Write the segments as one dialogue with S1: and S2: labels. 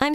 S1: I'm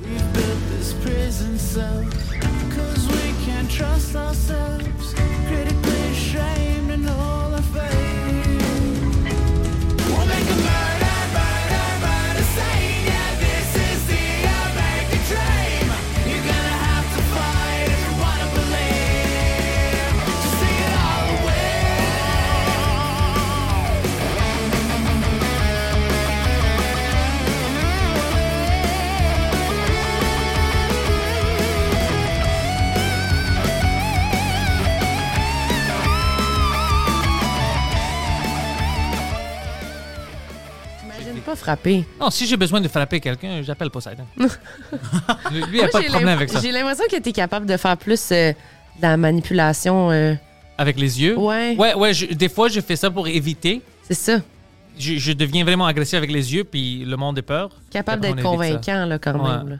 S2: We built this prison cell because we can't trust ourselves. Critically ashamed and all our fame. We'll make a murder, murder, murder scene. Yeah, this is the American dream. You're gonna have to fight if you wanna believe. To see it all the way.
S3: J'aime pas frapper.
S4: Non, si j'ai besoin de frapper quelqu'un, j'appelle Poseidon. lui, lui, il a
S3: Moi,
S4: pas de
S3: j'ai
S4: problème
S3: l'im-
S4: avec ça.
S3: J'ai l'impression que t'es capable de faire plus euh, dans la manipulation. euh,
S4: Avec les yeux.
S3: Ouais.
S4: Ouais, ouais. je- des fois, je fais ça pour éviter.
S3: c'est ça.
S4: Je, je deviens vraiment agressif avec les yeux, puis le monde est peur.
S3: Capable
S4: Après,
S3: d'être
S4: on évite ça.
S3: convaincant, là, quand
S4: Ouais.
S3: même. là.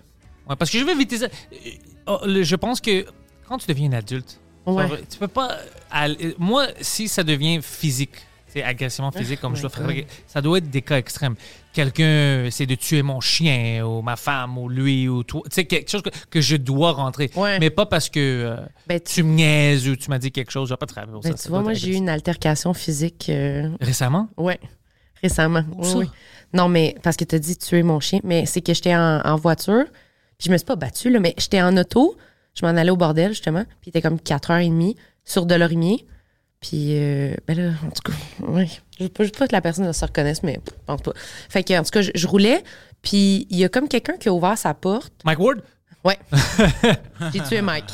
S4: Ouais, parce que je veux éviter ça. Euh, oh, le- Je pense que quand tu deviens un adulte,
S3: Ouais.
S4: genre, tu peux pas. aller- Moi, si ça devient physique, c'est agressivement physique, comme je dois
S3: my
S4: faire, ça doit être des cas extrêmes. Quelqu'un essaie de tuer mon chien, ou ma femme, ou lui, ou toi. Tu sais, quelque chose que, que je dois rentrer.
S3: Ouais.
S4: Mais pas parce que euh,
S3: Ben, tu,
S4: tu me niaises ou tu m'as dit quelque chose, je vais pas te frapper pour
S3: ben,
S4: ça.
S3: tu
S4: Ça
S3: vois,
S4: doit
S3: moi,
S4: être
S3: j'ai eu une altercation physique. euh,
S4: agressif. Récemment?
S3: ouais. Récemment. Oui,
S4: ça?
S3: oui. Non, mais parce que t'as dit tuer mon chien. Mais c'est que j'étais en, en voiture. Puis je me suis pas battue, là, mais j'étais en auto. Je m'en allais au bordel, justement. Puis il était comme 4h30 sur Delormier. Puis, euh, ben là, en tout cas, oui. Je veux pas, je veux pas que la personne se reconnaisse, mais je pense pas. Fait que, en tout cas, je, je roulais. Puis il y a comme quelqu'un qui a ouvert sa porte.
S4: Mike Ward?
S3: Ouais. j'ai tué Mike.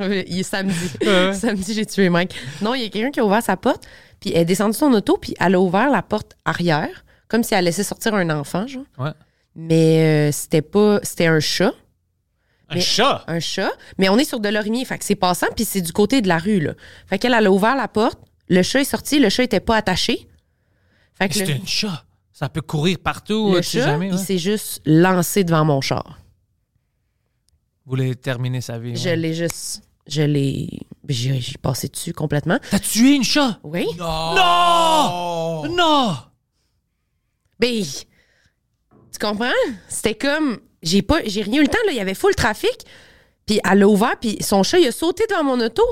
S3: il est samedi.
S4: Ouais, ouais.
S3: Samedi, j'ai tué Mike. Non, il y a quelqu'un qui a ouvert sa porte, puis elle est descendue de son auto, puis elle a ouvert la porte arrière, comme si elle laissait sortir un enfant, genre.
S4: Ouais.
S3: Mais euh, c'était pas. C'était un chat.
S4: Un
S3: Mais-
S4: chat?
S3: Un chat. Mais on est sur Delormier, fait que c'est passant, puis c'est du côté de la rue, là. Fait qu'elle, elle a ouvert la porte, le chat est sorti, le chat était pas attaché. Fait que le,
S4: C'est un chat. Ça peut courir partout,
S3: le
S4: tu sais
S3: chat,
S4: jamais.
S3: il
S4: ouais.
S3: s'est juste lancé devant mon char.
S4: Vous voulez terminer sa vie.
S3: Je
S4: ouais.
S3: l'ai juste. Je l'ai. J'ai j'ai passé dessus complètement.
S4: T'as tué une chat?
S3: Oui.
S4: Non! Non!
S3: Ben, tu comprends? C'était comme, j'ai pas, j'ai rien eu le temps, là. Il y avait full trafic. Puis elle l'a ouvert, puis son chat, il a sauté devant mon auto.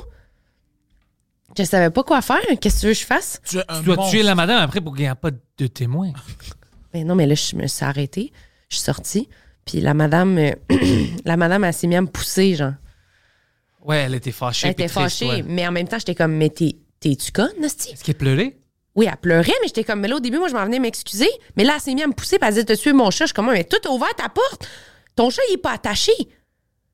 S3: Je savais pas quoi faire. Qu'est-ce que tu veux que je fasse?
S2: Tu es un
S4: Tu dois
S2: monstre.
S4: tuer la madame après pour qu'il n'y ait pas de témoins.
S3: Ben non, mais là, je me suis arrêtée. Je suis sortie. Puis la madame, euh, la madame, elle s'est mise à me pousser, genre.
S4: Ouais, elle était fâchée.
S3: Elle
S4: puis
S3: était
S4: triste,
S3: fâchée,
S4: ouais.
S3: mais en même temps, j'étais comme, mais t'es, t'es-tu conne, Nasty?
S4: Est-ce qu'elle pleurait?
S3: Oui, elle pleurait, mais j'étais comme, mais là, au début, moi, je m'en venais m'excuser. Mais là, elle s'est mise à me pousser, puis elle disait, t'as tué mon chat. Je suis comme, mais tout a ouvert ta porte. Ton chat, il est pas attaché.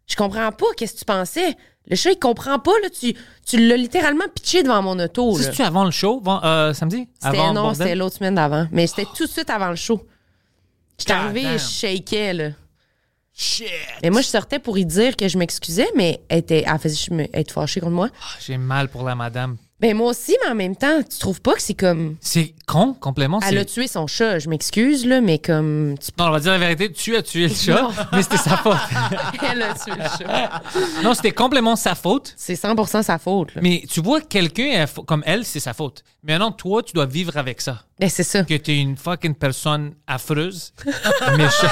S3: Je comprends pas, qu'est-ce que tu pensais? Le chat, il comprend pas, là. Tu, tu l'as littéralement pitché devant mon auto, là.
S4: C'est-tu avant le show? avant- euh, samedi?
S3: C'était,
S4: Avant
S3: non,
S4: bordel?
S3: c'était l'autre semaine d'avant. Mais c'était tout de suite avant le show. J'étais
S4: God
S3: arrivée,
S4: damn.
S3: je shakeais, là.
S2: Shit.
S3: Mais moi, je sortais pour y dire que je m'excusais, mais elle était, elle faisait je me- être fâchée contre moi.
S4: Ah, J'ai mal pour la madame.
S3: Ben, moi aussi, mais en même temps, tu trouves pas que c'est comme.
S4: C'est con, complément.
S3: Elle
S4: c'est-
S3: a tué son chat, je m'excuse, là, mais comme. Tu
S4: Non, on va dire la vérité, tu as tué le chat,
S3: Non.
S4: mais c'était sa faute.
S3: Elle a tué le chat.
S4: non, c'était complètement sa faute.
S3: C'est 100 sa faute. Là.
S4: Mais tu vois, quelqu'un a fa- comme elle, c'est sa faute. Mais non, toi, tu dois vivre avec ça.
S3: Ben, c'est ça.
S4: Que t'es une fucking personne affreuse, méchante.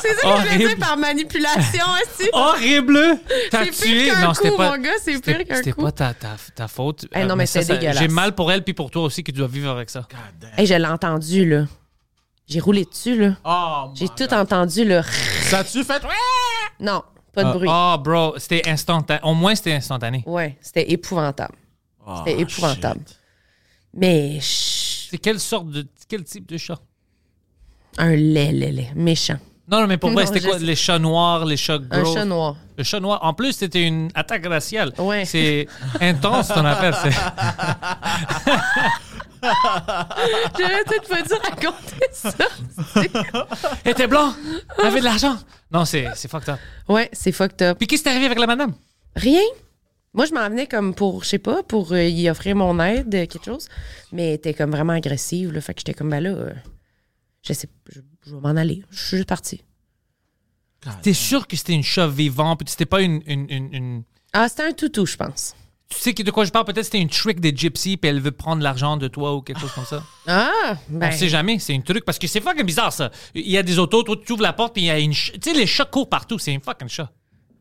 S3: C'est ça que je voulais
S4: Horrible.
S3: dire par manipulation aussi.
S4: horrible. T'as
S3: C'est pire
S4: tué.
S3: qu'un
S4: Non,
S3: coup,
S4: c'était pas.
S3: mon gars, c'est
S4: c'était-
S3: pire qu'un
S4: C'était
S3: coup.
S4: pas ta, ta, ta faute.
S3: Eh non, mais
S4: ça,
S3: c'est
S4: ça-
S3: dégueulasse.
S4: J'ai mal pour elle puis pour toi aussi que tu dois vivre avec ça.
S3: Hey, Eh, je l'ai entendu, là. J'ai roulé dessus, là.
S4: Ah,
S2: Oh,
S3: J'ai tout entendu, là.
S2: Ça tu fait.
S3: Non, pas de
S4: Ah,
S3: bruit.
S4: Oh, bro, c'était instantané. Au moins, c'était instantané.
S3: Ouais, c'était épouvantable.
S4: Ah,
S3: C'était
S2: Oh,
S3: épouvantable.
S2: shit.
S3: Mais chut,
S4: C'est quelle sorte de. Quel type de chat?
S3: un lait, lait, lait. Méchant.
S4: Non, non, mais pour vrai,
S3: Non,
S4: c'était
S3: je
S4: quoi?
S3: sais.
S4: Les chats noirs, les chats
S3: Un
S4: gros.
S3: chat noir.
S4: Le chat noir. En plus, c'était une attaque raciale.
S3: Ouais.
S4: C'est intense ton affaire. c'est-
S3: J'aurais peut-être pas dû raconter ça.
S4: Elle était Eh, blanc. Elle avait de l'argent. Non, c'est c'est fucked up.
S3: ouais, c'est fucked up.
S4: Puis qu'est-ce qui est arrivé avec la madame?
S3: Rien. Moi, je m'en venais comme pour, je sais pas, pour euh, y offrir mon aide, euh, quelque chose. Mais elle était comme vraiment agressive, là. Fait que j'étais comme, ben là, euh, je sais, je, je vais m'en aller. Je suis juste partie.
S4: T'es sûr que c'était une chauve vivante? Puis c'était pas une- une- une- une...
S3: Ah, c'était un toutou, je pense.
S4: Tu sais de quoi je parle? Peut-être c'était une trick des gypsies, puis elle veut prendre l'argent de toi ou quelque chose comme ça.
S3: Ah,
S4: On
S3: ben.
S4: sait jamais, c'est une truc. Parce que c'est fucking bizarre, ça. Il y a des autos, toi, tu ouvres la porte, puis il y a une. ch- Tu sais, les chats courent partout, c'est un fucking chat.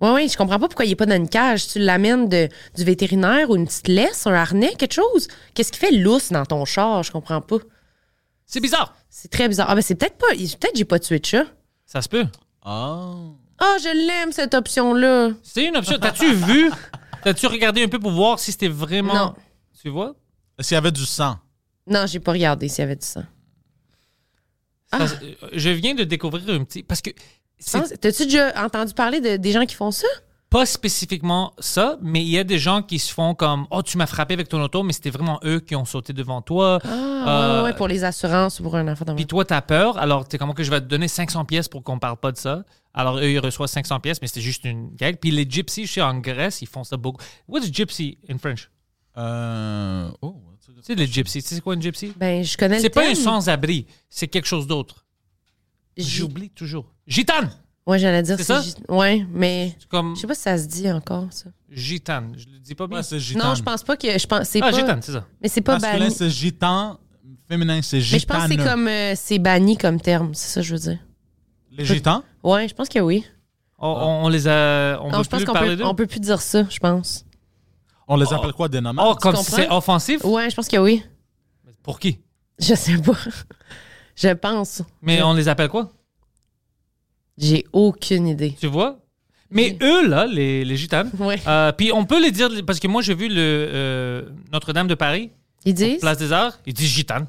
S3: Ouais, ouais, je comprends pas pourquoi il est pas dans une cage. Tu l'amènes de- du vétérinaire ou une petite laisse, un harnais, quelque chose. Qu'est-ce qui fait lousse dans ton char? Je comprends pas.
S4: C'est bizarre.
S3: C'est très bizarre. Ah, ben c'est peut-être pas. Peut-être que j'ai pas tué de chat.
S4: Ça se peut.
S5: Ah.
S3: Ah, je l'aime, cette option-là.
S4: C'est une option. T'as-tu vu? T'as-tu regardé un peu pour voir si c'était vraiment.
S3: Non.
S4: Tu vois?
S5: S'il y avait du sang.
S3: Non, j'ai pas regardé s'il y avait du sang.
S4: Ça, euh, je viens de découvrir un petit. Parce que c'est
S3: Ah. Pense- Hein? T'as-tu déjà entendu parler de- des gens qui font ça?
S4: pas spécifiquement ça, mais il y a des gens qui se font comme Oh, tu m'as frappé avec ton auto, mais c'était vraiment eux qui ont sauté devant toi.
S3: Ah, ouais,
S4: Euh,
S3: ouais, pour les assurances ou pour un enfant de
S4: Puis toi, t'as peur, alors t'es comment que je vais te donner 500 pièces pour qu'on parle pas de ça. Alors eux, ils reçoivent 500 pièces, mais c'était juste une gag. Puis les gypsies, je sais, en Grèce, ils font ça beaucoup. What's gypsy in French?
S5: Euh. Oh. that's a good-
S4: Tu sais, les gypsies, tu sais quoi une gypsy?
S3: Ben, je connais le
S4: C'est pas
S3: terme.
S4: un sans-abri, c'est quelque chose d'autre.
S3: J-
S4: J'oublie toujours. Gitane!
S3: Ouais, j'allais dire.
S4: C'est
S3: c'est
S4: ça?
S3: ju- Ouais, mais
S4: C'est Comme
S3: je sais pas si ça se dit encore, ça.
S4: gitane. Je le dis pas bien.
S5: Ouais, c'est gitan.
S3: Non, je pense pas que. Je pense, c'est
S4: ah,
S3: pas,
S4: gitane, c'est ça.
S3: Mais c'est pas
S5: Masculin,
S3: banni.
S5: c'est gitan. Féminin, c'est
S3: Mais je pense
S5: gitan.
S3: que c'est comme. euh, c'est banni comme terme, c'est ça que je veux dire.
S5: Les gitans?
S3: Ouais, je pense que oui.
S4: On, on- on les a. On
S3: Non,
S4: peut
S3: je pense
S4: plus
S3: qu'on
S4: parler
S3: peut,
S4: d'eux.
S3: on peut plus dire ça, je pense.
S5: On les appelle quoi, des nomades?
S4: Oh, comme si
S3: comprends?
S4: c'est offensif?
S3: Ouais, je pense que oui.
S4: Pour qui?
S3: Je sais pas. je pense.
S4: Mais on les appelle quoi?
S3: J'ai aucune idée.
S4: Tu vois? Mais eux, là, les, les gitanes,
S3: Ouais.
S4: euh, puis on peut les dire, parce que moi, j'ai vu le euh, Notre-Dame de Paris,
S3: Ils disent.
S4: Place des Arts, ils disent gitane.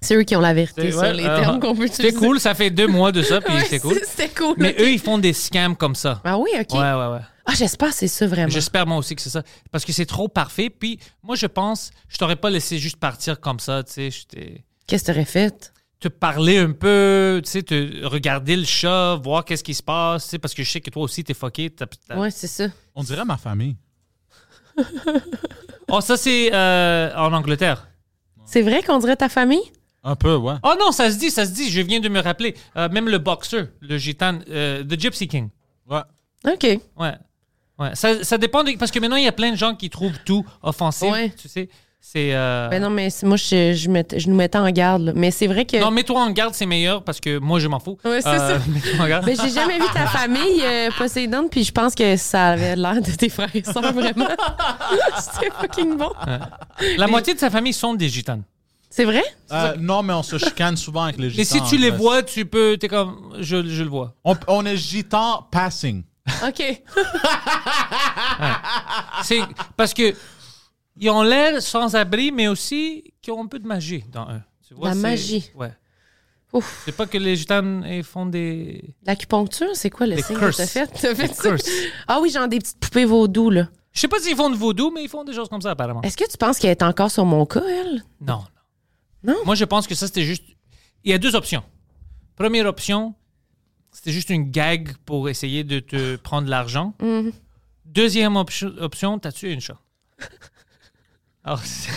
S3: C'est eux qui ont la vérité sur
S4: ouais,
S3: les
S4: euh,
S3: termes qu'on peut utiliser.
S4: C'est cool, ça fait deux mois de ça, puis
S3: Ouais,
S4: c'est cool.
S3: C'était cool.
S4: Mais
S3: ok.
S4: eux, ils font des scams comme ça.
S3: Ah oui, OK.
S4: Ouais, ouais, ouais.
S3: Ah, j'espère que c'est ça vraiment.
S4: J'espère moi aussi que c'est ça. Parce que c'est trop parfait. Puis moi, je pense, je t'aurais pas laissé juste partir comme ça, tu sais. je t'ai-
S3: Qu'est-ce que t'aurais fait?
S4: Te parler un peu, tu sais, te regarder le chat, voir qu'est-ce qui se passe, tu sais, parce que je sais que toi aussi, t'es fucké. t'as- t'as-
S3: Ouais, c'est ça.
S5: On dirait ma famille.
S4: Oh, ça, c'est euh, en Angleterre.
S3: C'est vrai qu'on dirait ta famille?
S5: Un peu, ouais.
S4: Oh non, ça se dit, ça se dit, je viens de me rappeler. Euh, même le boxeur, le gitan, euh, The Gypsy King.
S5: Ouais.
S3: OK.
S4: Ouais. ouais. Ça, ça dépend de- Parce que maintenant, il y a plein de gens qui trouvent tout offensif.
S3: Ouais.
S4: Tu sais, c'est. euh,
S3: Ben non, mais c'est- moi, je, je, mettais- je nous mettais en garde. là. Mais c'est vrai que.
S4: non, mets-toi en garde, c'est meilleur parce que moi, je m'en fous. Euh,
S3: Ouais, c'est ça.
S4: mets-toi en garde.
S3: Ben, j'ai jamais vu ta famille euh, possédante, puis je pense que ça avait l'air de tes frères et sœurs, vraiment. C'était fucking bon.
S4: La moitié de sa famille sont des gitanes.
S3: C'est vrai?
S5: Euh, non, mais on se chicane souvent avec les
S4: Mais
S5: gitans.
S4: si tu
S5: en
S4: les
S5: Grèce.
S4: vois, tu peux. T'es comme. Je, je le vois.
S5: On, on est gitan passing.
S3: OK.
S4: C'est parce que. Ils ont l'air sans abri, mais aussi qui ont un peu de magie dans eux. Tu vois,
S3: La
S4: c'est-
S3: magie.
S4: Ouais.
S3: Ouf.
S4: C'est pas que les gitanes ils font des.
S3: L'acupuncture, c'est quoi le
S4: Des
S3: signe
S4: curses.
S3: que t'as fait? T'as fait ça?
S4: curses.
S3: Ah oui, genre des petites poupées vaudou, là.
S4: Je sais pas s'ils font de vaudou, mais ils font des choses comme ça, apparemment.
S3: Est-ce que tu penses qu'elle est encore sur mon cas, elle?
S4: Non, non.
S3: Non?
S4: Moi, je pense que ça, c'était juste. Il y a deux options. Première option, c'était juste une gag pour essayer de te prendre l'argent.
S3: Mhm.
S4: Deuxième option, option, t'as tué une chat. Alors, c'est-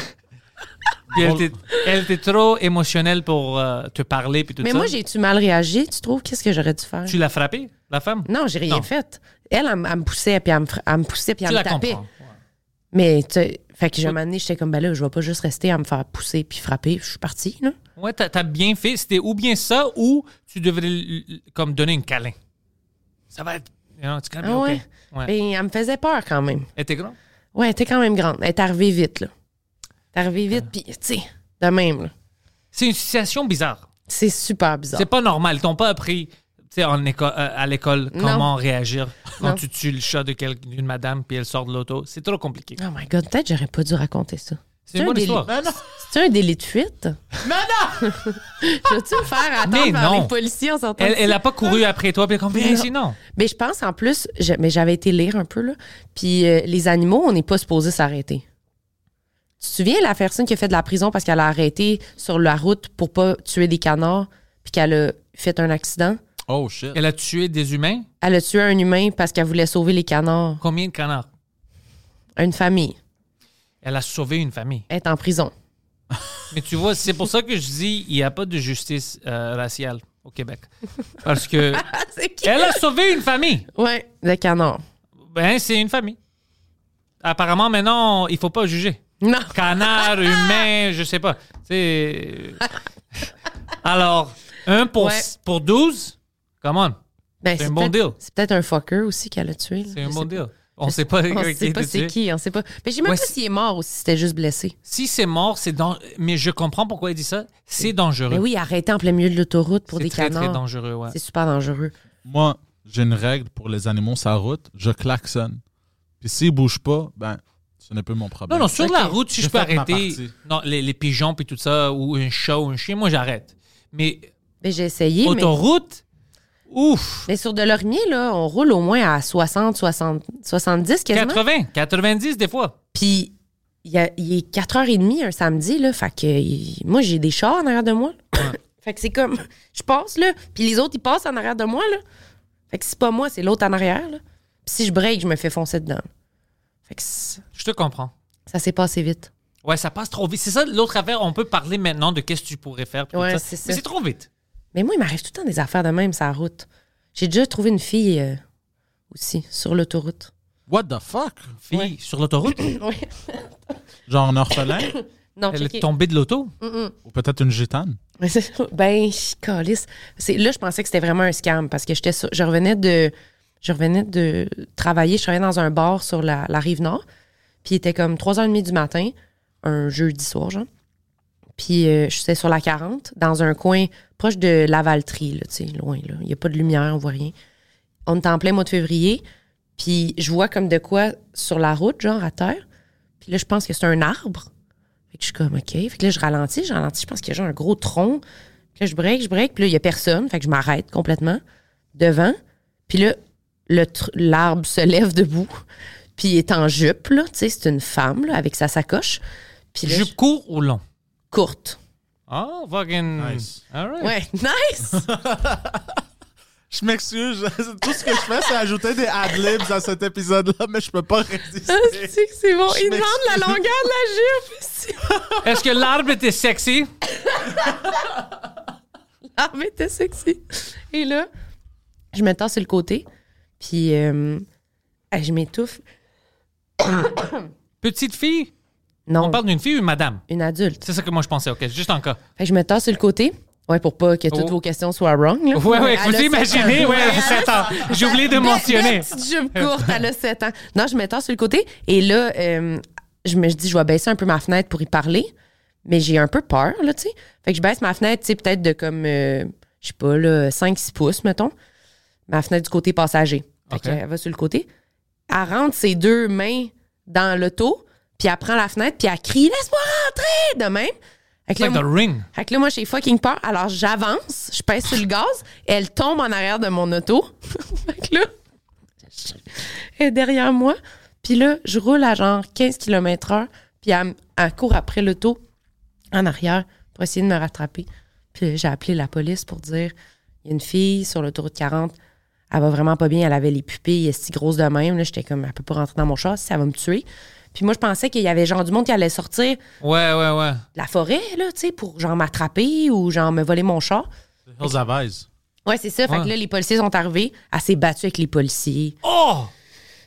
S4: Puis elle, était, elle était trop émotionnelle pour euh, te parler puis tout
S3: Mais
S4: ça.
S3: moi, j'ai-tu mal réagi, tu trouves? Qu'est-ce que j'aurais dû faire?
S4: Tu l'as frappée, la femme?
S3: Non, j'ai rien
S4: Non.
S3: fait. Elle, elle, m- elle me poussait, puis elle me, fra- elle me poussait, puis elle
S4: tu
S3: me
S4: la
S3: tapait.
S4: comprends.
S3: Mais, tu sais, fait que je m'amenais, j'étais comme, ben là, je vais pas juste rester à me faire pousser puis frapper. Je suis partie, là.
S4: Ouais, t'as t'as bien fait. C'était ou bien ça ou tu devrais l- l- comme donner un câlin. Ça va être. Non, tu
S3: Ah
S4: comprends?
S3: ouais?
S4: ok. Ouais.
S3: Et elle me faisait peur quand même.
S4: Elle était grande?
S3: Ouais, elle était quand même grande. Elle est arrivée vite, là. Elle est arrivée vite, puis, tu sais, de même, là.
S4: C'est une situation bizarre.
S3: C'est super bizarre.
S4: C'est pas normal. Ils t'ont pas appris tu sais, en éco- euh, à l'école
S3: Non.
S4: comment réagir quand
S3: Non.
S4: tu tues le chat de quel- d'une madame puis elle sort de l'auto. C'est trop compliqué.
S3: Oh my God, peut-être j'aurais pas dû raconter ça.
S4: C'est une
S3: un
S4: bonne
S3: délit. Ah,
S4: histoire.
S5: Mais non!
S3: C'est un délit de fuite? Mais non! je vais-tu me faire
S4: Mais
S3: attendre par
S4: non.
S3: les policiers en sortant
S4: Elle,
S3: d'ici?
S4: elle a pas couru
S3: ah.
S4: après toi puis elle est comme viens ici non.
S3: Mais je pense en plus, je- mais j'avais été lire un peu là, puis euh, les animaux, on n'est pas supposé s'arrêter. Tu te souviens la personne qui a fait de la prison parce qu'elle a arrêté sur la route pour pas tuer des canards puis qu'elle a fait un accident?
S5: Oh shit.
S4: Elle a tué des humains.
S3: Elle a tué un humain parce qu'elle voulait sauver les canards.
S4: Combien de canards?
S3: Une famille
S4: Elle a sauvé une famille.
S3: est en prison.
S4: Mais tu vois, c'est pour ça que je dis il n'y a pas de justice euh, raciale au Québec. Parce que
S3: Ah, C'est qui?
S4: elle a sauvé une famille.
S3: Ouais, de canard.
S4: Ben, c'est une famille. Apparemment, maintenant, il faut pas juger.
S3: Non.
S4: Canard, humain, je sais pas. C'est. euh, Alors, 1 pour,
S3: Ouais.
S4: pour 12, come on.
S3: Ben,
S4: C'est un bon
S3: peut-être-
S4: deal.
S3: C'est peut-être un fucker aussi qu'elle a tué. là.
S4: C'est
S3: Je
S4: un
S3: sais
S4: bon
S3: pas.
S4: deal. On sait pas,
S3: On sait pas
S4: était
S3: c'est
S4: tué.
S3: qui, on sait pas. Mais je sais même
S4: Ouais,
S3: pas
S4: c'est-
S3: s'il est mort ou si c'était juste blessé.
S4: Si c'est mort, c'est dans. Mais je comprends pourquoi il dit ça. C'est dangereux.
S3: Mais oui, arrêter en plein milieu de l'autoroute pour
S4: c'est
S3: des
S4: très,
S3: canards.
S4: très dangereux, ouais.
S3: C'est super dangereux.
S5: Moi, j'ai une règle pour les animaux sur la route. Je klaxonne. Puis s'ils bougent pas, ben, ce n'est pas mon problème.
S4: Non, non, sur
S3: Ok.
S4: la route, si
S5: J'ai
S4: je peux
S5: fait ma
S4: arrêter
S5: partie.
S4: non, les, les pigeons puis tout ça, ou un chat ou un chien, moi j'arrête. Mais
S3: Mais j'ai essayé, mais,
S4: autoroute, ouf,
S3: mais sur de l'ormier, là, on roule au moins à 60, 60 70 quasiment.
S4: 80, 90 des fois.
S3: Puis il y a- il est 4h30 un samedi, là. Fait que il- moi, j'ai des chars en arrière de moi. fait que c'est comme, je passe, là. Puis les autres, ils passent en arrière de moi, là. Fait que c'est pas moi, c'est l'autre en arrière, là. Puis si je break, je me fais foncer dedans. Fait que c-
S4: Je te comprends.
S3: ça s'est passé vite.
S4: Ouais, ça passe trop vite. C'est ça l'autre affaire. On peut parler maintenant de qu'est-ce que tu pourrais faire. puis tout
S3: Ouais,
S4: ça.
S3: c'est ça.
S4: Mais c'est trop vite.
S3: Mais moi, il m'arrive tout le temps des affaires de même, sa route. J'ai déjà trouvé une fille euh, aussi, sur l'autoroute.
S5: What the fuck?
S4: Fille, sur l'autoroute,
S3: Ouais.
S5: Genre un orphelin?
S3: Non,
S4: elle
S3: checké.
S4: est tombée de l'auto.
S5: Ou peut-être une gitane?
S3: Mais c'est- Ben, calice. C'est, là, je pensais que c'était vraiment un scam parce que j'étais sur- je revenais de je revenais de travailler, je travaillais dans un bar sur la, la rive nord. Puis il était comme 3h30 du matin, un jeudi soir, genre. Puis euh, j'étais sur la 40, dans un coin proche de Lavaltrie, là, tu sais, loin, là. Il n'y a pas de lumière, on voit rien. On était en plein mois de février, puis je vois comme de quoi sur la route, genre à terre. Puis là, je pense que c'est un arbre. Fait que je suis comme, OK. Fait que là, je ralentis, je ralentis. Je pense qu'il y a genre un gros tronc. Puis là, je break, je break. Puis là, il y a personne. Fait que je m'arrête complètement devant. Puis là, le tr- l'arbre se lève debout. Puis il est en jupe, là. Tu sais, c'est une femme, là, avec sa sacoche. Puis là,
S4: Jupe court ou long?
S3: je- courte.
S4: Oh, fucking.
S5: Nice.
S4: All right.
S3: Ouais, nice!
S5: Je m'excuse. Tout ce que je fais, c'est ajouter des ad-libs à cet épisode-là, mais je peux pas résister.
S3: c'est c'est bon.
S5: Je
S3: Il demande la
S5: m'excuse.
S3: longueur de la jupe. C'est-
S4: Est-ce que l'arbre était sexy?
S3: Ah, mais t'es sexy. Et là, je me tasse sur le côté, puis euh, ah, je m'étouffe.
S4: Petite fille?
S3: Non,
S4: On parle d'une fille ou une madame?
S3: une adulte.
S4: C'est ça que moi je pensais. OK, juste encore.
S3: Fait que je me tasse sur le côté. Ouais, pour pas que toutes
S4: Oh.
S3: vos questions soient wrong. là.
S4: Ouais, ouais,
S3: Elle a
S4: vous
S3: sept
S4: imaginez,
S3: ans.
S4: ouais,
S3: elle a
S4: sept
S3: sept
S4: ans. J'ai oublié de
S3: Belle-
S4: mentionner.
S3: belle petite jupe courte, elle a 7 ans. Non, je me tasse sur le côté et là, euh, je me je dis, je vais baisser un peu ma fenêtre pour y parler, mais j'ai un peu peur, là, tu sais. Fait que je baisse ma fenêtre, tu sais, peut-être de comme, euh, je sais pas, là, 5-6 pouces, mettons. Ma fenêtre du côté passager. Fait
S4: Ok.
S3: qu'elle va sur le côté. Elle rentre ses deux mains dans l'auto, puis elle prend la fenêtre, puis elle crie, laisse-moi rentrer! De même. Fait que
S4: Like
S3: là,
S4: the ring.
S3: fait que là, moi, j'ai fucking peur. Alors, j'avance, je pèse sur le gaz, elle tombe en arrière de mon auto. fait que là, je- elle est derrière moi. Puis là, je roule à genre 15 km/h, puis elle, me- elle court après l'auto en arrière pour essayer de me rattraper. Puis là, j'ai appelé la police pour dire il y a une fille sur l'autoroute 40, elle va vraiment pas bien, elle avait les pupilles, elle est si grosse de même. Là, j'étais comme, elle peut pas rentrer dans mon char, ça va me tuer. Puis moi, je pensais qu'il y avait genre du monde qui allait sortir
S4: Ouais, ouais, ouais.
S3: la forêt, là, tu sais, pour genre m'attraper ou genre me voler mon chat.
S5: Hills Have Eyes.
S3: Ouais, c'est ça. Fait
S4: Ouais.
S3: que là, les policiers sont arrivés. Elle s'est battue avec les policiers.
S4: Oh!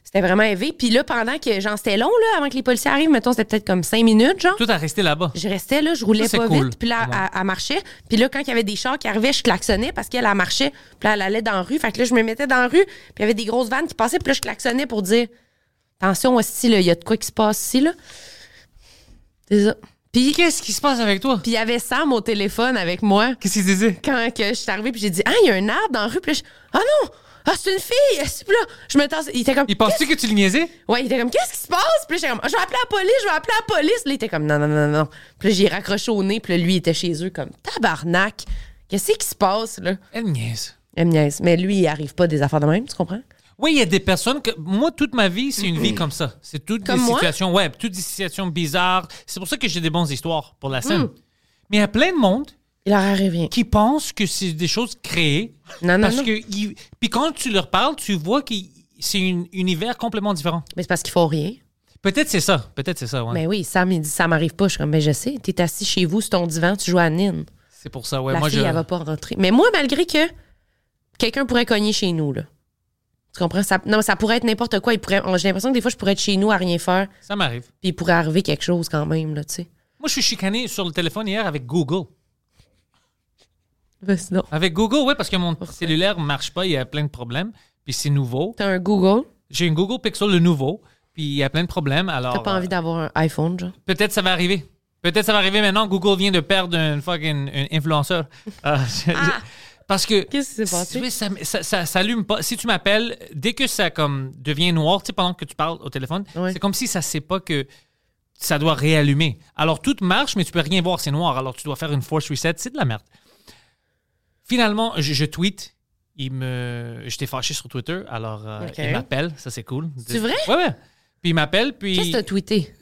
S3: C'était vraiment élevé. Puis là, pendant que, genre, c'était long, là, avant que les policiers arrivent, mettons, c'était peut-être comme cinq minutes, genre.
S4: Tout a resté là-bas.
S3: Je restais là, je roulais
S4: Ça, c'est
S3: pas
S4: cool,
S3: vite. Puis là,
S4: vraiment.
S3: elle, elle marchait. Puis là, quand il y avait des chars qui arrivaient, je klaxonnais parce qu'elle elle marchait. Puis là, elle allait dans la rue. Fait que là, je me mettais dans la rue. Puis il y avait des grosses vannes qui passaient. Puis là, je klaxonnais pour dire Attention, aussi, là, il y a de quoi qui se passe ici, là. C'est ça. Puis
S4: Qu'est-ce qui se passe avec toi?
S3: puis il y avait Sam au téléphone avec moi.
S4: Qu'est-ce qu'il disait?
S3: quand que je suis arrivée, puis j'ai dit, ah, il y a un arbre dans la rue, puis là, je- ah non, ah, c'est une fille, Ah, c'est- puis là, je me tasse. Il était comme,
S4: Il pensait que tu le niaisais?
S3: ouais, il était comme, qu'est-ce qui se passe? Puis là, j'étais comme, Ah, je vais appeler la police, je vais appeler la police. Là, il était comme, non, non, non, non. Puis là, j'ai raccroché au nez, puis là, lui, il était chez eux, comme, tabarnak, qu'est-ce qui se passe, là?
S4: Elle me niaise.
S3: Elle me niaise. Mais lui, il arrive pas des affaires de même, tu comprends?
S4: Oui, il y a des personnes que. Moi, toute ma vie, c'est une vie comme ça. C'est toutes
S3: Comme
S4: des
S3: moi?
S4: situations. Ouais, toutes des situations bizarres. C'est pour ça que j'ai des bonnes histoires pour la scène.
S3: Mm.
S4: Mais il y a plein de monde
S3: Il leur arrive rien.
S4: qui pensent que c'est des choses créées.
S3: Non, non,
S4: parce
S3: non.
S4: que. ils- Puis quand tu leur parles, tu vois que c'est un univers complètement différent.
S3: Mais c'est parce qu'ils font rien.
S4: Peut-être c'est ça. Peut-être c'est ça, ouais.
S3: Mais oui, Sam, il dit ça m'arrive pas. Je suis comme, ben je sais, t'es assis chez vous sur ton divan, tu joues à Nine.
S4: C'est pour ça, ouais.
S3: la
S4: moi,
S3: fille,
S4: je.
S3: elle va pas rentrer. Mais moi, malgré que quelqu'un pourrait cogner chez nous, là. Tu comprends? Ça, non, ça pourrait être n'importe quoi. Il pourrait, j'ai l'impression que des fois, je pourrais être chez nous à rien faire,
S4: Ça m'arrive.
S3: puis il pourrait arriver quelque chose quand même, là, tu sais.
S4: Moi, je suis chicané sur le téléphone hier avec Google.
S3: Ben, sinon,
S4: Avec Google, oui, parce que mon cellulaire ne marche pas, il y a plein de problèmes. Puis c'est nouveau.
S3: t'as un Google,
S4: J'ai un Google Pixel, le nouveau. Puis il y a plein de problèmes. Alors,
S3: t'as pas
S4: euh,
S3: envie d'avoir un iPhone, genre.
S4: peut-être ça va arriver. Peut-être ça va arriver maintenant. Google vient de perdre un fucking un influenceur. Euh, je- je- parce que.
S3: Ah. Qu'est-ce qui s'est passé?
S4: Oui, ça, ça, ça s'allume pas. Si tu m'appelles, dès que ça comme devient noir, tu sais, pendant que tu parles au téléphone,
S3: Ouais.
S4: c'est comme si ça sait pas que ça doit réallumer. Alors tout marche, mais tu peux rien voir, c'est noir. Alors tu dois faire une force reset, c'est de la merde. Finalement, je, je tweet. Il me, j'étais fâché sur Twitter, alors euh,
S3: Ok.
S4: il m'appelle, ça c'est cool.
S3: C'est vrai?
S4: Ouais ouais. Puis il m'appelle, puis
S3: Qu'est-ce que t'as tweeté?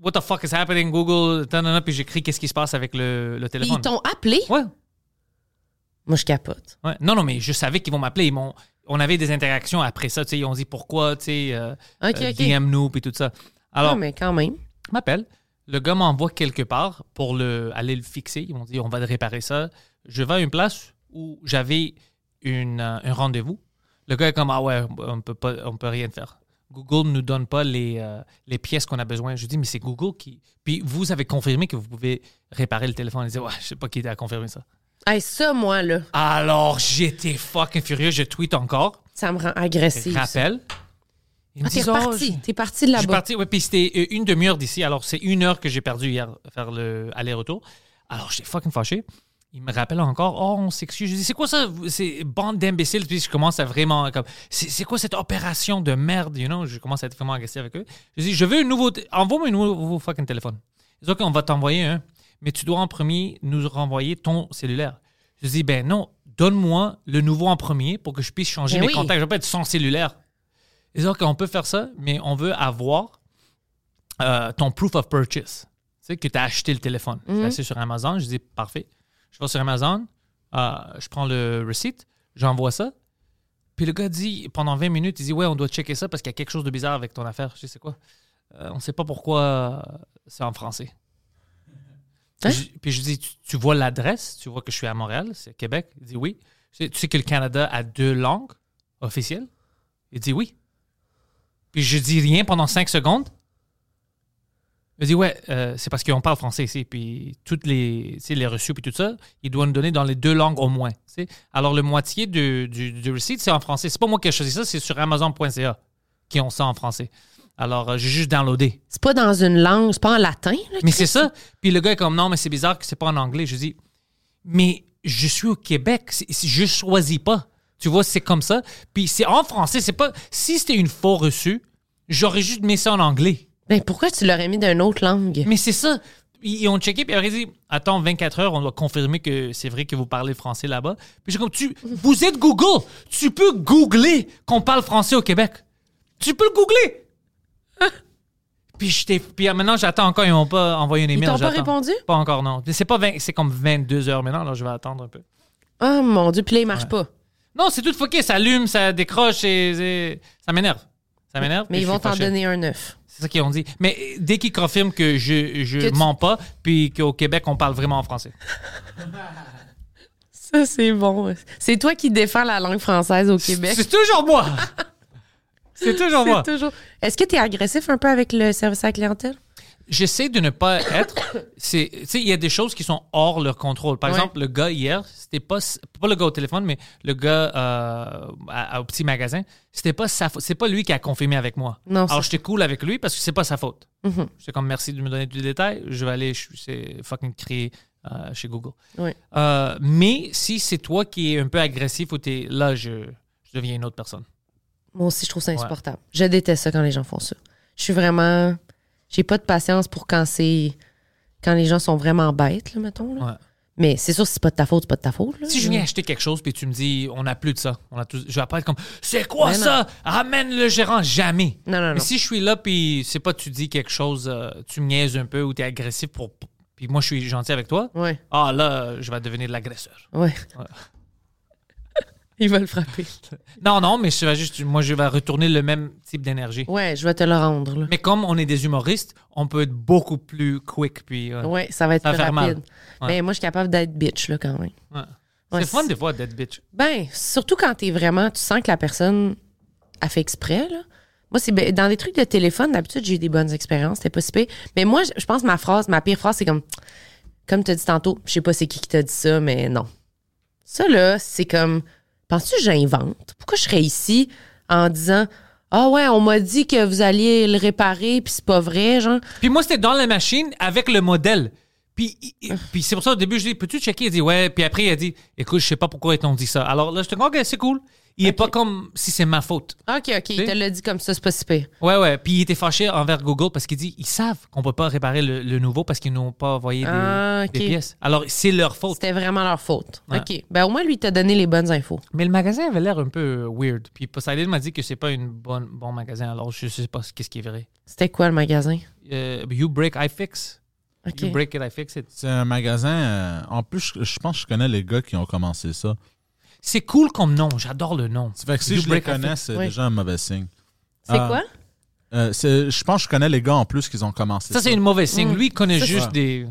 S4: what the fuck is happening, Google, tanana, puis j'écris qu'est-ce qui se passe avec le, le
S3: Puis
S4: téléphone.
S3: ils t'ont appelé?
S4: Ouais,
S3: Moi, je capote.
S4: ouais. Non, non, mais je savais qu'ils vont m'appeler. Ils m'ont- on avait des interactions après ça, tu sais, ils ont dit pourquoi, tu sais, euh,
S3: Ok,
S4: euh,
S3: ok.
S4: DM-nous, puis tout ça. Alors,
S3: non, mais quand même.
S4: je m'appelle, le gars m'envoie quelque part pour le, aller le fixer. Ils m'ont dit, on va réparer ça. Je vais à une place où j'avais une, euh, un rendez-vous. Le gars est comme, ah ouais, on peut, pas, on peut rien faire. Google ne nous donne pas les, euh, les pièces qu'on a besoin. Je dis, mais c'est Google qui... Puis vous avez confirmé que vous pouvez réparer le téléphone. Il dit, ouais, je sais pas qui a confirmé ça.
S3: Hey, ça, moi, là,
S4: Alors, j'étais fucking furieux. Je tweet encore.
S3: ça me rend agressive. ça.
S4: Rappel. Ils me
S3: Ah, t'es
S4: disent, oh,
S3: reparti.
S4: je-
S3: T'es parti de
S4: je suis
S3: là-bas.
S4: parti, oui, puis c'était euh, une demi-heure d'ici. Alors, c'est une heure que j'ai perdu hier à faire le aller-retour. Alors, j'étais fucking fâché. Il me rappelle encore, oh, on s'excuse. Je dis, c'est quoi ça, vous- ces bandes d'imbéciles? Puis je commence à vraiment, comme, c'est c'est quoi cette opération de merde, you know? Je commence à être vraiment agressif avec eux. Je dis, je veux un nouveau, t- envoie-moi un nouveau fucking téléphone. Ils disent, OK, on va t'envoyer un, mais tu dois en premier nous renvoyer ton cellulaire. Je dis, ben non, donne-moi le nouveau en premier pour que je puisse changer
S3: Ben
S4: mes
S3: oui.
S4: contacts. Je vais pas être sans cellulaire. Ils disent, OK, on peut faire ça, mais on veut avoir euh, ton proof of purchase. Tu sais, que tu as acheté le téléphone.
S3: Mhm.
S4: Je suis assis sur Amazon, je dis, parfait. Je vais sur Amazon, euh, je prends le receipt, j'envoie ça. Puis le gars dit, pendant 20 minutes, il dit, ouais, on doit checker ça parce qu'il y a quelque chose de bizarre avec ton affaire. Je dis, c'est quoi? Euh, on sait pas pourquoi euh, c'est en français.
S3: Hein?
S4: Je- puis je dis, tu, tu vois l'adresse, tu vois que je suis à Montréal, c'est Québec. Il dit oui. Tu sais, tu sais que le Canada a deux langues officielles? Il dit oui. Puis je dis rien pendant cinq secondes. Il dit ouais, euh, c'est parce qu'on parle français ici. Puis toutes les, tu sais, les reçus puis tout ça, ils doivent nous donner dans les deux langues au moins. tu sais. Alors le moitié du, du, du receipt c'est en français. C'est pas moi qui ai choisi ça, c'est sur Amazon.ca qui ont ça en français. Alors euh, j'ai juste downloadé.
S3: C'est pas dans une langue, c'est pas en latin, là.
S4: Mais c'est ça. Puis le gars est comme non, mais c'est bizarre que c'est pas en anglais. Je dis mais je suis au Québec, c'est- c'est- je choisis pas. Tu vois, c'est comme ça. Puis c'est en français, c'est pas si c'était une faux reçue, j'aurais juste mis ça en anglais.
S3: Ben, pourquoi tu l'aurais mis d'une autre langue?
S4: Mais c'est ça. Ils ils ont checké, puis ils auraient dit Attends, 24 heures, on doit confirmer que c'est vrai que vous parlez français là-bas. Puis j'ai comme tu, Vous êtes Google Tu peux googler qu'on parle français au Québec. Tu peux le googler Hein? Puis, j'étais- puis euh, maintenant, j'attends encore, ils m'ont pas envoyé une email.
S3: t'ont pas
S4: j'attends.
S3: répondu?
S4: Pas encore, non. C'est pas 20 c'est comme 22 heures maintenant, alors je vais attendre un peu.
S3: Oh mon Dieu, puis là, il marche pas.
S4: Non, c'est tout foqué, ça allume, ça décroche, et, et- ça m'énerve. Ça m'énerve.
S3: Mais
S4: puis
S3: ils
S4: je
S3: vont
S4: suis
S3: t'en
S4: fâché.
S3: donner un neuf.
S4: C'est ça qu'ils ont dit. Mais euh, dès qu'ils confirment que je, je
S3: Que tu-
S4: mens pas, puis qu'au Québec, on parle vraiment en français.
S3: Ça, c'est bon. C'est toi qui défends la langue française au Québec.
S4: C'est toujours moi! C'est toujours moi.
S3: C'est toujours. Est-ce que tu es agressif un peu avec le service à la clientèle?
S4: J'essaie de ne pas être. c'est- Tu sais, il y a des choses qui sont hors leur contrôle. Par
S3: Ouais.
S4: exemple, le gars hier, c'était pas. Pas le gars au téléphone, mais le gars euh, à- à- au petit magasin, c'était pas sa faute. C'est pas lui qui a confirmé avec moi.
S3: Non,
S4: Alors,
S3: c'est- Mm-hmm.
S4: j'étais cool avec lui parce que c'est pas sa faute. J'étais comme merci de me donner du détail. Je vais aller ch- c'est fucking créer euh, chez Google.
S3: Oui.
S4: Euh, mais si c'est toi qui es un peu agressif ou t'es là, je, je deviens une autre personne.
S3: Moi aussi, je trouve ça insupportable. Je déteste ça quand les gens font ça. Je suis vraiment. J'ai pas de patience pour quand c'est. Quand les gens sont vraiment bêtes, là, mettons. là.
S4: Ouais.
S3: Mais c'est sûr, si c'est pas de ta faute, c'est pas de ta faute. là.
S4: Si je viens acheter quelque chose puis tu me dis on n'a plus de ça, on a tout, je vais pas être comme c'est quoi
S3: Mais non.
S4: ça Ramène le gérant jamais.
S3: Non, non,
S4: Mais
S3: non.
S4: si je suis là puis c'est pas tu dis quelque chose, euh, tu me niaises un peu ou tu es agressif pour puis moi je suis gentil avec toi.
S3: Ouais,
S4: Ah là, je vais devenir l'agresseur.
S3: ouais. Il va le frapper.
S4: Non non, mais je vais juste moi je vais retourner le même type d'énergie.
S3: Ouais, je vais te le rendre. Là.
S4: Mais comme on est des humoristes, on peut être beaucoup plus quick puis euh,
S3: Ouais, ça va être
S4: Ça va
S3: plus
S4: faire mal.
S3: rapide.
S4: Ouais.
S3: Mais moi, je suis capable d'être bitch, là, quand même.
S4: ouais.
S3: Ouais,
S4: c'est fun
S3: c'est-
S4: des fois d'être bitch.
S3: Ben, surtout quand t'es vraiment, tu sens que la personne a fait exprès, là. Moi, c'est ben, dans des trucs de téléphone, d'habitude, j'ai eu des bonnes expériences, c'était pas si pire. Mais moi, je- je pense que ma phrase, ma pire phrase, c'est comme, comme t'as dit tantôt, je sais pas c'est qui qui t'a dit ça, mais non. Ça, là, c'est comme, penses-tu que j'invente? Pourquoi je serais ici en disant, ah ouais, on m'a dit que vous alliez le réparer, puis c'est pas vrai, genre.
S4: Puis moi, c'était dans la machine avec le modèle. Puis, il- il- puis c'est pour ça, au début, je dis, peux-tu checker? Il dit, ouais. Puis après, il a dit, écoute, je sais pas pourquoi ils t'ont dit ça. Alors là, je te dis, OK, c'est cool. Il est pas comme si c'est ma faute.
S3: Ok, ok, il te l'a dit comme ça, c'est pas si pire.
S4: Ouais, ouais. Puis il était fâché envers Google parce qu'il dit, ils savent qu'on peut pas réparer le, le nouveau parce qu'ils n'ont pas envoyé des,
S3: Ah, ok.
S4: des pièces. Alors, c'est leur faute.
S3: C'était vraiment leur faute.
S4: Ouais.
S3: Ok. Ben, au moins, lui, il t'a donné les bonnes infos.
S4: Mais le magasin avait l'air un peu euh, weird. Puis Poseidon m'a dit que c'est pas un bon, bon magasin. Alors, je sais pas ce- qu'est-ce qui est vrai.
S3: C'était quoi le magasin?
S4: Euh, you break, I fix.
S3: Ok.
S4: You break it, I fix it.
S5: C'est un magasin. euh, en plus, je, je pense que je connais les gars qui ont commencé ça.
S4: C'est cool comme nom. J'adore le nom.
S5: Ça fait que si
S4: You
S5: je les
S4: break, I
S5: connais,
S4: fix.
S5: c'est
S3: Oui.
S5: déjà un mauvais signe.
S3: C'est
S5: Ah.
S3: quoi?
S5: Euh, c'est- je pense que je connais les gars en plus qu'ils ont commencé
S4: Ça,
S5: ça.
S4: c'est une mauvaise signe. Lui, il connaît
S3: Mm. Ça,
S4: juste
S5: c'est-
S4: des,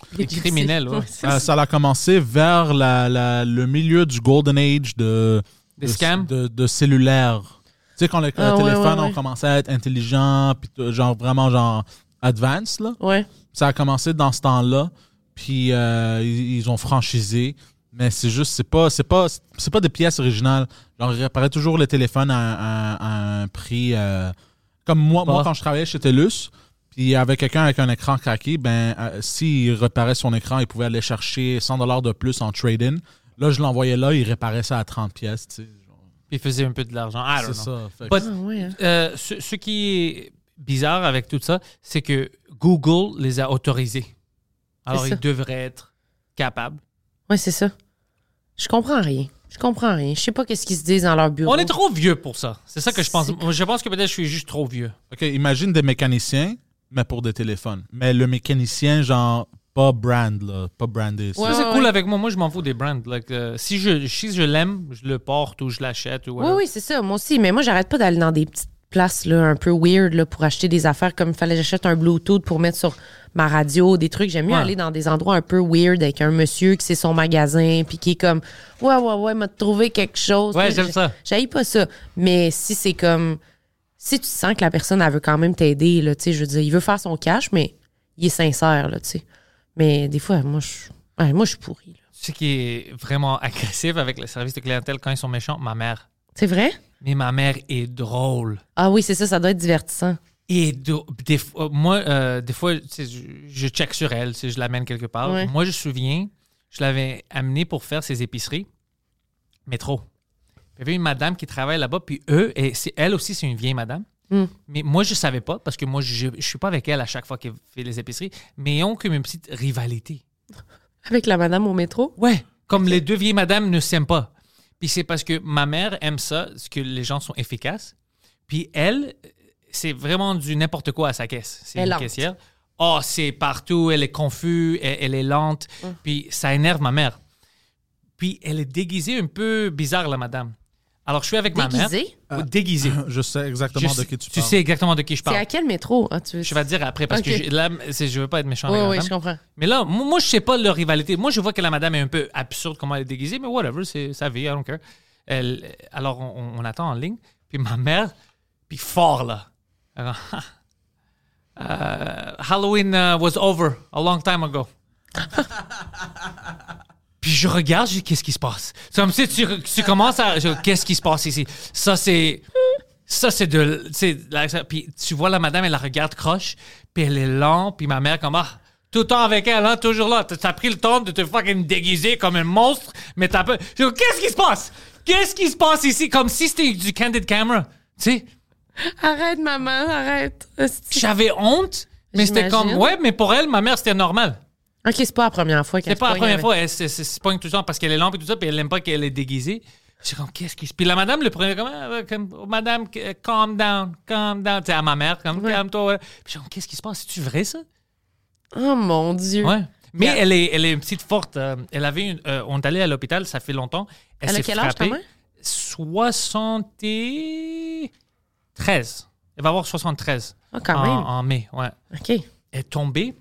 S4: des criminels, ouais.
S3: Ouais, c'est
S5: Euh,
S3: ça.
S5: ça a commencé vers la- la- le milieu du Golden Age de,
S4: des
S5: de-
S4: scams.
S5: de, de cellulaire. Tu sais, quand les euh,
S3: Ah, ouais,
S5: téléphones
S3: ouais, ouais.
S5: ont commencé à être intelligents, puis tout, genre vraiment genre advanced, là.
S3: Ouais.
S5: Ça a commencé dans ce temps-là, puis euh, ils, ils ont franchisé. Mais c'est juste, c'est pas, c'est pas, c'est pas des pièces originales. Genre, ils réparaient toujours les téléphones à, à- à un prix. euh, comme moi, moi,
S4: Pas.
S5: quand je travaillais chez TELUS, puis il y avait quelqu'un avec un écran craqué, ben, euh, s'il réparait son écran, il pouvait aller chercher 100 de plus en trade-in. Là, je l'envoyais là, il réparait ça à 30 pièces, tu sais. genre.
S4: Puis il faisait un peu de l'argent. I
S5: C'est
S4: don't know.
S5: ça. fait que-
S4: But,
S3: Ah, ouais, hein.
S4: euh, ce, ce qui est bizarre avec tout ça, c'est que Google les a autorisés. Alors,
S3: C'est
S4: ils
S3: ça.
S4: devraient être capables.
S3: Ouais, c'est ça. Je comprends rien. Je comprends rien. Je sais pas qu'est-ce qu'ils se disent dans leur bureau.
S4: On est trop vieux pour ça. C'est ça que je pense.
S3: C'est-
S4: Moi, Je pense que peut-être je suis juste trop vieux.
S5: OK, imagine des mécaniciens, mais pour des téléphones. Mais le mécanicien, genre, pas brand, là, pas brandé. c'est-
S3: Ouais,
S4: Ça, c'est
S3: ouais,
S4: cool
S3: ouais.
S4: avec moi. Moi, je m'en fous des brands. Like, euh, si je, si je l'aime, je le porte ou je l'achète. Ou
S3: Oui,
S4: whatever.
S3: oui, c'est ça. Moi aussi. Mais moi, j'arrête pas d'aller dans des petites places là, un peu weird là, pour acheter des affaires comme il fallait que j'achète un Bluetooth pour mettre sur ma radio, des trucs. J'aime mieux
S4: Ouais.
S3: aller dans des endroits un peu weird avec un monsieur qui c'est son magasin puis qui est comme Ouais, ouais, ouais, m'a trouvé quelque chose.
S4: Ouais,
S3: Moi,
S4: j'aime
S3: j-
S4: ça.
S3: J'haïs pas ça. Mais si c'est comme. Si tu sens que la personne, elle veut quand même t'aider, là, tu sais, je veux dire, il veut faire son cash, mais il est sincère, là, tu sais. Mais des fois, moi, je. ouais, moi, je suis pourrie, là.
S4: Ce qui est vraiment agressif avec le service de clientèle quand ils sont méchants, ma mère.
S3: C'est vrai?
S4: Mais ma mère est drôle.
S3: Ah oui, c'est ça, ça doit être divertissant.
S4: Et do- des fois, moi, euh, des fois, tu sais, je, je check sur elle, si je l'amène quelque part.
S3: Ouais.
S4: Moi, je me souviens, je l'avais amenée pour faire ses épiceries, métro. Il y avait une madame qui travaille là-bas, puis eux, et c'est- elle aussi, c'est une vieille madame. Mais moi, je savais pas, parce que moi, je ne suis pas avec elle à chaque fois qu'elle fait les épiceries, mais ils ont comme une petite rivalité.
S3: Avec la madame au métro?
S4: Ouais, comme les deux vieilles madames ne s'aiment pas. Puis c'est parce que ma mère aime ça, parce que les gens sont efficaces. Puis elle, c'est vraiment du n'importe quoi à sa caisse. C'est
S3: Elle
S4: une
S3: lente.
S4: caissière. Oh, c'est partout, elle est confuse, elle, elle est lente.
S3: Mm.
S4: Puis ça énerve ma mère. Puis elle est déguisée un peu bizarre, la madame. Alors je suis avec ma mère.
S3: Déguisée?
S4: Oh, Déguisée.
S5: Je sais
S4: Je
S5: exactement de
S4: sais-
S5: qui tu,
S4: tu
S5: parles.
S4: sais exactement de qui je
S3: C'est
S4: parle.
S3: à quel métro? Ah, tu veux-
S4: Je vais te dire après parce
S3: Ok.
S4: que je, là, c'est- je veux pas être méchant.
S3: Oui,
S4: avec la
S3: oui,
S4: madame.
S3: je comprends.
S4: Mais là, moi, moi, je sais pas leur rivalité. Moi, je vois que la madame est un peu absurde comment elle est déguisée, mais whatever, c'est sa vie, I don't care. Elle- alors, on, on attend en ligne. Puis ma mère, puis fort là. Elle va, Euh, Halloween uh, was over a long time ago. puis je regarde, je dis, qu'est-ce qui se passe? C'est comme si tu, tu commences à. je- Qu'est-ce qui se passe ici? Ça, c'est. Ça, c'est de. c'est de la- ça- Puis tu vois la madame, elle la regarde croche, puis elle est lente, puis ma mère, comme. Ah, tout le temps avec elle, hein, toujours là. T'as t'as pris le temps de te fucking déguiser comme un monstre, mais t'as pas. Je dis, Qu'est-ce qui se passe? Qu'est-ce qui se passe ici? Comme si c'était du candid camera. Tu sais?
S3: Arrête, maman, arrête. Esti.
S4: J'avais honte, mais c'était comme.
S3: J'imagine.
S4: Ouais, mais pour elle, ma mère, c'était normal.
S3: Ok, c'est pas la première fois qu'elle
S4: C'est
S3: se
S4: pas la
S3: pogne
S4: première
S3: avec-
S4: fois, elle se- se se pogne tout le temps parce qu'elle est lampe et tout ça, puis elle n'aime pas qu'elle est déguisée. Je suis comme, qu'est-ce qui se. Puis la madame le prenait comme, Ah, comme, Oh, madame, que- calm down, calm down. Tu sais, à ma mère, comme,
S3: Ouais.
S4: calme-toi. voilà. Puis je suis comme, qu'est-ce qui se passe? C'est-tu vrai, ça?
S3: Oh mon Dieu.
S4: Ouais. Mais
S3: Yeah.
S4: elle est, elle est une petite forte. euh, elle avait une, euh, on est allé à l'hôpital, ça fait longtemps. Elle,
S3: Elle a
S4: s'est
S3: quel âge,
S4: frappée.
S3: ta mère?
S4: 73. Elle va avoir 73
S3: Ah, quand
S4: en,
S3: même.
S4: en mai. Ouais.
S3: Ok.
S4: Elle est tombée.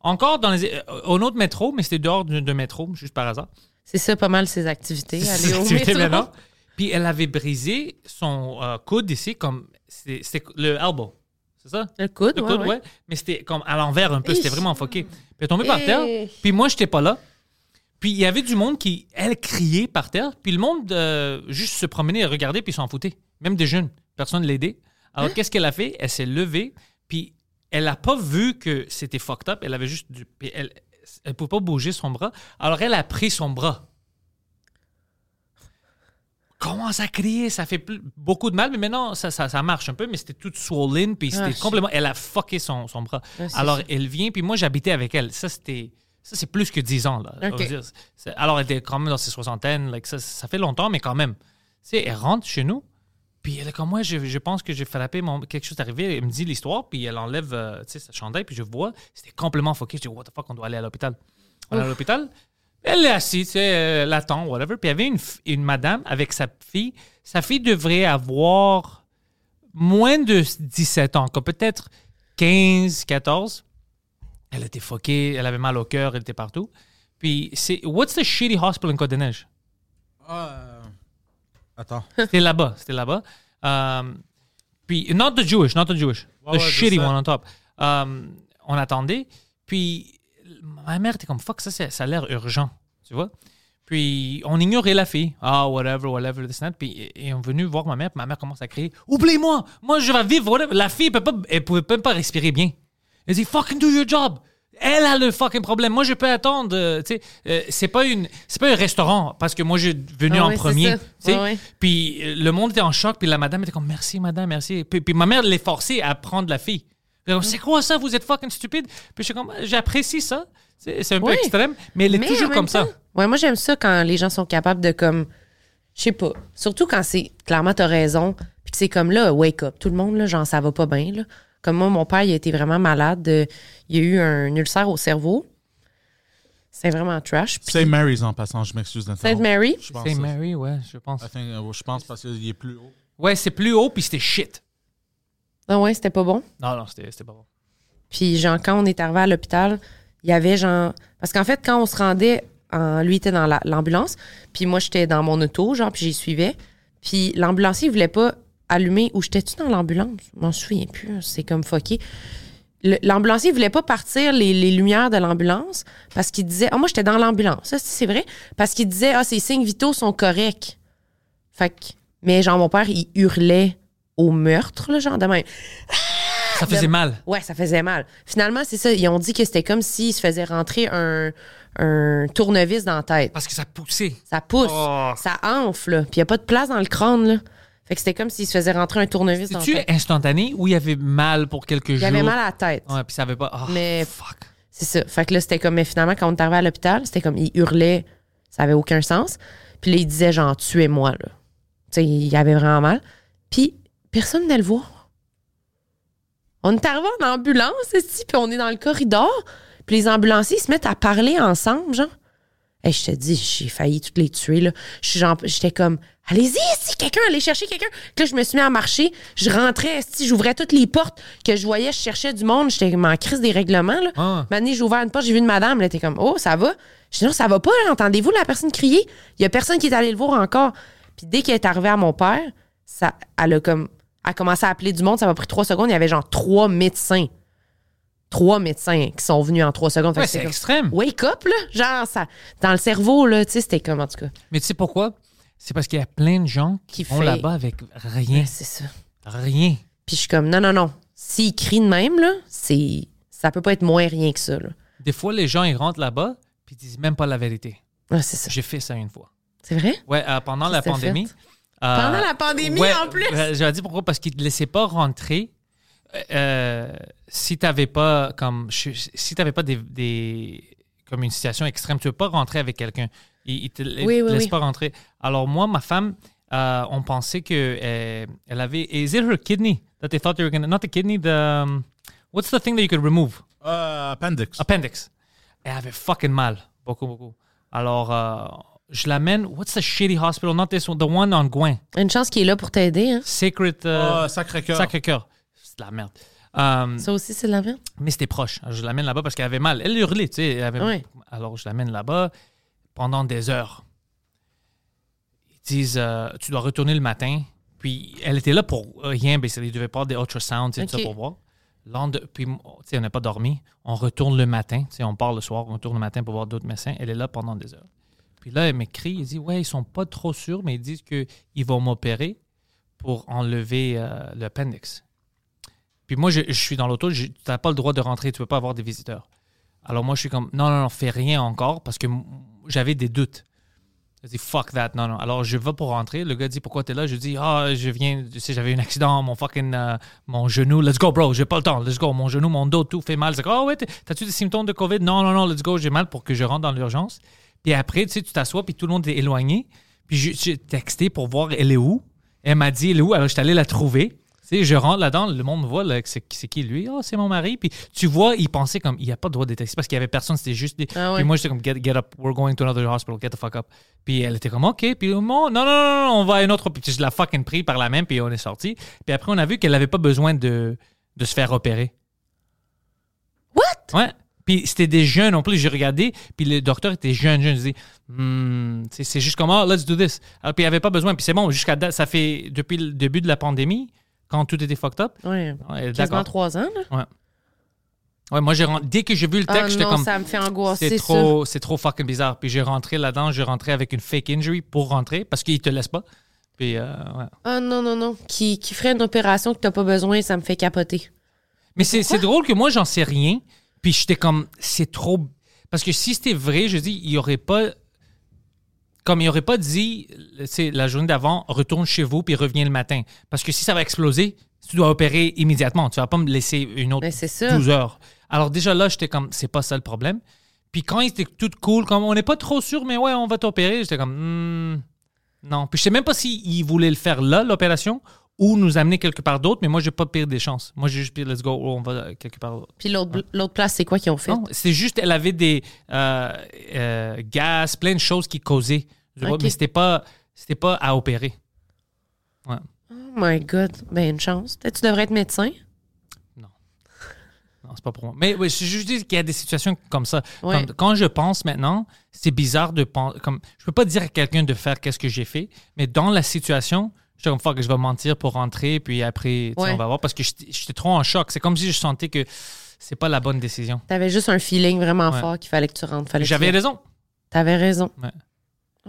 S4: Encore dans les, euh, un autre métro, mais c'était dehors de, de métro, juste par hasard.
S3: C'est ça, pas mal ses activités. Aller au
S4: Activité
S3: métro.
S4: maintenant. Puis elle avait brisé son euh, coude ici, comme c'est c'est le elbow, c'est ça?
S3: Le coude,
S4: Le
S3: ouais,
S4: coude,
S3: ouais.
S4: ouais. Mais c'était comme à l'envers un peu, c'était
S3: Ich.
S4: vraiment foqué. Puis elle est tombée par
S3: Eh.
S4: terre, puis moi, j'étais pas là. Puis il y avait du monde qui, elle, criait par terre, puis le monde euh, juste se promenait et regardait, puis s'en foutait. Même des jeunes, personne ne l'aidait.
S3: Hein?
S4: Alors qu'est-ce qu'elle a fait? Elle s'est levée, puis elle n'a pas vu que c'était fucked up, elle avait juste du... puis Elle ne pouvait pas bouger son bras, alors elle a pris son bras commence à crier, ça fait plus- beaucoup de mal, mais maintenant ça, ça, ça marche un peu, mais c'était toute swollen, puis c'était
S3: Ah,
S4: complètement. Elle a fucké son, son bras.
S3: Ah, c'est
S4: Alors
S3: ça.
S4: elle vient, puis moi j'habitais avec elle. Ça c'était. Ça, c'est plus que 10 ans. Là.
S3: Ok.
S4: On va dire, c'est- Alors, elle était quand même dans ses soixantaines. like, ça, ça fait longtemps, mais quand même. Tu sais, elle rentre chez nous, puis elle est comme moi, je, je pense que j'ai frappé mon, quelque chose est arrivé. Elle me dit l'histoire, puis elle enlève euh, tu sais, sa chandail, puis je vois, c'était complètement foqué. Je dis, what the fuck, on doit aller à l'hôpital. On est à l'hôpital. Elle est assise, tu sais, elle attend, whatever. Puis il y avait une, f- une madame avec sa fille. Sa fille devrait avoir moins de 17 ans, comme peut-être 15, 14. Elle était foquée, elle avait mal au cœur, elle était partout. Puis c'est. What's the shitty hospital in Côte-des-Neiges?
S5: Ah, euh, Attends.
S4: C'était là-bas, c'était là-bas. Um, puis, not the Jewish, not the Jewish.
S5: Ouais,
S4: the
S5: ouais, je
S4: shitty
S5: sais.
S4: one on top. Um, on attendait. Puis, ma mère était comme, fuck, ça, c'est- ça a l'air urgent, tu vois. Puis, on ignorait la fille. Ah, whatever, whatever, this and that. Puis, et- et on est venu voir ma mère. Puis, ma mère commence à crier, oublie-moi, moi, je vais vivre, whatever. La fille, elle, peut pas, elle pouvait même pas respirer bien. Elle dit, fucking do your job. Elle a le fucking problème. Moi, je peux attendre. euh, tu sais, euh, c'est pas une, c'est pas un restaurant parce que moi, je suis venu
S3: Ah
S4: en
S3: ouais, c'est
S4: premier.
S3: ça.
S4: tu sais.
S3: Ouais, ouais.
S4: Puis euh, le monde était en choc, puis la madame était comme merci, madame, merci. Puis, puis ma mère l'est forcée à prendre la fille. Elle était comme, C'est quoi ça? Vous êtes fucking stupide. Puis je suis comme j'apprécie ça. C'est c'est un peu
S3: Ouais.
S4: extrême, mais elle est
S3: Mais en
S4: toujours
S3: même
S4: comme ça.
S3: temps, Ouais, moi, j'aime ça quand les gens sont capables de, comme, je sais pas, surtout quand c'est, clairement, t'as raison, puis que c'est comme là, wake up, tout le monde, là, genre, ça va pas bien, là. Comme moi, mon père, il a été vraiment malade, euh, il a eu un ulcère au cerveau. C'est vraiment trash. Puis
S5: St. Mary's en passant, je m'excuse
S3: Saint
S5: d'interrompre.
S3: Mary,
S5: Je pense,
S4: C'est
S5: ça.
S4: Mary, ouais, je pense.
S5: I think, euh, je pense parce qu'il est plus haut.
S4: Ouais, c'est plus haut, puis c'était shit.
S3: ah ouais, c'était pas bon.
S4: Non, non, c'était c'était pas bon.
S3: Puis genre quand on est arrivé à l'hôpital, il y avait genre parce qu'en fait quand on se rendait, en- lui était dans la- l'ambulance, puis moi j'étais dans mon auto genre puis j'y suivais, puis l'ambulancier il voulait pas allumer ou j'étais tu dans l'ambulance, je m'en souviens plus, hein, c'est comme fucké. Le- L'ambulancier voulait pas partir les, les lumières de l'ambulance parce qu'il disait ah moi j'étais dans l'ambulance ça c'est vrai parce qu'il disait ah ses signes vitaux sont corrects fait que mais genre mon père il hurlait au meurtre là genre de même Ah,
S4: Ça faisait mal.
S3: Ouais, ça faisait mal. Finalement, c'est ça. Ils ont dit que c'était comme s'il se faisait rentrer un, un tournevis dans la tête.
S4: Parce que ça poussait.
S3: Ça pousse,
S4: Oh.
S3: ça enfle, là. puis il n'y a pas de place dans le crâne. Là. Fait que c'était comme s'il se faisait rentrer un tournevis dans la
S4: C'est-tu
S3: tête.
S4: instantané ou il y avait mal pour quelques jours?
S3: Il avait mal à la tête.
S4: Ouais, puis ça avait pas. ah,
S3: Mais-
S4: fuck.
S3: C'est ça. Fait que là, c'était comme, mais finalement, quand on est arrivé à l'hôpital, c'était comme, il hurlait, ça avait aucun sens. Puis là, il disait, genre, tuez-moi, là. Tu sais, il avait vraiment mal. Puis, personne n'allait le voir. On est arrivé en ambulance, ici, puis on est dans le corridor. Puis les ambulanciers, ils se mettent à parler ensemble, genre. Hey, je te dis, j'ai failli toutes les tuer, là. Je suis genre- J'étais comme, allez-y, si quelqu'un, allez chercher quelqu'un. Puis Là, je me suis mis à marcher. Je rentrais, si j'ouvrais toutes les portes que je voyais, je cherchais du monde. J'étais comme en crise des règlements, là.
S4: Ah.
S3: Mané, j'ai ouvert une porte, j'ai vu une madame, là, t'es comme, oh, ça va? Je dis, non, ça va pas, là. entendez-vous la personne crier? Il y a personne qui est allé le voir encore. Puis dès qu'elle est arrivée à mon père, ça, elle a comme, elle a commencé à appeler du monde, ça m'a pris trois secondes, il y avait genre trois médecins. Trois médecins qui sont venus en trois secondes. Fait
S4: Ouais,
S3: que c'est
S4: c'est
S3: comme-
S4: extrême.
S3: wake up, là. Genre, ça, dans le cerveau, là, tu sais, c'était comme, en tout cas.
S4: Mais tu sais pourquoi? C'est parce qu'il y a plein de gens
S3: Qui
S4: qui vont
S3: fait-
S4: là-bas avec rien.
S3: C'est ça.
S4: Rien.
S3: Puis je suis comme, non, non, non. S'il crie de même, là, c'est, ça peut pas être moins rien que ça, là.
S4: Des fois, les gens, ils rentrent là-bas, puis ils disent même pas la vérité.
S3: Ah, c'est ça.
S4: J'ai fait ça une fois.
S3: C'est vrai?
S4: Ouais, euh, pendant la
S3: Qu'est-ce que t'as
S4: pandémie. euh, Ah,
S3: Pendant la pandémie, en plus?
S4: J'ai dit pourquoi, parce qu'ils te laissaient pas rentrer euh, si t'avais pas, comme, je- si t'avais pas des, des comme une situation extrême. Tu ne veux pas rentrer avec quelqu'un. Il ne te il
S3: Oui,
S4: te
S3: oui,
S4: laisse
S3: oui.
S4: pas rentrer. Alors, moi, ma femme, euh, on pensait que euh, elle avait. Is it her kidney that they thought they were going to. Not the kidney, the. um, what's the thing that you could remove?
S5: Euh, appendix.
S4: Appendix. Elle avait fucking mal. Beaucoup, beaucoup. Alors, euh, je l'amène. What's the shitty hospital? Not this one. The one on Gouin.
S3: Une chance qu'il est là pour t'aider. Hein.
S4: Sacred. euh,
S5: Ah, Sacré-Cœur.
S4: Sacré-Cœur. C'est de la merde. Euh,
S3: Ça aussi, c'est de la merde.
S4: mais c'était proche. Alors, je l'amène là-bas parce qu'elle avait mal. Elle hurlait, tu sais. elle
S5: Ah
S4: avait-
S3: Ouais.
S4: Alors, je l'amène là-bas pendant des heures. Ils disent, euh, tu dois retourner le matin. Puis, elle était là pour rien, mais ils devaient prendre des ultrasounds, tu sais, tout
S3: Ok.
S4: ça pour voir. Lende- puis, tu sais, on n'a pas dormi. On retourne le matin. Tu sais, on part le soir, on retourne le matin pour voir d'autres médecins. Elle est là pendant des heures. Puis là, elle m'écrit, elle dit, ouais, ils sont pas trop sûrs, mais ils disent qu'ils vont m'opérer pour enlever euh, l'appendix. Puis moi, je, je suis dans l'auto, je- tu n'as pas le droit de rentrer, tu peux pas avoir des visiteurs. Alors moi, je suis comme, non, non, non, fais rien encore parce que m- j'avais des doutes. Je dis, fuck that, non, non. Alors je vais pour rentrer, le gars dit, pourquoi tu es là? Je dis, ah, je viens, tu sais, j'avais un accident, mon fucking, euh, mon genou, let's go, bro, j'ai pas le temps, let's go, mon genou, mon dos, tout fait mal. C'est comme, ah ouais, t'es- t'as-tu des symptômes de COVID? Non, non, non, let's go, j'ai mal pour que je rentre dans l'urgence. Puis après, tu sais, tu t'assois, puis tout le monde est éloigné. Puis je- j'ai texté pour voir elle est où. Elle m'a dit, elle est où? Alors, je suis allé la trouver. Tu sais, je rentre là-dedans, le monde me voit, là, que c'est c'est qui lui? Oh, c'est mon mari. Puis tu vois, il pensait comme, il n'y a pas de droit de texter parce qu'il n'y avait personne, c'était juste des.
S3: Ah ouais.
S4: Puis moi, j'étais comme, get, get up, we're going to another hospital, get the fuck up. Puis elle était comme, OK. Puis non, non, non, non, on va à une autre. Puis je l'ai fucking pris par la main, puis on est sorti. Puis après, on a vu qu'elle n'avait pas besoin de, de se faire opérer.
S3: What?
S4: Ouais. Puis c'était des jeunes en plus, j'ai regardé, puis le docteur était jeune, jeune. Je dis, Hmm, tu sais, c'est juste comme, ah, let's do this. Alors, puis il n'y avait pas besoin. Puis c'est bon, jusqu'à date, ça fait depuis le début de la pandémie, quand tout était fucked up.
S3: Ouais.
S4: Ouais,
S3: Quasiment
S4: d'accord.
S3: trois ans. Là.
S4: Ouais, moi, j'ai ren- dès que j'ai vu le
S3: Ah
S4: texte, j'étais
S3: non,
S4: comme,
S3: ça me fait
S4: c'est
S3: angoisser, ça.
S4: trop, c'est trop fucking bizarre. Puis j'ai rentré là-dedans, j'ai rentré avec une fake injury pour rentrer parce qu'ils te laissent pas. Puis, euh, ouais.
S3: Ah non, non, non. Qui, qui ferait une opération que t'as pas besoin, ça me fait capoter.
S4: Mais c'est c'est drôle que moi, j'en sais rien. Puis j'étais comme, c'est trop. Parce que si c'était vrai, je dis, il n'y aurait pas. Comme il n'y aurait pas dit, c'est la journée d'avant, retourne chez vous puis reviens le matin. Parce que si ça va exploser, tu dois opérer immédiatement. Tu vas pas me laisser une autre
S3: Mais Ben, c'est ça.
S4: 12 heures. Alors déjà là, j'étais comme, c'est pas ça le problème. Puis quand ils étaient tout cool, comme on n'est pas trop sûr, mais ouais, on va t'opérer, j'étais comme, Hmm, non. Puis je sais même pas s'ils voulaient le faire là, l'opération, ou nous amener quelque part d'autre, mais moi, j'ai pas pire des chances. Moi, j'ai juste pire, let's go, on va quelque part d'autre.
S3: Puis l'autre l'autre place, c'est quoi qu'ils ont fait?
S4: Non, c'est juste, elle avait des euh, euh, gaz, plein de choses qui causaient. du rhume,
S3: Ok.
S4: Mais c'était pas, c'était pas à opérer. Ouais.
S3: Oh my God. Ben, une chance. Peut-être tu devrais être médecin.
S4: Non, c'est pas pour moi. Mais oui, je je dis qu'il y a des situations comme ça.
S3: Ouais.
S4: Comme- quand je pense maintenant, c'est bizarre de penser. Comme, je peux pas dire à quelqu'un de faire qu'est-ce que j'ai fait, mais dans la situation, je suis comme fuck, je vais mentir pour rentrer, puis après, tu sais,
S3: Ouais.
S4: on va voir, parce que j'étais j'étais trop en choc. C'est comme si je sentais que c'est pas la bonne décision.
S3: T'avais juste un feeling vraiment
S4: Ouais.
S3: fort qu'il fallait que tu rentres. Fallait que
S4: J'avais
S3: tu-
S4: raison.
S3: T'avais raison.
S4: Ouais.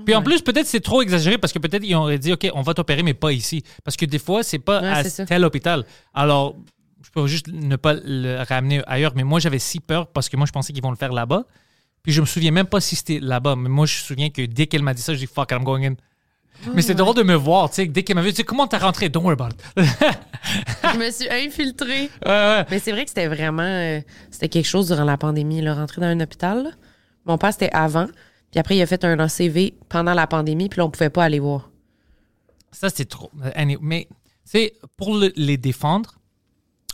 S4: Puis en
S3: Ouais.
S4: plus, peut-être c'est trop exagéré parce que peut-être ils auraient dit, OK, on va t'opérer, mais pas ici. Parce que des fois, c'est pas
S3: Ouais,
S4: à
S3: c'est ça.
S4: tel hôpital. Alors, je peux juste ne pas le ramener ailleurs. Mais moi, j'avais si peur parce que moi, je pensais qu'ils vont le faire là-bas. Puis je me souviens même pas si c'était là-bas. Mais moi, je me souviens que dès qu'elle m'a dit ça, j'ai dit, fuck, I'm going in.
S3: Oh
S4: mais c'est drôle de me voir, tu sais. Dès qu'elle m'avait dit, comment t'as rentré? Don't worry about it. ouais,
S3: Je me suis infiltrée.
S4: ouais.
S3: Mais c'est vrai que c'était vraiment. euh, c'était quelque chose durant la pandémie, là, rentrer dans un hôpital. là. Mon père, c'était avant. Puis après, il a fait un ACV pendant la pandémie, puis là, on pouvait pas aller voir.
S4: Ça, c'est trop. Anyway, Mais, c'est pour le- les défendre,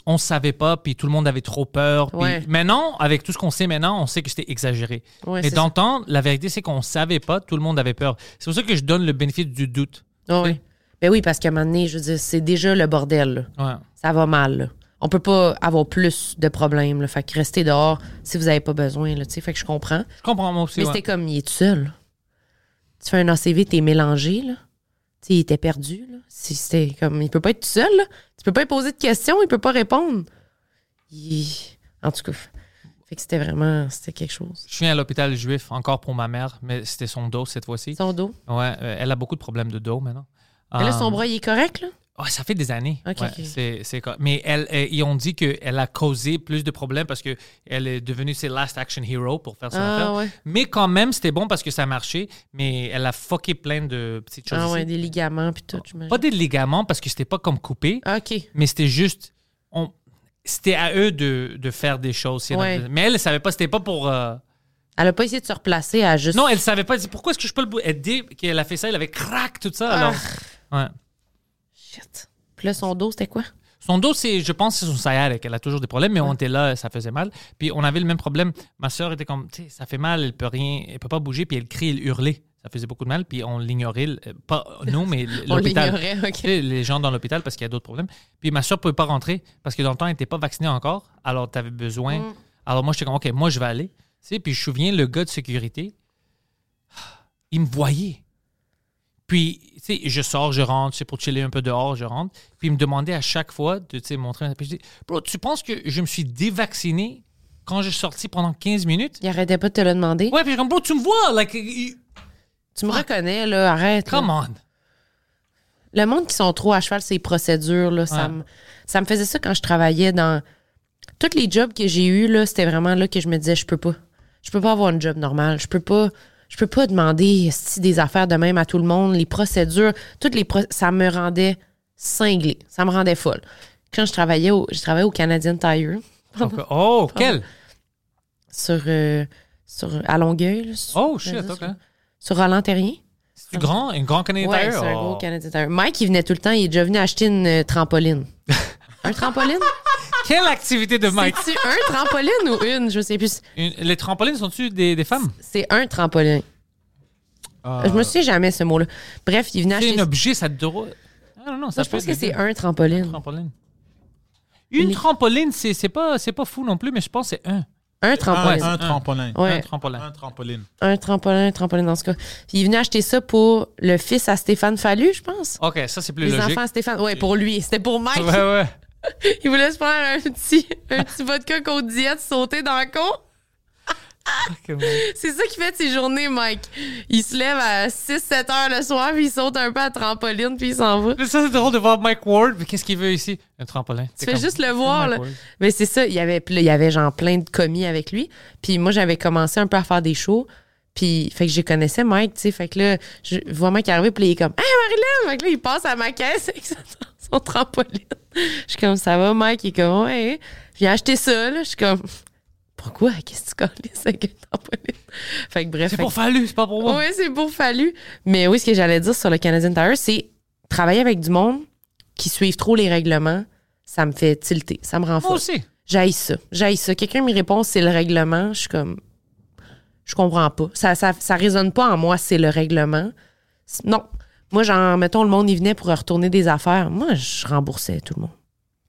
S4: on savait pas, puis tout le monde avait trop peur. puis
S3: Ouais.
S4: Maintenant, avec tout ce qu'on sait maintenant, on sait que c'était exagéré.
S3: Ouais,
S4: Mais
S3: c'est
S4: dans le temps, la vérité, c'est qu'on savait pas, tout le monde avait peur. C'est pour ça que je donne le bénéfice du doute.
S3: Ah ouais. Ben oui, parce qu'à un moment donné, je veux dire, c'est déjà le bordel. là.
S4: Ouais.
S3: Ça va mal. là. On peut pas avoir plus de problèmes. Là. Fait que restez dehors si vous avez pas besoin. Là, tu sais. fait que je comprends.
S4: Je comprends, moi aussi.
S3: Mais
S4: ouais.
S3: c'était comme, il est tout seul. Tu fais un ACV, t'es mélangé, là. Tu sais, il était perdu, là. Si C'était comme, il peut pas être tout seul, là. Tu peux pas lui poser de questions, il peut pas répondre. Il- En tout cas, fait que c'était vraiment, c'était quelque chose.
S4: Je suis à l'hôpital juif encore pour ma mère, mais c'était son dos cette fois-ci.
S3: Son dos.
S4: Ouais, euh, elle a beaucoup de problèmes de dos maintenant.
S3: Mais là, son
S4: Euh,
S3: bras, il est correct, là?
S4: Ouais, Ah, ça fait des années.
S3: Ok,
S4: Ouais,
S3: ok.
S4: c'est- c'est quoi. Mais elle, euh, ils ont dit qu'elle a causé plus de problèmes parce qu'elle est devenue ses last action hero pour faire son
S3: Ah,
S4: affaire.
S3: ouais.
S4: Mais quand même, c'était bon parce que ça marchait, mais elle a fucké plein de petites choses.
S3: Ah ouais,
S4: ici.
S3: des ligaments, puis tout, j'imagine.
S4: Pas des ligaments parce que c'était pas comme coupé,
S3: OK.
S4: mais c'était juste. on- C'était à eux de, de faire des choses. si elle en
S3: Ouais.
S4: faisait. Mais elle ne savait pas, c'était pas pour. euh,
S3: Elle a pas essayé de se replacer, elle a juste.
S4: Non, elle savait pas. Elle dit, pourquoi est-ce que je peux le bou- Elle dit qu'elle a fait ça, elle avait crack, tout
S3: Ah.
S4: ça. Alors, ouais.
S3: Shit. Puis là, son dos, c'était quoi?
S4: Son dos, c'est, je pense, c'est son sciatique. Elle a toujours des problèmes, mais on était là, ça faisait mal. Puis on avait le même problème. Ma soeur était comme, tu sais, ça fait mal, elle peut rien, elle peut pas bouger, puis elle crie, elle hurlait. Ça faisait beaucoup de mal, puis on l'ignorait, l- euh, pas nous, mais l-
S3: On
S4: l'hôpital.
S3: l'ignorait, ok.
S4: Tu sais, Les gens dans l'hôpital parce qu'il y a d'autres problèmes. Puis ma soeur pouvait pas rentrer parce que dans le temps, elle n'était pas vaccinée encore. Alors, tu avais besoin. Alors, moi, j'étais comme, OK, moi, je vais aller. Tu sais, puis je me souviens, le gars de sécurité, il me voyait. Puis, tu sais, je sors, je rentre, c'est pour chiller un peu dehors, je rentre. Puis, il me demandait à chaque fois de, tu sais, montrer. Puis, je dis, bro, tu penses que je me suis dévacciné quand je suis sorti pendant 15 minutes?
S3: Il arrêtait pas de te le demander.
S4: Ouais, puis, je suis comme, bro, tu me vois, like, you-
S3: Tu me reconnais, là, arrête. là.
S4: come on.
S3: Le monde qui sont trop à cheval, ces procédures, là, ça,
S4: Ouais.
S3: me, ça me faisait ça quand je travaillais dans. Tous les jobs que j'ai eus, là, c'était vraiment là que je me disais, je peux pas. Je peux pas avoir une job normale. Je peux pas. Je peux pas demander esti, des affaires de même à tout le monde. Les procédures, toutes les pro- ça me rendait cinglée. Ça me rendait folle. Quand je travaillais au, je travaillais au Canadian Tire
S4: Donc, oh, quel?
S3: sur, euh, sur à Longueuil. là, sur-
S4: Oh, shit,
S3: sur-
S4: OK.
S3: Sur Roland Terrien.
S4: C'est grand, un grand Canadien
S3: Ouais,
S4: Tire,
S3: c'est un
S4: oh.
S3: gros Canadian Tire. Mike, il venait tout le temps, il est déjà venu acheter une euh, trampoline. un trampoline?
S4: Quelle activité de Mike?
S3: C'est-tu un trampoline ou une? Je sais plus.
S4: Une- les trampolines sont-tu des, des femmes?
S3: C'est un trampoline. Je me souviens jamais ce mot-là. Bref, il venait
S4: C'est
S3: acheter...
S4: un objet, ça te doit. Ah non, non, ça
S3: Moi, je pense
S4: peut
S3: que
S4: être des
S3: c'est
S4: deux.
S3: un trampoline.
S4: trampoline. Une
S3: Les-
S4: trampoline, c'est c'est pas, c'est pas fou non plus, mais je pense que c'est un.
S3: Un
S5: Un,
S3: trampoline.
S5: un trampolin.
S4: Ah, Un
S3: Ouais.
S4: trampoline.
S5: Un trampoline.
S3: Un trampoline, un trampoline dans ce cas. Puis il venait acheter ça pour le fils à Stéphane Fallu, je pense.
S4: OK, ça, c'est plus
S3: Les
S4: logique.
S3: enfants à Stéphane. Ouais, pour lui. C'était pour Mike.
S4: Ouais, ouais.
S3: Il voulait se faire un petit, un petit vodka côte diète sauter dans le con. C'est ça qui fait ses journées, Mike. Il se lève à 6-7 heures le soir, puis il saute un peu à trampoline, puis il s'en va.
S4: Mais ça, c'est drôle de voir Mike Ward, mais qu'est-ce qu'il veut ici? Un trampolin.
S3: Tu fais juste le voir, là. Mais c'est ça, il y avait, puis là, il y avait genre plein de commis avec lui. Puis moi, j'avais commencé un peu à faire des shows. Puis, fait que je connaissais Mike, tu sais. Fait que là, je vois Mike arriver, puis là, il est comme, Hey, Marilyn! Fait que là, il passe à ma caisse avec son, son trampoline. Je suis comme, ça va, Mike? Il est comme, ouais. Puis il a acheté ça, là. Je suis comme, pourquoi? Qu'est-ce que tu colles avec un trampoline? Fait que bref.
S4: C'est
S3: fait que-
S4: pour Fallu, c'est pas pour moi.
S3: Oui, c'est pour Fallu. Mais oui, ce que j'allais dire sur le Canadian Tire, c'est travailler avec du monde qui suivent trop les règlements, ça me fait tilter, ça me rend
S4: Moi
S3: fou.
S4: aussi.
S3: J'aille ça, j'aille ça. Quelqu'un me répond, c'est le règlement, je suis comme, je comprends pas. Ça, ça, ça résonne pas en moi, c'est le règlement. C'est- Non. Moi, genre, mettons, le monde, il venait pour retourner des affaires. Moi, je remboursais tout le monde.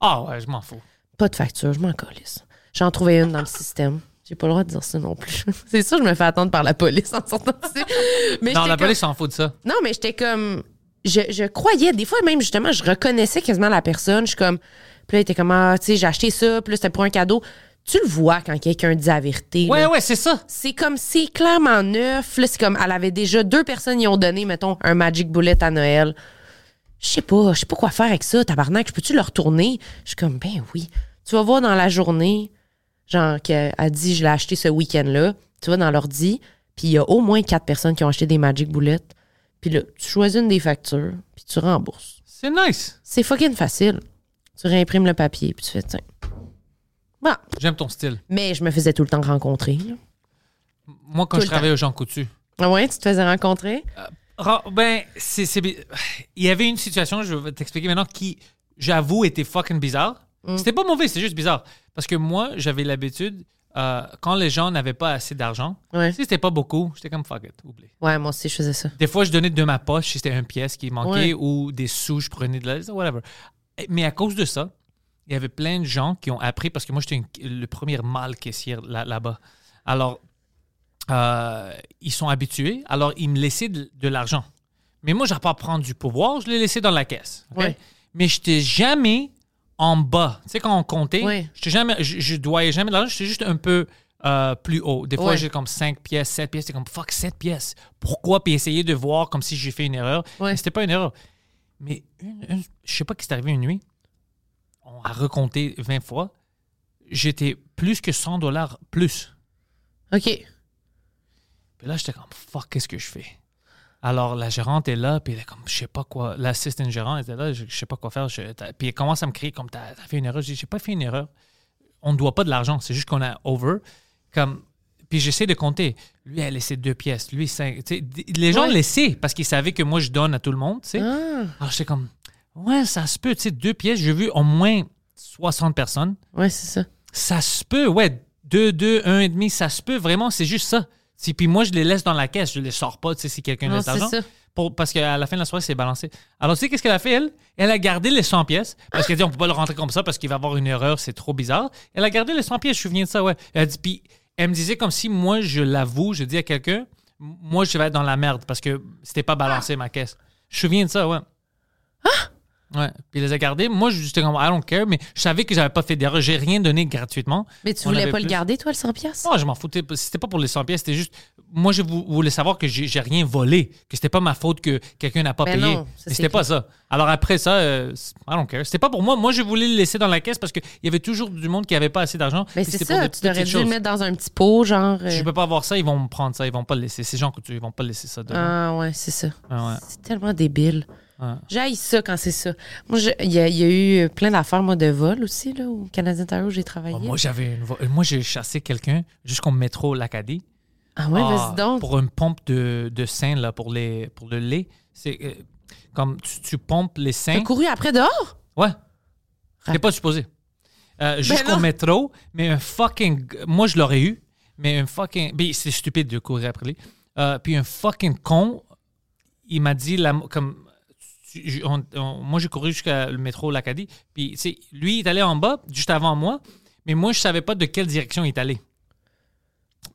S4: Ah ouais, je m'en fous.
S3: Pas de facture, je m'en colisse. J'en trouvais une dans le système. J'ai pas le droit de dire ça non plus. c'est sûr, je me fais attendre par la police en sortant d'ici. Mais
S4: Non,
S3: j'étais
S4: la
S3: comme-
S4: police s'en fout de ça.
S3: non, mais j'étais comme. Je, je croyais, des fois même, justement, je reconnaissais quasiment la personne. Je suis comme. Puis là, il était comme, ah, tu sais, j'ai acheté ça, puis là, c'était pour un cadeau. Tu le vois quand quelqu'un dit la vérité.
S4: Ouais,
S3: là.
S4: ouais, c'est ça.
S3: C'est comme, c'est clairement neuf. Là, c'est comme, elle avait déjà deux personnes y ont donné, mettons, un Magic Bullet à Noël. Je sais pas, je sais pas quoi faire avec ça, tabarnak. Je peux-tu le retourner? Je suis comme, ben oui. Tu vas voir dans la journée, genre, qu'elle a dit, je l'ai acheté ce week-end-là. Tu vas dans l'ordi, puis il y a au moins quatre personnes qui ont acheté des Magic Bullet. Puis là, tu choisis une des factures, puis tu rembourses.
S4: C'est nice.
S3: C'est fucking facile. Tu réimprimes le papier, puis tu fais, tiens. Voilà.
S4: J'aime ton style.
S3: Mais je me faisais tout le temps rencontrer. là.
S4: Moi, quand
S3: Tout
S4: je
S3: le
S4: travaillais aux gens coutus,
S3: Ah ouais, tu te faisais rencontrer?
S4: Ra- Ben, c'est, c'est bi- Il y avait une situation, je vais t'expliquer maintenant, qui, j'avoue, était fucking bizarre. C'était pas mauvais, c'était juste bizarre. Parce que moi, j'avais l'habitude, euh, quand les gens n'avaient pas assez d'argent,
S3: Ouais.
S4: si c'était pas beaucoup, j'étais comme fuck it, oublie.
S3: Ouais, moi aussi, je faisais ça.
S4: Des fois, je donnais de ma poche si c'était une pièce qui
S3: Ouais.
S4: manquait ou des sous, je prenais de la. whatever. Mais à cause de ça, il y avait plein de gens qui ont appris parce que moi, j'étais une- le premier mâle caissière là- là-bas. Alors, euh, ils sont habitués, alors ils me laissaient de, de l'argent. Mais moi, je n'ai pas à prendre du pouvoir, je l'ai laissé dans la caisse. ok?
S3: Ouais.
S4: Mais je n'étais jamais en bas. Tu sais, quand on comptait,
S3: Ouais.
S4: j'étais jamais, je, je doyais jamais de l'argent, j'étais juste un peu euh, plus haut. Des fois,
S3: Ouais.
S4: j'ai comme 5 pièces, 7 pièces, c'est comme fuck, 7 pièces. Pourquoi? Puis essayer de voir comme si j'ai fait une erreur.
S3: Ouais.
S4: Mais C'était pas une erreur. Mais une, une- je sais pas ce qui s'est arrivé une nuit. On a recompté 20 fois. J'étais plus que 100 dollars plus.
S3: OK.
S4: Puis là, j'étais comme, fuck, qu'est-ce que je fais? Alors, la gérante est là, puis elle est comme, je sais pas quoi. L'assistant gérant était là, je, je sais pas quoi faire. je- t'as- puis elle commence à me crier, comme, t'as t'as fait une erreur. Je dis, j'ai pas fait une erreur. On ne doit pas de l'argent, c'est juste qu'on a over. Comme, Puis j'essaie de compter. Lui a laissé deux pièces, lui cinq. Tu sais, d- les gens
S3: Ouais.
S4: laissaient parce qu'ils savaient que moi je donne à tout le monde. tu sais.
S3: Ah,
S4: Alors j'étais comme, ouais, ça se peut. Tu sais, deux pièces, j'ai vu au moins 60 personnes.
S3: ouais, c'est ça.
S4: Ça se peut, ouais. Deux, deux, un et demi, ça se peut. Vraiment, c'est juste ça. Tu sais, Puis moi, je les laisse dans la caisse. Je les sors pas, tu sais, si quelqu'un
S3: Non,
S4: laisse
S3: c'est
S4: l'argent.
S3: ça.
S4: Pour- parce qu'à la fin de la soirée, c'est balancé. Alors, tu sais, qu'est-ce qu'elle a fait, elle? Elle a gardé les 100 pièces parce qu'elle dit, on peut pas le rentrer comme ça parce qu'il va y avoir une erreur, c'est trop bizarre. Elle a gardé les 100 pièces, je me souviens de ça, ouais. Elle a dit, puis elle me disait comme si moi, je l'avoue, je dis à quelqu'un, m- moi, je vais être dans la merde parce que c'était pas balancé ma caisse. Je me souviens de ça, ouais. Ah! Ouais. Puis elle les a gardés. Moi, j'étais comme, I don't care, mais je savais que j'avais pas fait d'erreur. J'ai rien donné gratuitement.
S3: Mais tu
S4: On
S3: voulais
S4: avait
S3: pas le
S4: plus.
S3: garder, toi, le 100 piastres?
S4: Non, je m'en foutais. pas. C'était pas pour les 100 pièces. C'était juste. Moi, je vou- voulais savoir que j'ai j'ai rien volé. Que c'était pas ma faute que quelqu'un n'a pas
S3: Ben
S4: payé.
S3: non, ça,
S4: Mais
S3: c'est
S4: c'était pas ça. Alors après ça, euh, c- I don't care. C'était pas pour moi. Moi, je voulais le laisser dans la caisse parce qu'il y avait toujours du monde qui avait pas assez d'argent.
S3: Mais
S4: Puis
S3: Ben, c'est
S4: c'était pour
S3: ça,
S4: des
S3: tu devrais
S4: petites
S3: dû le
S4: choses.
S3: mettre dans un petit pot, genre. euh,
S4: Je peux pas avoir ça. Ils vont me prendre ça. Ils vont pas le laisser. Ces gens que tu. Ils vont pas laisser ça. dedans.
S3: Ah ouais, c'est ça.
S4: hein. Ah ouais.
S3: C'est tellement débile.
S4: Ouais.
S3: J'aille ça quand c'est ça. Moi, je- il y, a- il y a eu plein d'affaires, moi, de vol aussi, là, au Canadien Tire où j'ai travaillé.
S4: Bon, Ah, moi, j'avais une vo- Moi, j'ai chassé quelqu'un jusqu'au métro l'Acadie.
S3: ah ouais,
S4: Ah,
S3: vas-y donc.
S4: Pour une pompe de, de sein là, pour, les, pour le lait. C'est euh, comme tu, tu pompes les seins.
S3: T'as couru après dehors?
S4: Ouais.
S3: Rac- Ben
S4: T'es pas supposé. Euh, Jusqu'au
S3: non.
S4: métro, mais un fucking. Moi, je l'aurais eu, mais un fucking. mais C'est stupide de courir après lui. Euh, puis un fucking con, il m'a dit, la, comme. tu- je- on- on- moi, j'ai couru jusqu'à le métro l'Acadie. Puis, tu sais, lui, il est allé en bas, juste avant moi, mais moi, je savais pas de quelle direction il est allé.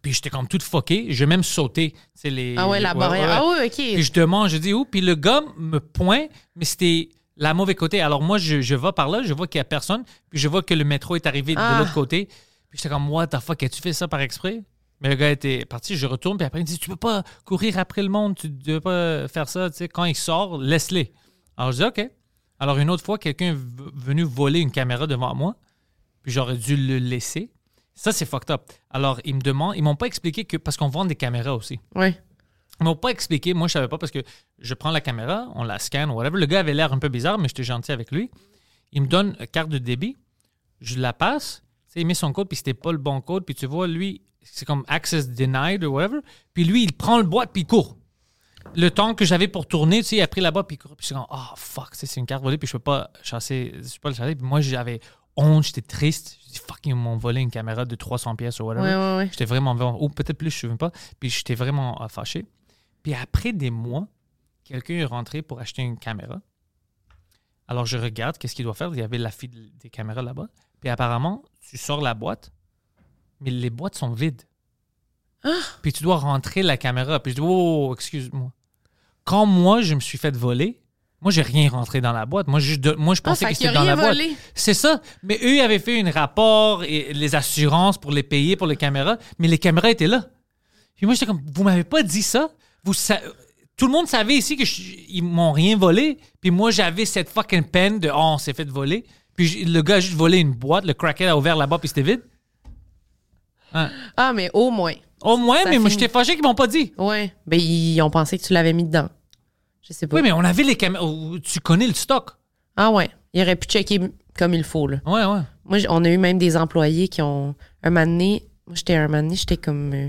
S4: Puis j'étais comme toute fucké. J'ai même sauté. tu sais, Les,
S3: Ah ouais, la barrière.
S4: ouais.
S3: Ah ouais, ok.
S4: Puis je demande, je dis où? Puis le gars me pointe, mais c'était la mauvaise côté. Alors moi, je, je vais par là, je vois qu'il n'y a personne, puis je vois que le métro est arrivé
S3: Ah.
S4: de l'autre côté. Puis j'étais comme, what the fuck, as-tu fait ça par exprès? Mais le gars était parti, je retourne, puis après il me dit, tu peux pas courir après le monde, tu ne peux pas faire ça, tu sais, quand il sort, laisse-les. Alors je dis, OK. Alors une autre fois, quelqu'un est v- venu voler une caméra devant moi, puis j'aurais dû le laisser. Ça, c'est fucked up. Alors, ils me demandent, ils m'ont pas expliqué que, parce qu'on vend des caméras aussi.
S3: Ouais.
S4: Ils m'ont pas expliqué. Moi, je savais pas parce que je prends la caméra, on la scanne, whatever. Le gars avait l'air un peu bizarre, mais j'étais gentil avec lui. Il me donne une carte de débit. Je la passe. Tu sais, Il met son code, puis c'était pas le bon code. Puis tu vois, lui, c'est comme access denied ou whatever. Puis lui, il prend le boîte, puis il court. Le temps que j'avais pour tourner, tu sais, il a pris la boîte, puis il court. Puis c'est comme, oh fuck, tu sais, c'est une carte volée, puis je peux pas chasser. Je peux pas le chasser. Puis moi, j'avais honte, j'étais triste. Je dis, fuck, ils m'ont volé une caméra de 300 pièces ou
S3: Ouais,
S4: whatever.
S3: ouais, ouais.
S4: J'étais vraiment, vraiment- ou peut-être plus, je ne sais même pas. Puis j'étais vraiment euh, fâché. Puis après des mois, quelqu'un est rentré pour acheter une caméra. Alors je regarde qu'est-ce qu'il doit faire. Il y avait la fille de- des caméras là-bas. Puis apparemment, tu sors la boîte, mais les boîtes sont vides.
S3: Ah!
S4: Puis tu dois rentrer la caméra. Puis je dis, oh, excuse-moi. Quand moi, je me suis fait voler, moi, j'ai rien rentré dans la boîte. Moi, je, moi, je
S3: Ah,
S4: pensais
S3: fait
S4: que
S3: qu'il a
S4: c'était dans
S3: rien
S4: la boîte.
S3: volé.
S4: C'est ça. Mais eux, ils avaient fait un rapport et les assurances pour les payer pour les caméras, mais les caméras étaient là. Puis moi, j'étais comme, vous m'avez pas dit ça? Vous sa- Tout le monde savait ici que je- ils m'ont rien volé. Puis moi, j'avais cette fucking peine de, oh, on s'est fait voler. Puis j- le gars a juste volé une boîte, le crackhead a ouvert la boîte, puis c'était vide.
S3: Ah, mais au moins.
S4: Au moins,
S3: Ça
S4: mais moi,
S3: finit.
S4: j'étais fâché qu'ils m'ont pas dit.
S3: Ouais. Ben, ils ont pensé que tu l'avais mis dedans. Je sais pas.
S4: Oui, mais on avait les caméras. Tu connais le stock.
S3: Ah ouais. Il aurait pu checker comme il faut, là.
S4: Ouais, ouais.
S3: Moi, j- on a eu même des employés qui ont. Un moment donné, moi, j'étais un moment donné, j'étais comme euh,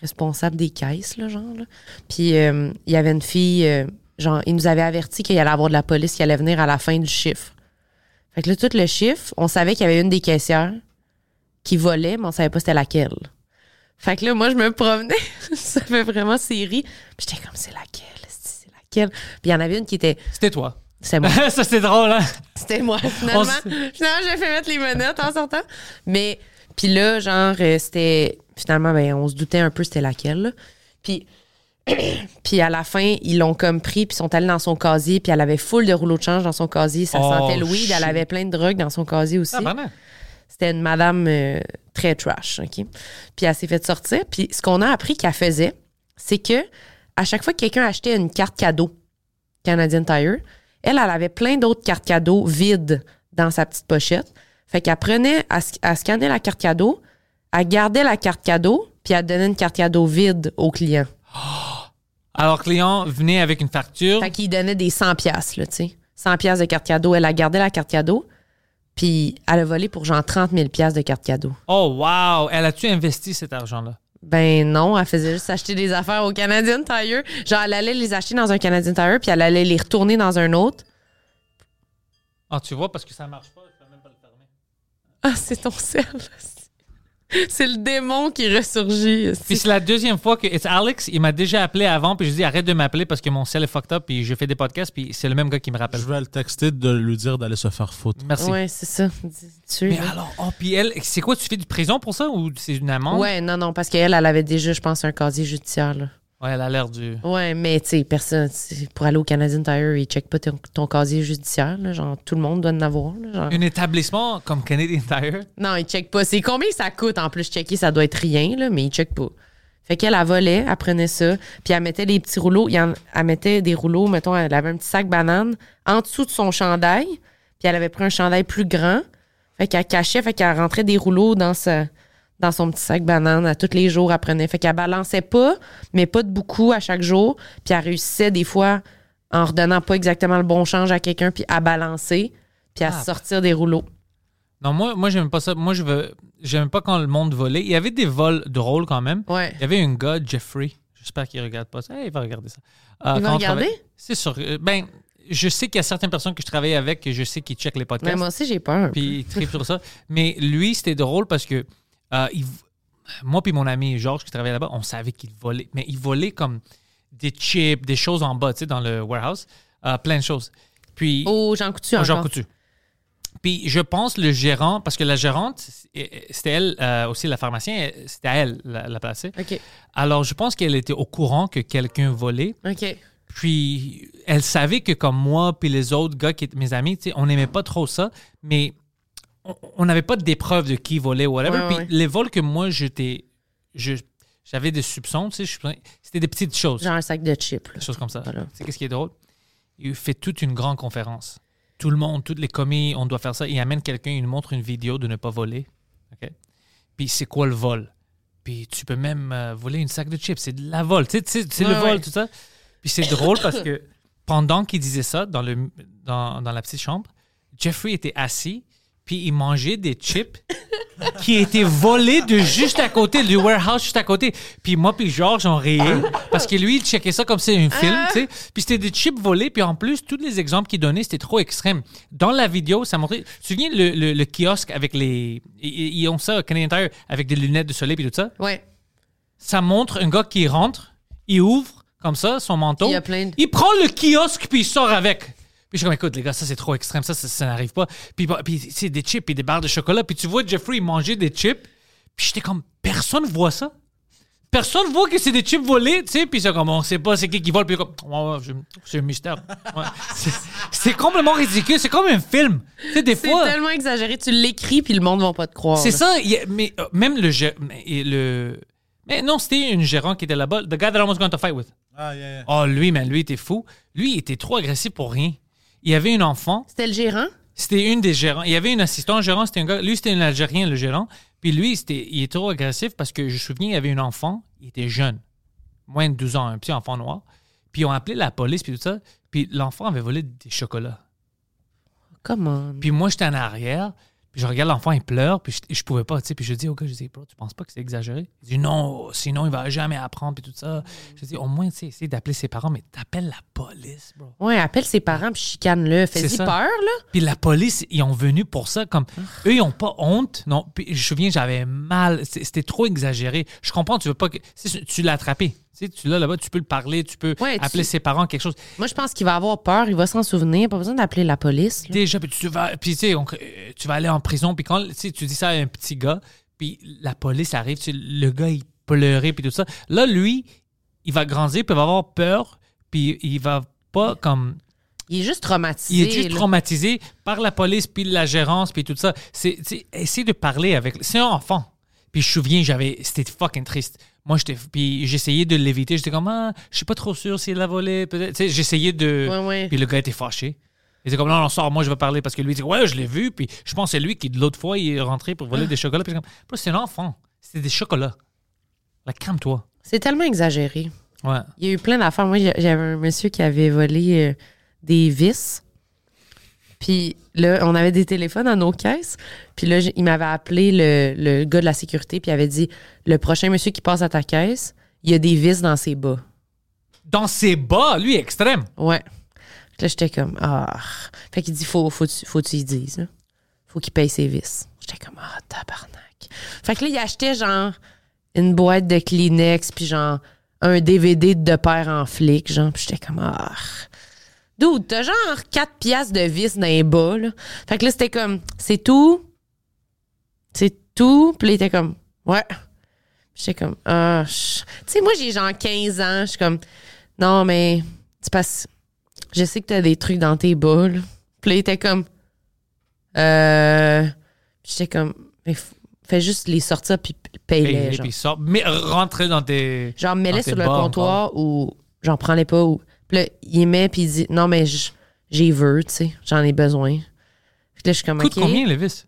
S3: responsable des caisses, là, genre. là. Puis, euh, il y avait une fille, euh, genre, il nous avait averti qu'il allait avoir de la police qui allait venir à la fin du chiffre. Fait que là, tout le chiffre, on savait qu'il y avait une des caissières qui volait, mais on savait pas c'était laquelle. Fait que là, moi, je me promenais. ça fait vraiment série. Puis, j'étais comme, c'est laquelle? C'est laquelle? Puis, il y en avait une qui était.
S4: C'était toi.
S3: C'était moi.
S4: ça, c'est drôle, hein?
S3: C'était moi, finalement.
S4: On s-
S3: Finalement, j'ai fait mettre les menottes en sortant. Mais, puis là, genre, euh, c'était. Finalement, ben, on se doutait un peu c'était laquelle. là. Puis, puis à la fin, ils l'ont comme pris, puis sont allés dans son casier, puis elle avait full de rouleaux de change dans son casier. Ça
S4: Oh,
S3: sentait le weed,
S4: shit. Ah, ben,
S3: elle avait plein de drogue dans son casier aussi.
S4: Tabarnak.
S3: C'était une madame euh, très trash, OK? Puis elle s'est fait sortir. Puis ce qu'on a appris qu'elle faisait, c'est que à chaque fois que quelqu'un achetait une carte cadeau Canadian Tire, elle, elle avait plein d'autres cartes cadeaux vides dans sa petite pochette. Fait qu'elle prenait, elle, sc- elle scannait la carte cadeau, elle gardait la carte cadeau, puis elle donnait une carte cadeau vide au client.
S4: Alors, client venait avec une facture.
S3: Fait qu'il donnait des 100 pièces là, tu sais. 100 pièces de carte cadeau. Elle a gardé la carte cadeau, puis elle a volé pour genre 30 000 pièces de carte cadeau.
S4: Oh, wow! Elle a-tu investi cet argent-là?
S3: Ben non, elle faisait juste acheter des affaires au Canadian Tire. Genre, elle allait les acheter dans un Canadian Tire, puis elle allait les retourner dans un autre.
S4: Ah, tu vois, parce que ça marche pas, je peux même pas le fermer.
S3: Ah, c'est ton cerf. C'est le démon qui ressurgit.
S4: Puis c'est la deuxième fois que. It's Alex, il m'a déjà appelé avant, puis je dis arrête de m'appeler parce que mon cell est fucked up, puis je fais des podcasts, puis c'est le même gars qui me rappelle.
S5: Je vais le texter de lui dire d'aller se faire foutre.
S4: Merci.
S3: Ouais, c'est ça. Dis- tue,
S4: Mais
S3: là.
S4: alors, oh, puis elle, c'est quoi, tu fais du prison pour ça ou c'est une amende?
S3: Ouais, non, non, parce qu'elle, elle avait déjà, je pense, un casier judiciaire, là.
S4: Ouais, elle a l'air du.
S3: Ouais, mais tu sais, personne, c'est- pour aller au Canadian Tire, ils checkent pas ton, ton casier judiciaire, là. Genre, tout le monde doit en avoir, là, genre.
S4: Un établissement comme Canadian Tire.
S3: Non, ils checkent pas. C'est combien ça coûte en plus checker, ça doit être rien, là, mais ils checkent pas. Fait qu'elle, elle volait, elle prenait ça, puis elle mettait des petits rouleaux, il y en- elle mettait des rouleaux, mettons, elle avait un petit sac banane en dessous de son chandail, puis elle avait pris un chandail plus grand, fait qu'elle cachait, fait qu'elle rentrait des rouleaux dans sa- dans son petit sac banane à tous les jours, elle prenait. Fait qu'elle balançait pas, mais pas de beaucoup à chaque jour, puis elle réussissait des fois en redonnant pas exactement le bon change à quelqu'un, puis à balancer, puis à
S4: Ah.
S3: sortir des rouleaux.
S4: Non, moi, moi j'aime pas ça. Moi, je veux. J'aime pas quand le monde volait. Il y avait des vols drôles quand même.
S3: Ouais.
S4: Il y avait un gars, Jeffrey. J'espère qu'il regarde pas ça. Eh, il va regarder ça. Euh,
S3: Il va
S4: quand on
S3: regarder?
S4: travaille- C'est sûr. Euh, Ben, je sais qu'il y a certaines personnes que je travaille avec que je sais qu'ils checkent les podcasts.
S3: Mais ben, moi aussi, j'ai peur.
S4: puis il tripe sur ça. Mais lui, c'était drôle parce que euh, il- moi puis mon ami Georges qui travaillait là-bas, on savait qu'il volait. Mais il volait comme des chips, des choses en bas, tu sais, dans le warehouse. Euh, plein de choses. Puis,
S3: Oh, Jean Coutu
S4: au
S3: encore.
S4: Jean Coutu. Puis je pense le gérant, parce que la gérante, c'est- c'était elle euh, aussi, la pharmacienne, c'était à elle la, la placer.
S3: OK.
S4: Alors je pense qu'elle était au courant que quelqu'un volait.
S3: OK.
S4: Puis elle savait que comme moi, puis les autres gars qui étaient mes amis, tu sais, on n'aimait pas trop ça, mais on- on n'avait pas des preuves de qui volait ou whatever.
S3: Ouais,
S4: puis
S3: ouais.
S4: les vols que moi, j'étais, je- j'avais des soupçons, tu sais, je suis- c'était des petites choses,
S3: Genre un sac de chips. là.
S4: des choses comme ça.
S3: Voilà.
S4: Tu sais, qu'est-ce qui est drôle? Il fait toute une grande conférence. Tout le monde, tous les commis, on doit faire ça. Il amène quelqu'un, il nous montre une vidéo de ne pas voler. OK? Puis c'est quoi le vol? Puis tu peux même euh, voler une sac de chips. C'est de la vol. Tu sais, tu sais, c'est le
S3: Ouais,
S4: vol,
S3: ouais.
S4: tout ça. Puis c'est drôle parce que pendant qu'il disait ça dans, le, dans, dans la petite chambre, Jeffrey était assis, puis il mangeait des chips qui étaient volés de juste à côté, du warehouse juste à côté. Puis moi puis Georges, on riait parce que lui, il checkait ça comme c'est un film, tu sais. Puis c'était des chips volés, puis en plus, tous les exemples qu'il donnait, c'était trop extrême. Dans la vidéo, ça montrait... Tu te souviens le, le- le kiosque avec les... Ils ils ont ça au Canadian Tire, avec des lunettes de soleil puis tout ça?
S3: Ouais.
S4: ça montre un gars qui rentre, il ouvre comme ça son manteau,
S3: Il y a plein de-
S4: il prend le kiosque puis il sort avec. Puis je suis comme, écoute, les gars, ça c'est trop extrême, ça, ça, ça n'arrive pas. Puis, bah, puis c'est des chips et des barres de chocolat. Puis tu vois Jeffrey manger des chips. Puis j'étais comme, personne voit ça. Personne voit que c'est des chips volés, tu sais. Puis c'est comme, on sait pas c'est qui qui vole. Puis comme, Ouais, ouais, je- c'est un mystère. Ouais. C'est- C'est complètement ridicule. C'est comme un film. Tu sais, des
S3: C'est
S4: fois.
S3: tellement exagéré. Tu l'écris, puis le monde va pas te croire.
S4: C'est
S3: là.
S4: ça, il y a- mais euh, même le, gé- mais, et le. Mais non, c'était une gérant qui était là-bas. The guy that I was going to fight with.
S5: Ah, yeah, yeah.
S4: Oh, lui, mais lui, était fou. Lui, il était trop agressif pour rien. Il y avait un enfant,
S3: C'était le gérant?
S4: c'était une des gérants. Il y avait un assistant gérant, c'était un gars. Lui, c'était un Algérien, le gérant. Puis lui, c'était, il est trop agressif parce que je me souviens, il y avait un enfant, il était jeune, moins de 12 ans, un petit enfant noir. Puis ils ont appelé la police, puis tout ça. Puis l'enfant avait volé des chocolats.
S3: Oh, Comment?
S4: Puis moi, j'étais en arrière. Puis je regarde l'enfant, il pleure. Puis je, je pouvais pas, tu sais. Puis je dis au gars, je dis, bro, tu penses pas que c'est exagéré? Il dit, non, sinon il va jamais apprendre. Puis tout ça. Je dis, au moins, tu sais, essaye d'appeler ses parents, mais t'appelles la police, bro.
S3: Ouais, appelle ses parents, puis chicane-le.
S4: C'est
S3: Fais-y
S4: ça.
S3: peur, là.
S4: Puis la police, ils ont venu pour ça. Comme, eux, ils ont pas honte. Non, puis je me souviens, j'avais mal. C'est- C'était trop exagéré. Je comprends, tu veux pas que. c'est- Tu l'as attrapé. Tu sais, tu l'as là-bas, tu peux le parler, tu peux
S3: Ouais, tu-
S4: appeler ses parents, quelque chose.
S3: Moi, je pense qu'il va avoir peur. Il va s'en souvenir. Pas besoin d'appeler la police. là.
S4: Déjà, puis tu vas, puis tu sais, on- euh, tu vas aller en prison. Puis quand tu sais, tu dis ça à un petit gars, puis la police arrive, tu sais, le gars il pleurait puis tout ça. Là, lui, il va grandir, puis il va avoir peur, puis il va pas comme,
S3: Il est juste traumatisé.
S4: il est juste
S3: là.
S4: traumatisé par la police puis la gérance puis tout ça. C'est, tu sais, essaie de parler avec, c'est un enfant. Puis je me souviens, j'avais, c'était fucking triste. Moi, j'étais, puis j'essayais de l'éviter. J'étais comme, ah, je suis pas trop sûr s'il l'a volé. Peut-être, tu sais, j'essayais de.
S3: Ouais, ouais.
S4: Puis le gars était fâché. Il était comme, non, non, sors, moi, je vais parler. Parce que lui, il dit, ouais, je l'ai vu. Puis je pense que c'est lui qui, de l'autre fois, il est rentré pour
S3: Ah.
S4: voler des chocolats. Puis j'étais comme, Bro, c'est un enfant. C'est des chocolats. Là, calme-toi.
S3: C'est tellement exagéré.
S4: Ouais.
S3: Il y a eu plein d'affaires. Moi, j'a- j'avais un monsieur qui avait volé euh, des vis. Puis là, on avait des téléphones à nos caisses. Puis là, j- il m'avait appelé le, le gars de la sécurité, puis il avait dit Le prochain monsieur qui passe à ta caisse, il y a des vis dans ses bas.
S4: Dans ses bas, lui, extrême.
S3: Ouais. Fait que Là, j'étais comme Ah. Fait qu'il dit Faut, faut, tu- faut que tu y dises. là. Faut qu'il paye ses vis. J'étais comme Ah, tabarnak. Fait que là, il achetait genre une boîte de Kleenex, puis genre un DVD de père en flic, genre. Puis j'étais comme Ah. Dude, t'as genre 4 piastres de vis dans les bas, là. Fait que là, c'était comme C'est tout. C'est tout. Puis là, il était comme Ouais. J'étais comme, ah, je- tu sais, moi, j'ai genre 15 ans. Je suis comme, non, mais, tu passes, je sais que t'as des trucs dans tes boules. Puis là, il était comme, euh, j'étais comme, mais f- fais juste les sortir puis
S4: Et,
S3: paye-les.
S4: et
S3: genre.
S4: puis il sort. Mais rentrer dans tes.
S3: Genre, mets-les
S4: dans tes
S3: sur le
S4: bars,
S3: comptoir ou, genre, prends-les pas ou, puis là, il les met puis il dit, non, mais j- j'y veux, tu sais, j'en ai besoin. Puis là, je suis comme,
S4: Coûte
S3: OK.
S4: combien les vis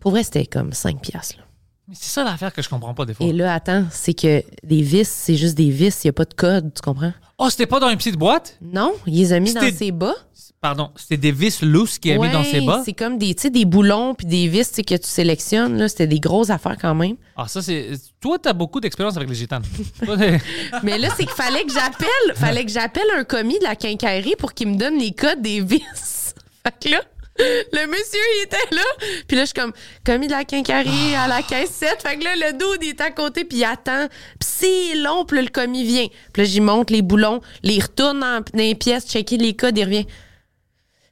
S3: Pour vrai, c'était comme 5 piastres, là.
S4: Mais c'est ça l'affaire que je comprends pas des fois.
S3: Et là, attends, c'est que des vis, c'est juste des vis, il n'y a pas de code, tu comprends?
S4: Oh, c'était pas dans une petite boîte
S3: Non, il les a mis dans
S4: C'était-
S3: ses bas.
S4: Pardon, c'était des vis lousses qu'il a mis dans
S3: Ouais,
S4: ses bas.
S3: C'est comme des, tu sais, des boulons puis des vis tu sais, que tu sélectionnes. Là, c'était des grosses affaires quand même.
S4: Ah, ça, c'est. Toi, t'as beaucoup d'expérience avec les gitanes. Toi, t'es-
S3: Mais là, c'est qu'il fallait que j'appelle, fallait que j'appelle un commis de la quincaillerie pour qu'il me donne les codes des vis. Fait que là, le monsieur, il était là. Puis là, je suis comme, commis de la quincaillerie à la caisse 7. Fait que là, le dude, il est à côté, puis il attend. Puis c'est long, puis là, le commis vient. Puis là, j'y monte les boulons, les retourne dans, dans les pièces, checker les codes, il revient.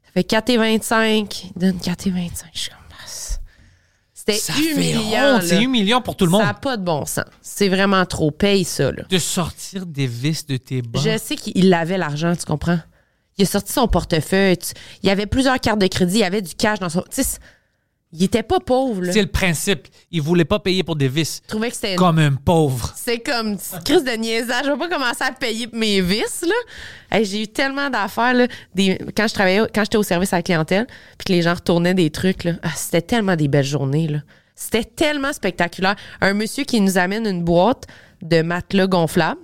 S3: Ça fait 4 et 25. Il donne 4 et 25. Je suis comme, mince. c'était
S4: ça fait
S3: humiliant.
S4: honte, c'est
S3: là.
S4: humiliant pour tout le
S3: Ça
S4: monde.
S3: n'a pas de bon sens. C'est vraiment trop. Paye ça, là.
S4: De sortir des vis de tes bas.
S3: Je sais qu'il avait l'argent, tu comprends? Il a sorti son portefeuille. tu- Il y avait plusieurs cartes de crédit, il y avait du cash dans son. Tu sais, c'est- il était pas pauvre, là.
S4: C'est le principe. Il voulait pas payer pour des vis.
S3: Je trouvais que c'était.
S4: Comme un pauvre.
S3: C'est comme une petite crise de niaisage. Je vais pas commencer à payer mes vis, là. Hey, j'ai eu tellement d'affaires, là. Des... Quand je travaillais, quand j'étais au service à la clientèle, puis que les gens retournaient des trucs, là. Ah, c'était tellement des belles journées, là. C'était tellement spectaculaire. Un monsieur qui nous amène une boîte de matelas gonflables.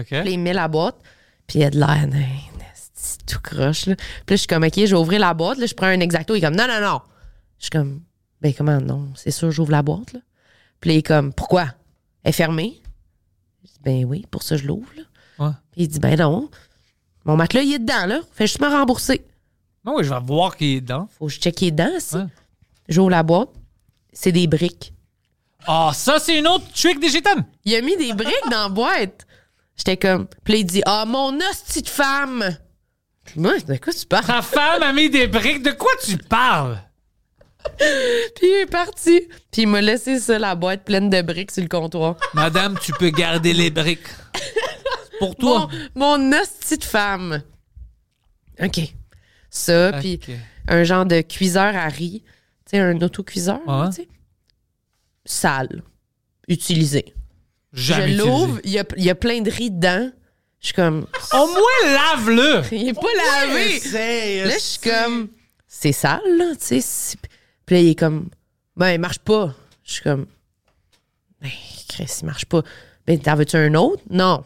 S4: OK.
S3: Puis il met la boîte, puis il y a de l'air d'un esti tout croche. Là. Puis là, je suis comme, OK, je vais ouvrir la boîte. Là, je prends un exacto. Il est comme, non, non, non. Je suis comme, ben comment non? C'est sûr, j'ouvre la boîte. Là. Puis là, il est comme, pourquoi? Elle est fermée? Je dis, ben oui, pour ça, je l'ouvre. là.
S4: Ouais.
S3: Puis il dit, ben non. Mon matelas, il est dedans, là. Fais juste me rembourser.
S4: Non, oui, je vais voir qui est dedans.
S3: Faut que je check les dents, si.
S4: Ouais.
S3: J'ouvre la boîte. C'est des briques.
S4: Ah, ça, c'est une autre trick des gitanes.
S3: Il a mis des briques dans la boîte. J'étais comme, puis là, il dit, ah, mon hostie de femme! Puis moi, de quoi tu parles?
S4: Ta femme a mis des briques. De quoi tu parles?
S3: Puis il est parti. Puis il m'a laissé ça, la boîte pleine de briques sur le comptoir.
S4: Madame, tu peux garder les briques. C'est Pour toi.
S3: Mon, mon hostie de femme. OK. Ça, puis
S4: Ok.
S3: un genre de cuiseur à riz. Tu sais, un autocuiseur, là,
S4: Ouais.
S3: tu sais. Sale. Utilisé.
S4: Jamais
S3: Je
S4: utilisé.
S3: l'ouvre, il y a, il y a plein de riz dedans. Je suis comme...
S4: Au moins, lave-le.
S3: Il est pas lavé! Là, je suis comme, c'est sale, là, tu sais. c'est- Puis là, il est comme, ben, il marche pas. Je suis comme, ben, Chris, il marche pas. Ben, t'en veux-tu un autre? Non.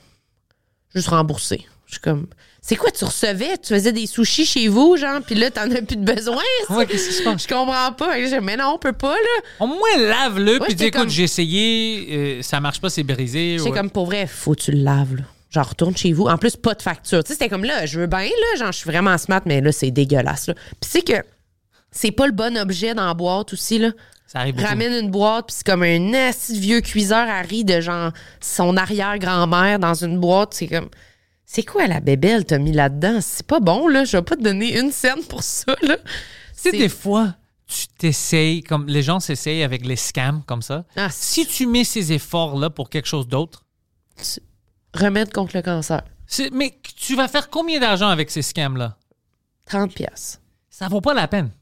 S3: Juste remboursé. Je suis comme, c'est quoi, tu recevais? Tu faisais des sushis chez vous, genre, puis là, t'en as plus de besoin? ça?
S4: Ouais, qu'est-ce qui se passe?
S3: Je comprends pas. Fait que je dis, mais non, on peut pas, là.
S4: Au moins, lave-le. puis dis,
S3: j'étais
S4: écoute,
S3: comme-
S4: j'ai essayé, euh, ça marche pas, c'est brisé.
S3: J'étais
S4: ouais.
S3: comme, pour vrai, faut que tu le laves, là. Genre, retourne chez vous. En plus, pas de facture. Tu sais, c'était comme là, je veux bien, là, genre, je suis vraiment smart, mais là, c'est dégueulasse, là. Puis c'est que c'est pas le bon objet dans la boîte aussi, là.
S4: Ça arrive beaucoup.
S3: ramène une boîte, puis c'est comme un assis de vieux cuiseur à riz de genre son arrière-grand-mère dans une boîte. C'est comme, c'est quoi la bébelle t'as mis là-dedans? C'est pas bon, là. Je vais pas te donner une scène pour ça, là.
S4: Tu sais, des fois, tu t'essayes, comme les gens s'essayent avec les scams comme ça.
S3: Ah,
S4: Si tu mets ces efforts-là pour quelque chose d'autre,
S3: Remède contre le cancer.
S4: c'est- mais tu vas faire combien d'argent avec ces scams-là?
S3: 30 pièces.
S4: Ça vaut pas la peine.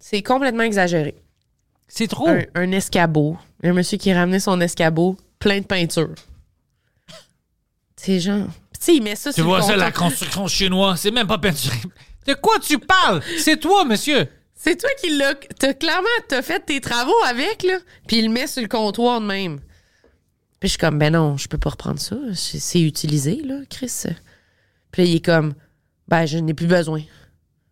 S3: C'est complètement exagéré.
S4: C'est trop.
S3: Un, un escabeau. Un monsieur qui ramenait son escabeau plein de peinture. C'est genre... Tu sais, il met ça
S4: Tu
S3: sur le
S4: vois ça, la
S3: comptoir.
S4: construction chinoise, c'est même pas peinturé. De quoi tu parles? C'est toi, monsieur.
S3: C'est toi qui l'as. T'as clairement t'as fait tes travaux avec, là. Puis il le met sur le comptoir de même. Puis je suis comme, ben non, je peux pas reprendre ça. C'est c'est utilisé, là, Chris. Puis là, il est comme, ben, je n'ai plus besoin.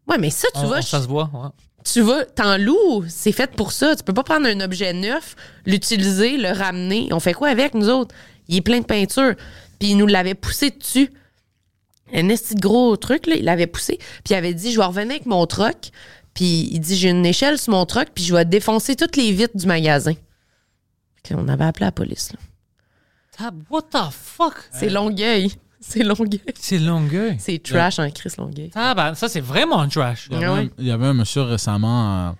S3: Ouais, mais ça, tu
S4: On-
S3: vas,
S4: on- ça se voit. ouais.
S3: tu vas, t'en loues, c'est fait pour ça. Tu peux pas prendre un objet neuf, l'utiliser, le ramener. On fait quoi avec, nous autres? Il est plein de peinture. Puis il nous l'avait poussé dessus. Un esti de gros truc, là, il l'avait poussé. Puis il avait dit, je vais revenir avec mon troc. Puis il dit, j'ai une échelle sur mon troc, puis je vais défoncer toutes les vitres du magasin. Fait que là, on avait appelé la police. là.
S4: Tab- What the fuck?
S3: C'est Longueuil. C'est Longueuil.
S4: C'est longueuil.
S3: C'est trash en Chris Longueuil.
S4: Ah, ben, ça, c'est vraiment trash.
S5: Il y, avait
S3: Ah
S5: un,
S3: ouais.
S5: il y avait un monsieur récemment à,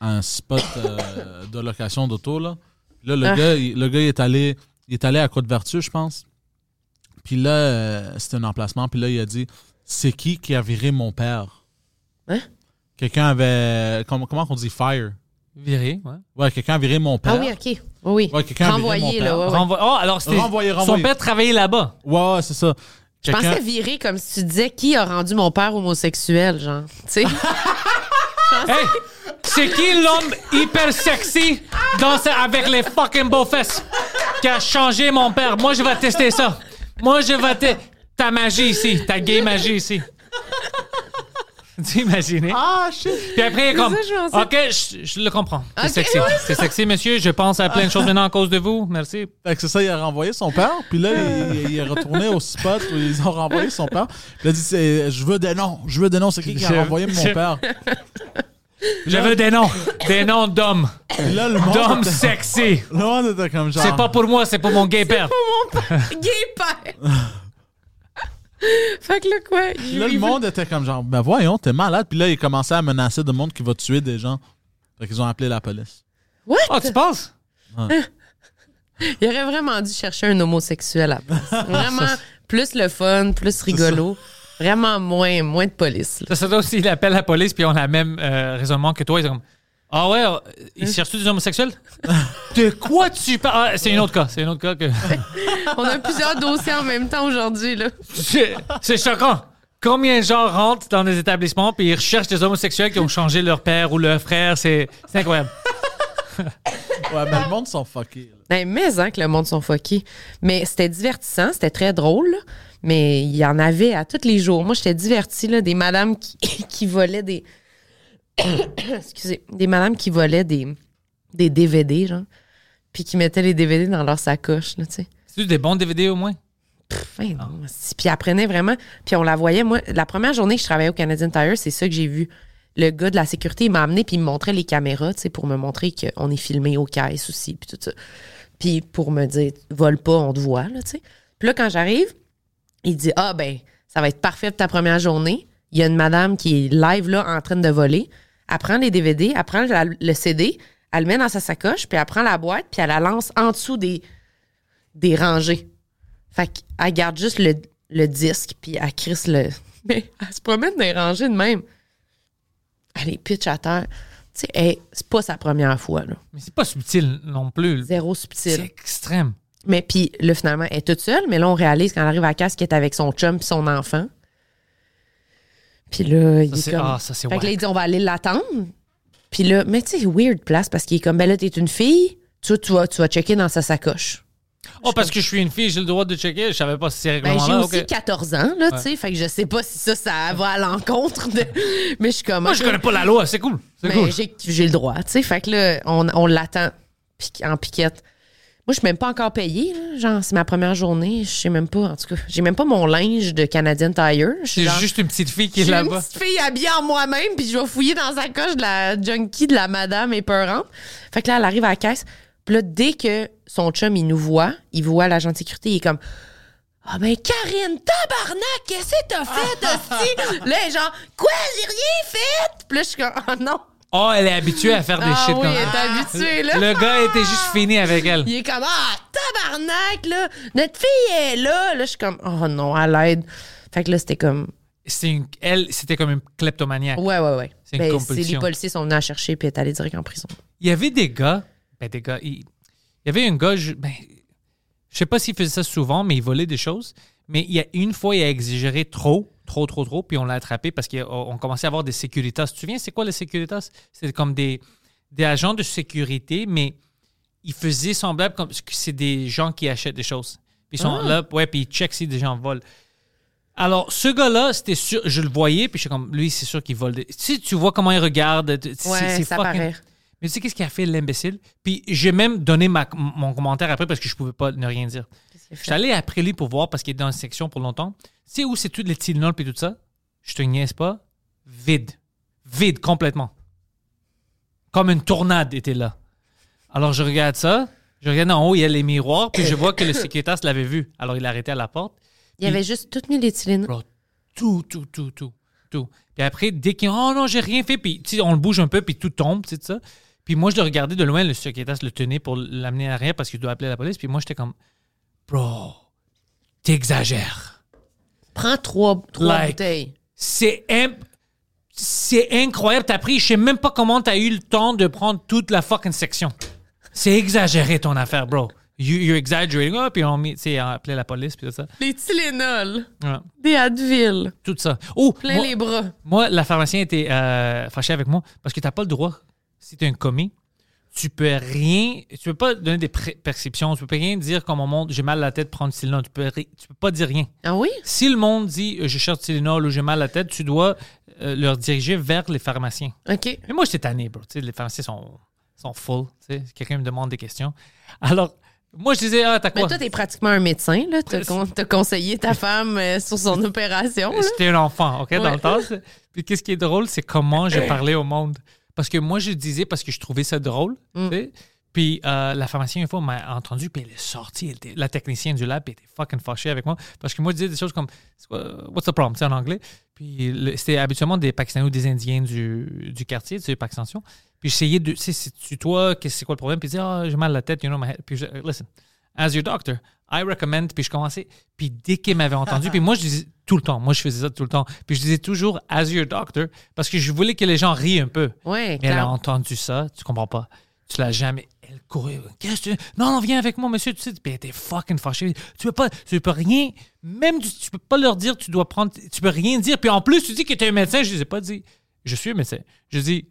S5: à un spot euh, de location d'auto. Là, là le,
S3: Ah.
S5: gars, il- le gars, il est allé, il est allé à Côte-Vertu, je pense. Puis là, euh, c'était un emplacement. Puis là, il a dit C'est qui qui a viré mon père
S3: Hein?
S5: Quelqu'un avait. Comment, comment on dit fire
S4: Viré, ouais.
S5: Ouais, quelqu'un a viré mon père.
S3: Ah oui, OK. Oui, oui.
S5: Ouais, quelqu'un a viré mon
S3: Renvoyé,
S5: père.
S3: là. ouais, ouais.
S4: Renvo- Oh, alors, c'était
S5: Renvoyer,
S4: son
S5: renvoyer.
S4: père travaillait là-bas.
S5: Ouais, ouais, c'est ça.
S3: Je
S5: Quelqu'un-
S3: pensais virer comme si tu disais qui a rendu mon père homosexuel, genre. Tu sais?
S4: Hey, c'est qui l'homme hyper sexy dans ce- avec les fucking beaux fesses qui a changé mon père? Moi, je vais tester ça. Moi, je vais tester ta magie ici, ta gay magie ici. T'imagines?
S5: Ah, shit.
S4: Puis après, il est comme,
S3: C'est ça, je
S4: OK, je, je le comprends. C'est
S3: Ok,
S4: sexy.
S3: ouais.
S4: C'est sexy, monsieur. Je pense à plein de choses maintenant à cause de vous. Merci.
S5: Fait que c'est ça, il a renvoyé son père. Puis là, il, il est retourné au spot où ils ont renvoyé son père. Puis il a dit c'est- Je veux des noms. Je veux des noms. C'est qui qui
S4: Je-
S5: a renvoyé mon
S4: je-
S5: père
S4: Je veux des noms. Des noms d'hommes.
S5: Puis là, le monde.
S4: D'hommes
S5: était-
S4: sexy.
S5: Le monde était comme genre.
S4: C'est pas pour moi, c'est pour mon gay père.
S3: Gay père! fait que là, quoi?
S5: Puis là, le monde était comme genre Ben voyons, t'es malade. Puis là, il commençait à menacer de monde qui va tuer des gens. Fait qu'ils ont appelé la police.
S3: What?
S5: Ah!
S4: Oh, tu penses?
S3: Il aurait vraiment dû chercher un homosexuel à la place. Vraiment plus le fun, plus rigolo. Vraiment moins, moins de police. là.
S4: Ça, ça doit aussi, il appelle la police, puis on a le même euh, raisonnement que toi. Ils sont comme, ah ouais, euh, ils cherchent-tu des homosexuels? de quoi tu parles? Ah, c'est un autre cas. C'est un autre cas que...
S3: On a plusieurs dossiers en même temps aujourd'hui, là.
S4: C'est c'est choquant. Combien de gens rentrent dans des établissements puis ils recherchent des homosexuels qui ont changé leur père ou leur frère? C'est c'est incroyable.
S5: Ouais, mais le monde sont fuckés. là.
S3: Ben, mais hein, que le monde sont fuckés. Mais c'était divertissant, c'était très drôle. là. Mais il y en avait à tous les jours. Moi, j'étais divertie, là, des madames qui, qui volaient des. Excusez. Des madames qui volaient des, des DVD, genre. Puis qui mettaient les DVD dans leur sacoche, là, tu sais.
S4: C'est des bons DVD au moins?
S3: Enfin, non, si. Puis elle apprenait vraiment. Puis on la voyait, moi, la première journée que je travaillais au Canadian Tire, c'est ça que j'ai vu. Le gars de la sécurité, il m'a amené, puis il me montrait les caméras, tu sais, pour me montrer qu'on est filmé au caisse aussi, puis tout ça. Puis pour me dire, vole pas, on te voit, là, tu sais. Puis là, quand j'arrive, il dit, ah, ben, ça va être parfait pour ta première journée. Il y a une madame qui est live, là, en train de voler. Elle prend les DVD, elle prend la- le CD, elle le met dans sa sacoche, puis elle prend la boîte, puis elle la lance en dessous des, des rangées. Fait qu'elle garde juste le, le disque, puis elle crisse le. Mais elle se promène dans les rangées de même. Elle est pitch à terre. Tu sais, hey, c'est pas sa première fois, là.
S4: Mais c'est pas subtil non plus.
S3: Zéro
S4: C'est
S3: subtil.
S4: extrême.
S3: Mais puis, là, finalement, elle est toute seule, mais là, on réalise quand elle arrive à la casse qu'elle est avec son chum puis son enfant. Puis là, il
S4: Ça,
S3: est
S4: c'est-
S3: comme...
S4: ah, ça, c'est
S3: Fait que là,
S4: whack.
S3: il dit, on va aller l'attendre. Puis là, mais tu sais, weird place, parce qu'il est comme, ben là, t'es une fille, tu, tu, vas, tu vas checker dans sa sacoche.
S4: Oh, parce que je suis une fille, j'ai le droit de checker. Je savais pas si c'est
S3: Ben,
S4: règlement
S3: j'ai
S4: là.
S3: aussi 14 ans, là, tu sais, fait que je sais pas si ça, ça va à l'encontre de... Mais je suis comme...
S4: Moi, je connais pas la loi. C'est cool. C'est
S3: Mais
S4: cool.
S3: j'ai, j'ai le droit, tu sais, fait que là, on, on l'attend piqu- en piquette. Moi, je suis même pas encore payée, là. genre, c'est ma première journée, je sais même pas, en tout cas, j'ai même pas mon linge de Canadian Tire. Je suis
S4: C'est
S3: genre-
S4: juste une petite fille qui
S3: j'ai
S4: est
S3: une
S4: là-bas.
S3: petite fille habillée en moi-même, puis je vais fouiller dans sa coche de la junkie de la madame épeurante. Fait que là, elle arrive à la caisse. Puis là, dès que son chum, il nous voit, il voit l'agent de sécurité, il est comme Ah, ben Karine, tabarnak, qu'est-ce que t'as fait, hostie? là, elle est genre Quoi, j'ai rien fait? Puis là, je suis comme Ah non.
S4: Oh, elle est habituée à faire des
S3: Ah
S4: shit
S3: oui,
S4: comme
S3: elle est
S4: ça.
S3: habituée, là.
S4: Le gars était juste fini avec elle.
S3: Il est comme Ah, tabarnak, là, notre fille est là. Là, je suis comme Oh non, à l'aide. Fait que là, c'était comme
S4: C'est une- Elle, c'était comme une kleptomaniaque.
S3: Ouais, ouais, ouais.
S4: C'est une
S3: Ben,
S4: compulsion.
S3: les policiers sont venus la chercher, puis elle est allée direct en prison.
S4: Il y avait des gars, ben des gars, il, il y avait un gars, je, ben, je sais pas s'il faisait ça souvent, mais il volait des choses. Mais il y a une fois, il a exagéré trop, trop, trop, trop, puis on l'a attrapé parce qu'on commençait à avoir des sécuritas. Tu te souviens, c'est quoi les sécuritas? C'est comme des, des agents de sécurité, mais ils faisaient semblable
S3: Ah.
S4: comme que c'est des gens qui achètent des choses. Puis ils sont là, ouais, puis ils checkent si des gens volent. Alors, ce gars-là, c'était sûr, je le voyais, puis je suis comme, lui, c'est sûr qu'il vole. des- Si tu vois comment il regarde, tu- c'est
S3: Ouais,
S4: c'est
S3: ça
S4: fucking-
S3: paraît.
S4: Mais tu sais qu'est-ce qu'il a fait l'imbécile? Puis j'ai même donné ma- mon commentaire après parce que je pouvais pas ne rien dire. Je suis allé après lui pour voir parce qu'il était dans une section pour longtemps. Tu sais où c'est tout les Tylenol puis tout ça? Je te niaise pas. Vide. Vide complètement. Comme une tornade était là. Alors je regarde ça. Je regarde en haut, il y a les miroirs, puis je vois que le sécuritaire l'avait vu. Alors il a arrêté à la porte.
S3: Il y avait juste toutes mes éthylines.
S4: Bro, tout, tout, tout, tout, tout. Puis après, dès qu'il oh non, j'ai rien fait, puis tu sais, on le bouge un peu, puis tout tombe, tu sais, ça. Puis moi, je le regardais de loin, le secrétaire se le tenait pour l'amener à rien parce qu'il doit appeler la police. Puis moi, j'étais comme, bro, t'exagères.
S3: Prends trois, trois
S4: Like.
S3: bouteilles.
S4: C'est imp- C'est incroyable, t'as pris, je sais même pas comment t'as eu le temps de prendre toute la fucking section. C'est exagéré ton affaire, bro. You, you're exaggerating. Ah, puis on, met- tu sais, on a appelé la police, puis tout ça.
S3: Des Tylenol,
S4: Ouais,
S3: des Advil,
S4: tout ça. Oh,
S3: plein
S4: moi-
S3: les bras.
S4: Moi, la pharmacienne était euh, fâchée avec moi parce que t'as pas le droit. Si t'es un commis, tu peux rien. Tu peux pas donner des pré- perceptions. Tu peux rien dire comme on monte, j'ai mal à la tête, prendre Tylenol. Tu peux, ri- tu peux pas dire rien.
S3: Ah oui?
S4: Si le monde dit euh, je cherche Tylenol ou j'ai mal à la tête, tu dois euh, leur diriger vers les pharmaciens.
S3: OK.
S4: Mais moi, j'étais tanné, bro. Tu sais, les pharmaciens sont, sont full. tu sais. Quelqu'un me demande des questions. Alors, moi, je disais ah, t'as
S3: Mais
S4: quoi
S3: toi, t'es pratiquement un médecin, là. T'as
S4: Ouais,
S3: con- t'as conseillé ta femme euh, sur son opération, là.
S4: J'étais un enfant, OK, dans
S3: hein? Ouais.
S4: le temps. c'est- Puis qu'est-ce qui est drôle, c'est comment j'ai parlé au monde. Parce que moi, je disais parce que je trouvais ça drôle. tu sais. Puis euh, la pharmacienne, une fois, m'a entendu, puis elle est sortie. elle était- la technicienne du lab puis elle était fucking fâchée avec moi. Parce que moi, je disais des choses comme c'est quoi- What's the problem, tu sais, en anglais. Puis le- c'était habituellement des Pakistanais ou des Indiens du, du quartier, tu sais, par extension. Puis j'essayais de, tu sais, c'est- tu toi, qu'est-ce- c'est quoi le problème? Puis je disais, ah, j'ai mal à la tête, you know, my head. Puis je, listen, as your doctor, I recommend. Puis je commençais. Puis dès qu'il m'avait entendu, puis moi, je disais tout le temps, moi, je faisais ça tout le temps. Puis je disais toujours, as your doctor, parce que je voulais que les gens rient un peu.
S3: Ouais,
S4: Mais elle a
S3: clair.
S4: entendu ça, tu comprends pas. Tu l'as jamais. Elle courait. Qu'est-ce que tu. Non, non, viens avec moi, monsieur. Tu sais, puis elle était fucking fâchée. Tu peux pas. Tu peux rien. Même du- tu peux pas leur dire, tu dois prendre. Tu peux rien dire. Puis en plus, tu dis que tu es un médecin. Je ne ai pas dit. Je suis un médecin. Je dis.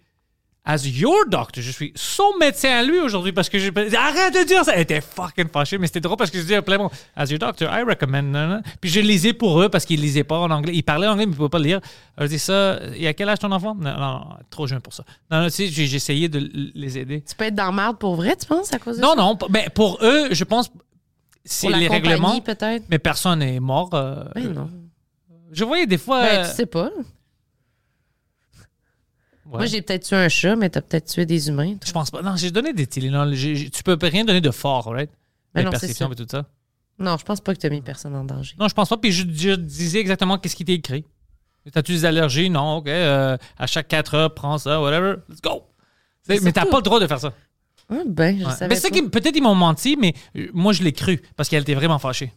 S4: As your doctor, je suis son médecin à lui aujourd'hui parce que je. Arrête de dire ça! Elle était fucking fâchée, mais c'était drôle parce que je disais à plein de monde, As your doctor, I recommend. nan, nan. Puis je lisais pour eux parce qu'ils lisaient pas en anglais. Ils parlaient anglais, mais ils pouvaient pas le lire. Je dis ça, il a quel âge ton enfant? Non, non, non, trop jeune pour ça. Non, non, tu sais, j'ai j'ai essayé de l- les aider.
S3: Tu peux être dans la marde pour vrai, tu penses, à cause de ça?
S4: Non, non, p- mais pour eux, je pense, c'est
S3: Pour la
S4: les
S3: compagnie,
S4: règlements.
S3: peut-être.
S4: Mais personne n'est mort. euh,
S3: Ben non.
S4: Je voyais des fois.
S3: Ben,
S4: euh,
S3: tu sais pas.
S4: ouais.
S3: Moi, j'ai peut-être tué un chat, mais t'as peut-être tué des humains. toi.
S4: Je pense pas. Non, j'ai donné des Tylenol. J'ai- j'ai- Tu peux rien donner de fort, right?
S3: Ben
S4: Les
S3: non, c'est
S4: perceptions
S3: ça.
S4: et tout ça.
S3: Non, je pense pas que t'as mis personne en danger.
S4: Non, je pense pas. Puis je, je disais exactement qu'est-ce qui était écrit. T'as-tu des allergies? Non, OK. euh, à chaque 4 heures, prends ça, whatever. Let's go! Tu sais, Mais t'as
S3: surtout-
S4: pas le droit de faire ça.
S3: Ah ben, je
S4: Ouais.
S3: savais
S4: Mais c'est
S3: pas.
S4: qui- peut-être ils m'ont menti, mais euh, moi, je l'ai cru parce qu'elle était vraiment fâchée.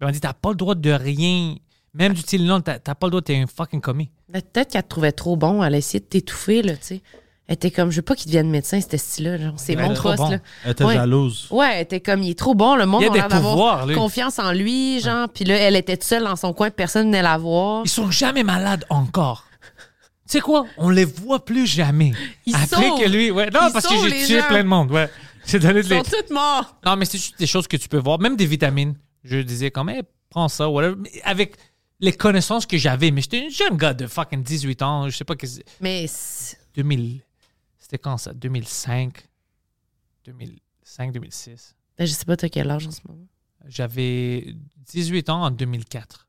S4: Elle m'a dit T'as pas le droit de rien. Même du Tylenol, t'as t'as pas le droit, t'es un fucking commis.
S3: Mais Ben, Peut-être qu'elle te trouvait trop bon, elle a essayé de t'étouffer, là, tu sais. Elle était comme, je veux pas qu'il devienne médecin, c'était style-là. genre, C'est
S4: Ouais,
S3: mon
S4: elle est trop
S3: cross,
S4: bon.
S3: là.
S5: Elle était
S3: Ouais.
S5: jalouse.
S3: Ouais, elle était comme, il est trop bon, le monde
S4: Il y a
S3: a
S4: des
S3: l'air d'avoir
S4: pouvoirs, lui.
S3: confiance en lui, genre. Puis là, elle était toute seule dans son coin, personne venait la voir.
S4: Ils sont jamais malades encore. Tu sais quoi? On les voit plus jamais.
S3: Ils
S4: Après
S3: sauvent.
S4: que lui. Ouais. Non,
S3: Ils
S4: parce que
S3: sauvent
S4: j'ai
S3: les
S4: tué
S3: gens.
S4: plein de monde. Ouais. J'ai donné de
S3: Ils
S4: les-
S3: sont toutes morts!
S4: Non, mais c'est juste des choses que tu peux voir, même des vitamines. Je disais comme, hey, prends ça, whatever. Mais Avec les connaissances que j'avais, mais j'étais un jeune gars de fucking 18 ans, je sais pas que c'est-
S3: Mais c'est-
S4: 2000. C'était quand ça 2005 2005, 2006.
S3: ben, je sais pas t'as quel âge en ce moment.
S4: J'avais 18 ans en 2004.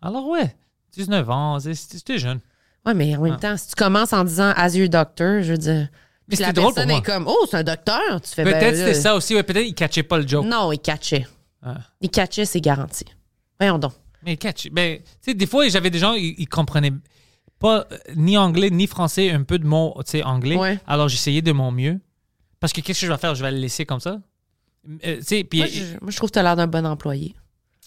S4: Alors, ouais, 19 ans, c'est- c'était jeune.
S3: Ouais, mais en même temps, si tu commences en disant as your doctor, je veux dire.
S4: Ah.
S3: puis
S4: Mais c'était
S3: la
S4: drôle pour
S3: personne
S4: moi.
S3: est comme, oh, c'est un docteur. Tu fais ben,
S4: Peut-être
S3: là-
S4: c'était ça aussi, ouais, peut-être il catchait pas le joke.
S3: Non, il catchait.
S4: Ah.
S3: Il catchait, c'est garanti. Voyons donc.
S4: Mais catch. Ben, tu sais, des fois, j'avais des gens, ils, ils comprenaient pas euh, ni anglais ni français, un peu de mots, tu sais, anglais.
S3: Ouais.
S4: Alors, j'essayais de mon mieux. Parce que qu'est-ce que je vais faire? Je vais le laisser comme ça? Euh, tu sais, puis
S3: Moi, je, moi, je trouve que t'as l'air d'un bon employé.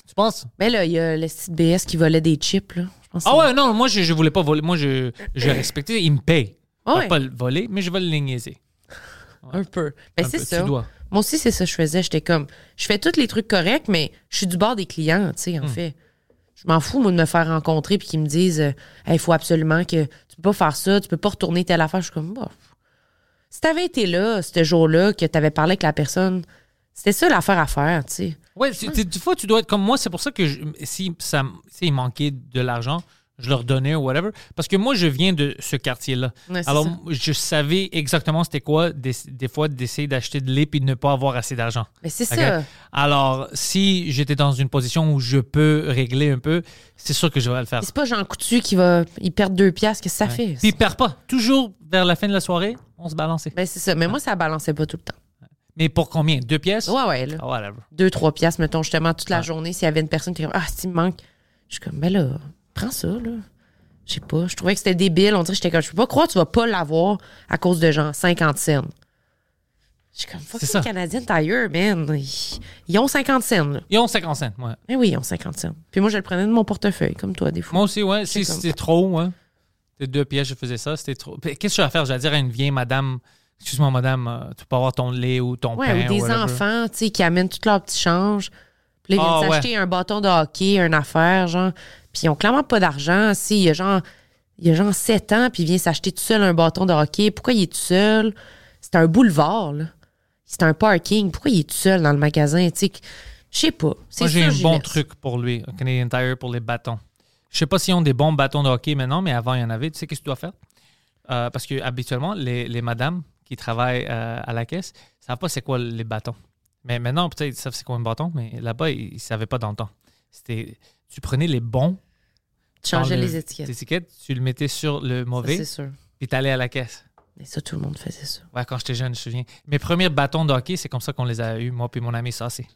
S4: tu penses?
S3: Mais Ben là, il y a le site BS qui volait des chips, là. Je pense que
S4: Ah ouais, non, moi, je, je voulais pas voler. Moi, je, je respectais, il me paye.
S3: Ah
S4: Je vais
S3: ouais.
S4: pas le voler, mais je vais le niaiser.
S3: Un peu. Mais
S4: Un
S3: c'est
S4: peu, tu
S3: ça.
S4: dois.
S3: Moi aussi, c'est ça que je faisais. J'étais comme, je fais tous les trucs corrects, mais je suis du bord des clients, tu sais,
S4: Hmm.
S3: en fait. Je m'en fous, moi, de me faire rencontrer puis qu'ils me disent, il faut absolument que tu peux pas faire ça, tu peux pas retourner telle affaire. Je suis comme, bah. pff. Si t'avais été là, ce jour-là, que t'avais parlé avec la personne, C'était ça l'affaire à faire, tu sais.
S4: Ouais, tu- tu- des fois, tu dois être comme moi. C'est pour ça que je- si ça si il manquait de l'argent, je leur donnais ou whatever. Parce que moi, je viens de ce quartier-là.
S3: Ouais, c'est
S4: Alors,
S3: ça.
S4: m- je savais exactement c'était quoi, des, des fois, d'essayer d'acheter de lait puis de ne pas avoir assez d'argent.
S3: Mais c'est
S4: Ok?
S3: ça.
S4: Alors, si j'étais dans une position où je peux régler un peu, c'est sûr que je vais le faire.
S3: Puis C'est pas Jean Coutu qui va. Il perd deux piastres, qu'est-ce que ça fait?
S4: Ah. Puis, perds pas. Toujours vers la fin de la soirée, on se balançait.
S3: Ben, c'est ça. Mais moi, ça balançait pas tout le temps.
S4: Mais pour combien Deux pièces
S3: Ouais, ouais, là.
S4: Ah, whatever.
S3: Deux, trois piastres, mettons, justement, toute la
S4: Ouais.
S3: journée, s'il y avait une personne qui était comme, ah, s'il me manque. Je suis comme, ben là, prends ça, là. Je sais pas. Je trouvais que c'était débile. On dirait que j'étais comme, je peux pas croire que tu vas pas l'avoir à cause de genre 50 cents. Je suis comme, fuck,
S4: C'est
S3: les
S4: ça.
S3: Canadiens tailleurs, man. Ils, ils ont 50 cents, là.
S4: Et on 50 cents, ouais.
S3: Ben oui, ils ont 50 cents. Puis moi, je le prenais de mon portefeuille, comme toi, des fois.
S4: Moi aussi, ouais. Si
S3: C'est comme-
S4: c'était trop, ouais. C'était deux pièces, je faisais ça. C'était trop. Puis Qu'est-ce que je vais faire? J'allais dire à une vieille madame, excuse-moi, madame, euh, tu peux avoir ton lait ou ton
S3: Ouais,
S4: pain.
S3: ou des
S4: Ben, whatever.
S3: enfants, tu sais, qui amènent tout leur petit change. Puis là, ils
S4: Ah,
S3: viennent
S4: ouais.
S3: s'acheter un bâton de hockey, une affaire, genre. Puis ils ont clairement pas d'argent. Si, il y a genre, il y a genre 7 ans, puis il vient s'acheter tout seul un bâton de hockey. Pourquoi il est tout seul? C'est un boulevard, là. C'est un parking. Pourquoi il est tout seul dans le magasin, tu sais? que- Je sais pas. C'est
S4: Moi, j'ai
S3: ça,
S4: un
S3: j'y
S4: bon
S3: laisse.
S4: truc pour lui, au Canadian Tire, pour les bâtons. Je sais pas s'ils ont des bons bâtons de hockey maintenant, mais avant, il y en avait. Tu sais, qu'est-ce que tu dois faire? Euh, parce que habituellement, les, les madames qui travaillent euh, à la caisse ne savent pas c'est quoi les bâtons. Mais maintenant, peut-être, ils savent c'est quoi un bâton, mais là-bas, ils ne savaient pas dans le temps. C'était, tu prenais les bons.
S3: Tu changeais
S4: dans le-
S3: les étiquettes.
S4: tu le mettais sur le
S3: Ça,
S4: mauvais,
S3: C'est sûr.
S4: puis tu allais à la caisse.
S3: Mais ça, tout le monde faisait ça.
S4: Ouais, quand j'étais jeune, je me souviens. Mes premiers bâtons de hockey, c'est comme ça qu'on les a eus, moi puis mon ami Sassé.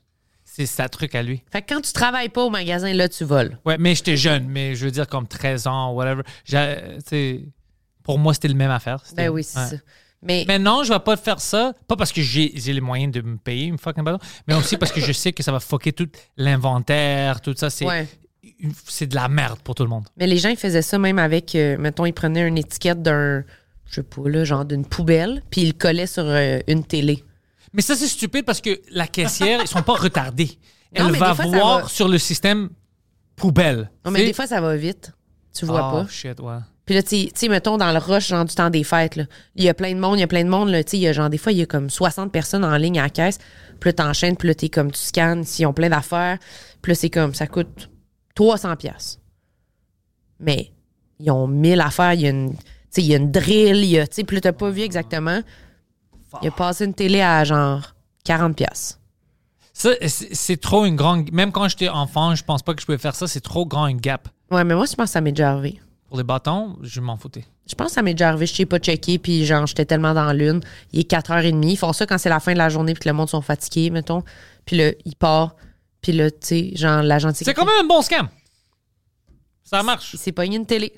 S4: C'est sa truc à lui.
S3: Fait que quand tu travailles pas au magasin, là, tu voles.
S4: Ouais, mais j'étais jeune, mais je veux dire comme 13 ans, whatever. J'a- tu sais, Pour moi, c'était le même affaire. C'était-
S3: Ben oui, c'est
S4: ouais.
S3: ça. Mais
S4: Maintenant, je vais pas faire ça, pas parce que j'ai j'ai les moyens de me payer une fucking ballon, mais aussi parce que je sais que ça va fucker tout l'inventaire, tout ça. C'est
S3: Ouais.
S4: c'est de la merde pour tout le monde.
S3: Mais les gens, ils faisaient ça même avec, euh, mettons, ils prenaient une étiquette d'un, je sais pas, là, genre d'une poubelle, puis ils le collaient sur euh, une télé.
S4: Mais ça, c'est stupide parce que la caissière, ils sont pas retardés.
S3: Non,
S4: Elle
S3: mais
S4: va
S3: des fois, ça
S4: voir
S3: va.
S4: sur le système poubelle.
S3: Non, mais
S4: Tu
S3: des
S4: sais?
S3: fois, ça va vite. Tu vois
S4: Oh,
S3: pas.
S4: shit, ouais.
S3: Puis là, tu sais- tu sais, mettons, dans le rush, genre, du temps des fêtes, là, il y a plein de monde, il y a plein de monde, là, tu sais, il y a genre, des fois, il y a comme 60 personnes en ligne à la caisse, puis là, t'enchaînes, puis là, t'es comme, tu scannes, s'ils ont plein d'affaires, puis là, c'est comme, ça coûte 300 pièces. Mais ils ont 1000 affaires, il y a une, tu sais, il y a une drill, il y a, tu sais, puis là, t'as pas vu exactement. Il a passé une télé à genre 40 pièces.
S4: Ça, c'est c'est trop une grande. Même quand j'étais enfant, je pense pas que je pouvais faire ça. C'est trop grand une gap.
S3: Ouais, mais moi, je pense que ça m'est déjà arrivé.
S4: Pour les bâtons, je m'en foutais.
S3: Je pense que ça m'est déjà arrivé, je sais pas checké, puis genre, j'étais tellement dans l'une. Il est 4h30. Ils font ça quand c'est la fin de la journée, puis que le monde sont fatigués, mettons. Puis là, il part. Puis là, tu sais, genre, l'agent de
S4: C'est
S3: sécurité,
S4: quand même un bon scam. Ça marche.
S3: Il s'est pogné une télé.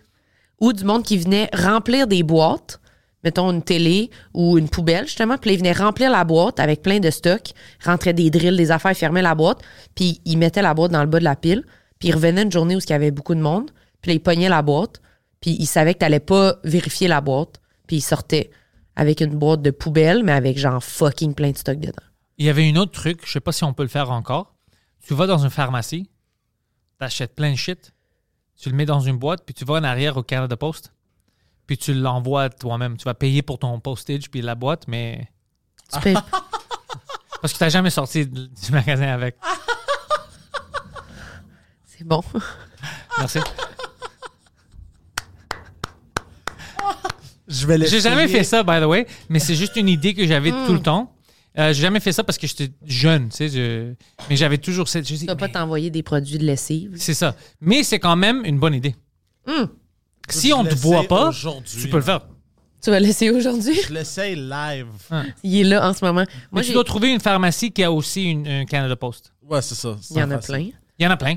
S3: Ou du monde qui venait remplir des boîtes, mettons une télé ou une poubelle, justement. Puis là, ils venaient remplir la boîte avec plein de stocks, rentraient des drills, des affaires, fermaient la boîte. Puis ils mettaient la boîte dans le bas de la pile. Puis ils revenaient une journée où il y avait beaucoup de monde. Puis là, ils pognaient la boîte. Puis ils savaient que t'allais pas vérifier la boîte. Puis ils sortaient avec une boîte de poubelle, mais avec genre fucking plein de stocks dedans.
S4: Il y avait une autre truc, je sais pas si on peut le faire encore. Tu vas dans une pharmacie, t'achètes plein de shit, tu le mets dans une boîte, puis tu vas en arrière au Canada Post, puis tu l'envoies toi-même. Tu vas payer pour ton postage puis la boîte, mais
S3: Tu payes-
S4: parce que t'as jamais sorti de- du magasin avec.
S3: C'est bon.
S4: Merci.
S5: Je vais
S4: J'ai jamais fait ça, by the way, mais c'est juste une idée que j'avais tout
S3: Hmm.
S4: le temps. Euh, j'ai jamais fait ça parce que j'étais jeune, tu sais. je- Mais j'avais toujours cette. je dis,
S3: Tu vas pas
S4: mais-
S3: t'envoyer des produits de lessive.
S4: C'est ça. Mais c'est quand même une bonne idée.
S3: Hmm.
S4: Si on te voit pas, tu peux le faire.
S3: Tu vas laisser aujourd'hui.
S5: Je l'essaye live.
S3: Il est là en ce moment.
S4: Mais
S3: Moi,
S4: tu
S3: j'ai-
S4: dois trouver une pharmacie qui a aussi une, un Canada Post.
S5: Ouais, c'est ça. c'est
S3: il y en a
S5: facile.
S3: plein.
S4: Il y en a plein.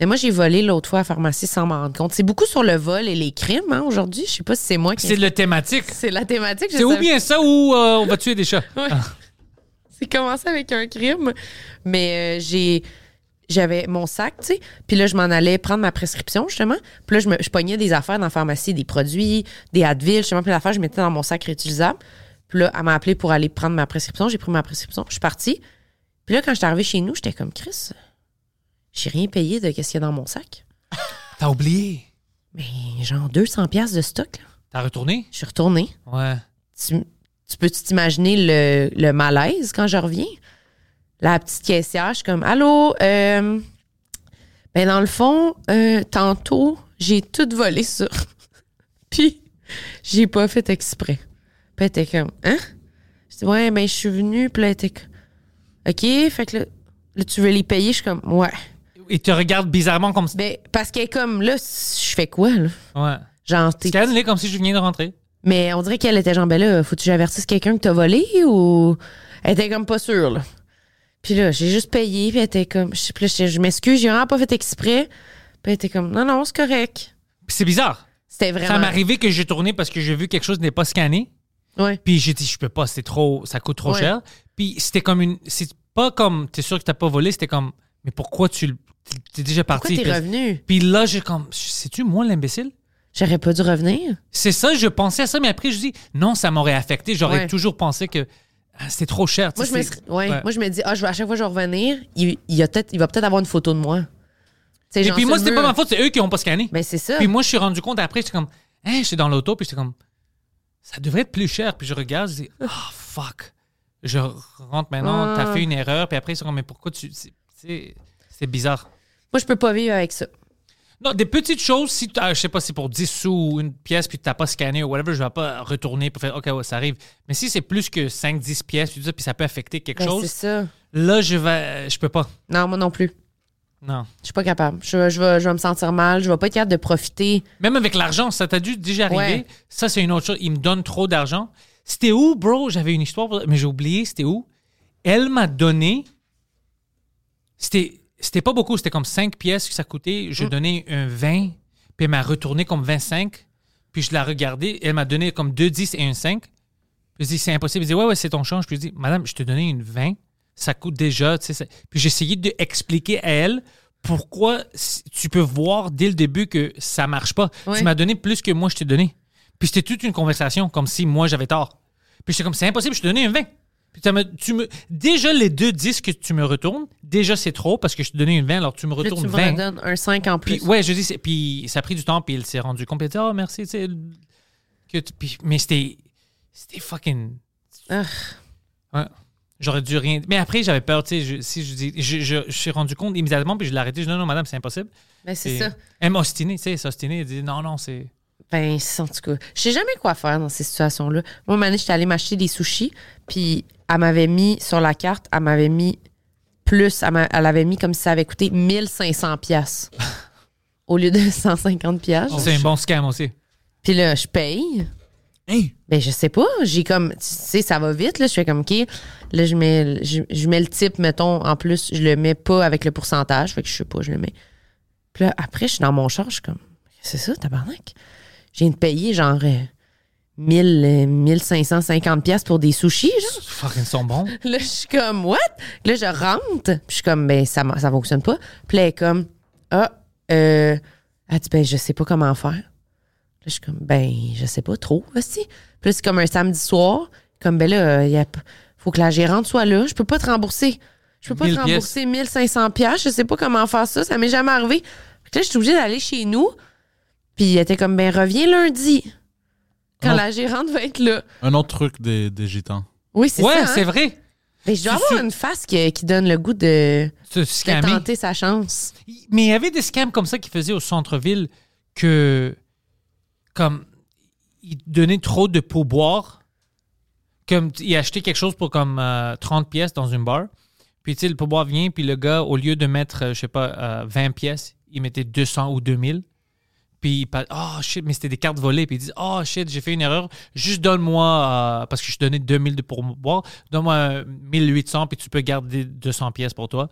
S3: Mais moi, j'ai volé l'autre fois à la pharmacie sans m'en rendre compte. C'est beaucoup sur le vol et les crimes hein, aujourd'hui. Je sais pas si c'est moi qui.
S4: C'est le thématique.
S3: C'est la thématique. je
S4: C'est ou
S3: savais-
S4: bien ça ou euh, on va tuer des chats.
S3: Ouais. C'est commencé avec un crime. Mais euh, j'ai. J'avais mon sac, tu sais. Puis là, je m'en allais prendre ma prescription, justement. Puis là, je, me, je pognais des affaires dans la pharmacie, des produits, des Advil, justement. Puis l'affaire, je mettais dans mon sac réutilisable. Puis là, elle m'a appelé pour aller prendre ma prescription. J'ai pris ma prescription. Je suis partie. Puis là, quand je suis arrivée chez nous, j'étais comme Chris. J'ai rien payé de qu'est-ce qu'il y a dans mon sac.
S4: T'as oublié.
S3: Mais genre 200 pièces de stock, là.
S4: T'as retourné?
S3: Je suis retournée.
S4: Ouais.
S3: Tu, tu peux-tu t'imaginer le, le malaise quand je reviens? la petite caissière, je suis comme Allô, euh, ben dans le fond, euh, tantôt, j'ai tout volé sur. Puis, j'ai pas fait exprès. Puis, elle était comme Hein? Je dis Ouais, ben, je suis venue. Puis, là, elle était comme OK, fait que là, là, tu veux les payer? Je suis comme Ouais.
S4: Il te regarde bizarrement comme ça.
S3: Ben, parce qu'elle est comme Là, je fais quoi, là?
S4: Ouais.
S3: Genre, t'es.
S4: Scanne-les comme si je venais de rentrer.
S3: Mais on dirait qu'elle était genre, ben là, faut-tu que j'avertisse quelqu'un que t'as volé ou. Elle était comme pas sûre, là. Puis là, j'ai juste payé, puis elle était comme. Je, puis là, j'étais, je m'excuse, j'ai vraiment pas fait exprès. Puis elle était comme, non, non, c'est correct.
S4: Puis c'est bizarre.
S3: C'était vraiment.
S4: Ça m'est arrivé que j'ai tourné parce que j'ai vu quelque chose n'est pas scanné.
S3: Ouais.
S4: Puis j'ai dit, je peux pas, c'est trop, ça coûte trop
S3: Ouais.
S4: cher. Puis c'était comme une. C'est pas comme, t'es sûr que t'as pas volé, c'était comme, mais pourquoi tu le- t'es- T'es déjà
S3: Pourquoi
S4: parti.
S3: t'es
S4: Puis-
S3: revenu?
S4: Puis là, j'ai comme, c'est-tu moi l'imbécile?
S3: J'aurais pas dû revenir.
S4: C'est ça, je pensais à ça, mais après, je dis, non, ça m'aurait affecté. J'aurais
S3: Ouais.
S4: toujours pensé que ah, c'était trop cher. tu
S3: Moi,
S4: sais,
S3: je me,
S4: c'est-
S3: serais- ouais.
S4: Ouais.
S3: moi, je me dis, ah, je vais, à chaque fois que je vais revenir, il, il, y a peut-être, il va peut-être avoir une photo de moi. Tu sais,
S4: Et
S3: genre
S4: puis
S3: sur
S4: moi,
S3: le
S4: c'était pas
S3: mur.
S4: ma faute, c'est eux qui ont pas scanné.
S3: Ben, c'est ça.
S4: Puis moi, je suis rendu compte après, j'étais comme, hein, j'étais dans l'auto, puis j'étais comme, ça devrait être plus cher. Puis je regarde, je dis, ah, fuck. Je rentre
S3: Ah.
S4: maintenant, t'as fait une erreur. Puis après, ils sont comme, mais pourquoi tu. c'est- C'est c'est bizarre.
S3: Moi, je peux pas vivre avec ça.
S4: Non, des petites choses, si tu- ah, je sais pas, c'est pour 10 sous ou une pièce, puis t'as pas scanné ou whatever, je vais pas retourner pour faire, OK, ouais, ça arrive. Mais si c'est plus que 5-10 pièces, puis tout ça, puis ça peut affecter quelque
S3: Ben, c'est
S4: chose,
S3: ça.
S4: là, je vais. Je peux pas.
S3: Non, moi non plus.
S4: Non.
S3: Je suis pas capable. Je, je, vais, je vais me sentir mal. Je vais pas être capable de profiter.
S4: Même avec l'argent, ça t'a dû déjà arriver.
S3: Ouais.
S4: Ça, c'est une autre chose. Il me donne trop d'argent. C'était où, bro? J'avais une histoire, mais j'ai oublié, c'était où? Elle m'a donné. C'était c'était pas beaucoup, c'était comme 5 pièces que ça coûtait. Je donnais un 20, puis elle m'a retourné comme 25. Puis je la regardais, elle m'a donné comme 2 10 et un 5. Puis je dis, c'est impossible. Elle dit, ouais, ouais, c'est ton change. Puis je dis, madame, je te donnais une 20, ça coûte déjà. tu sais, ça- Puis j'essayais d'expliquer à elle pourquoi si- tu peux voir dès le début que ça marche pas.
S3: Ouais.
S4: Tu m'as donné plus que moi, je t'ai donné. Puis c'était toute une conversation, comme si moi j'avais tort. Puis j'étais comme, c'est impossible, je te donnais un 20. Puis t'as me- tu me, déjà, les deux 10 que tu me retournes, déjà c'est trop parce que je te donnais une 20, alors tu me
S3: Là,
S4: retournes
S3: tu me
S4: 20.
S3: redonnes un 5 en plus.
S4: Puis, ouais, je dis, c'est- puis ça a pris du temps, puis il s'est rendu compte. puis Il a dit, oh, merci, tu sais. le- que tu- puis- mais c'était. C'était fucking.
S3: Ugh.
S4: Ouais. J'aurais dû rien. Mais après, j'avais peur, tu sais. je- Si je dis. Je, je, je suis rendu compte immédiatement, puis je l'ai arrêté. Je dis, non, non, madame, c'est impossible.
S3: Ben, c'est
S4: Et
S3: ça.
S4: Elle m'a ostiné, tu sais. Elle s'est ostinée. Elle dit, non, non, c'est.
S3: Ben, c'est- en tout cas, je sais jamais quoi faire dans ces situations-là. Moi, Mané, j'étais allée m'acheter des sushis, puis elle m'avait mis sur la carte, elle m'avait mis plus, elle, m'a- elle avait mis comme si ça avait coûté 1500 pièces au lieu de 150 pièces.
S4: c'est un bon scam aussi.
S3: Puis là, je paye.
S5: Hein?
S3: Ben, je sais pas, j'ai comme, tu sais, ça va vite, là, je fais comme, OK, là, je mets, le- je, je mets le type, mettons, en plus, je le mets pas avec le pourcentage, fait que je sais pas, je le mets. Puis là, après, je suis dans mon char, je suis comme, c'est ça, tabarnak? Je viens de payer, genre, euh, 1000, euh, 1550 pièces pour des sushis, genre.
S4: Fucking sont bons.
S3: Là, je suis comme, what? Là, je rentre. Puis je suis comme, ben, ça, mar- ça fonctionne pas. Puis là, elle est comme, ah, euh, elle dit, ben, je sais pas comment faire. Là, je suis comme, ben, je sais pas trop aussi. Puis là, c'est comme un samedi soir. Comme, ben là, euh, y a p- faut que la gérante soit là. Je peux pas te rembourser. Je peux pas
S4: 1000
S3: te rembourser 1500 pièces. Je sais pas comment faire ça. Ça m'est jamais arrivé. Fait que là, je suis obligée d'aller chez nous. Puis elle était comme, ben, reviens lundi. Quand
S4: Ah.
S5: Non.
S3: la gérante va être là.
S5: Un autre truc des, des gitans.
S3: Oui, c'est
S4: ouais,
S3: ça. hein?
S4: c'est vrai.
S3: Mais je dois
S4: Tu-
S3: avoir
S4: tu-
S3: une face que- qui donne le goût de,
S4: Ce
S3: de
S4: scammer.
S3: tenter sa chance.
S4: Mais il y avait des scams comme ça qu'ils faisaient au centre-ville que, comme, ils donnaient trop de pourboire. Comme, t- ils achetaient quelque chose pour comme euh, 30 pièces dans une bar. Puis, tu sais, le pourboire vient, puis le gars, au lieu de mettre, euh, je sais pas, euh, 20 pièces, il mettait 200 ou 2000. Puis, il parle, oh shit, mais c'était des cartes volées. Puis, ils disent, oh shit, j'ai fait une erreur. Juste donne-moi, euh, parce que je donnais 2000 de pourboire, donne-moi euh, 1800, puis tu peux garder 200 pièces pour toi.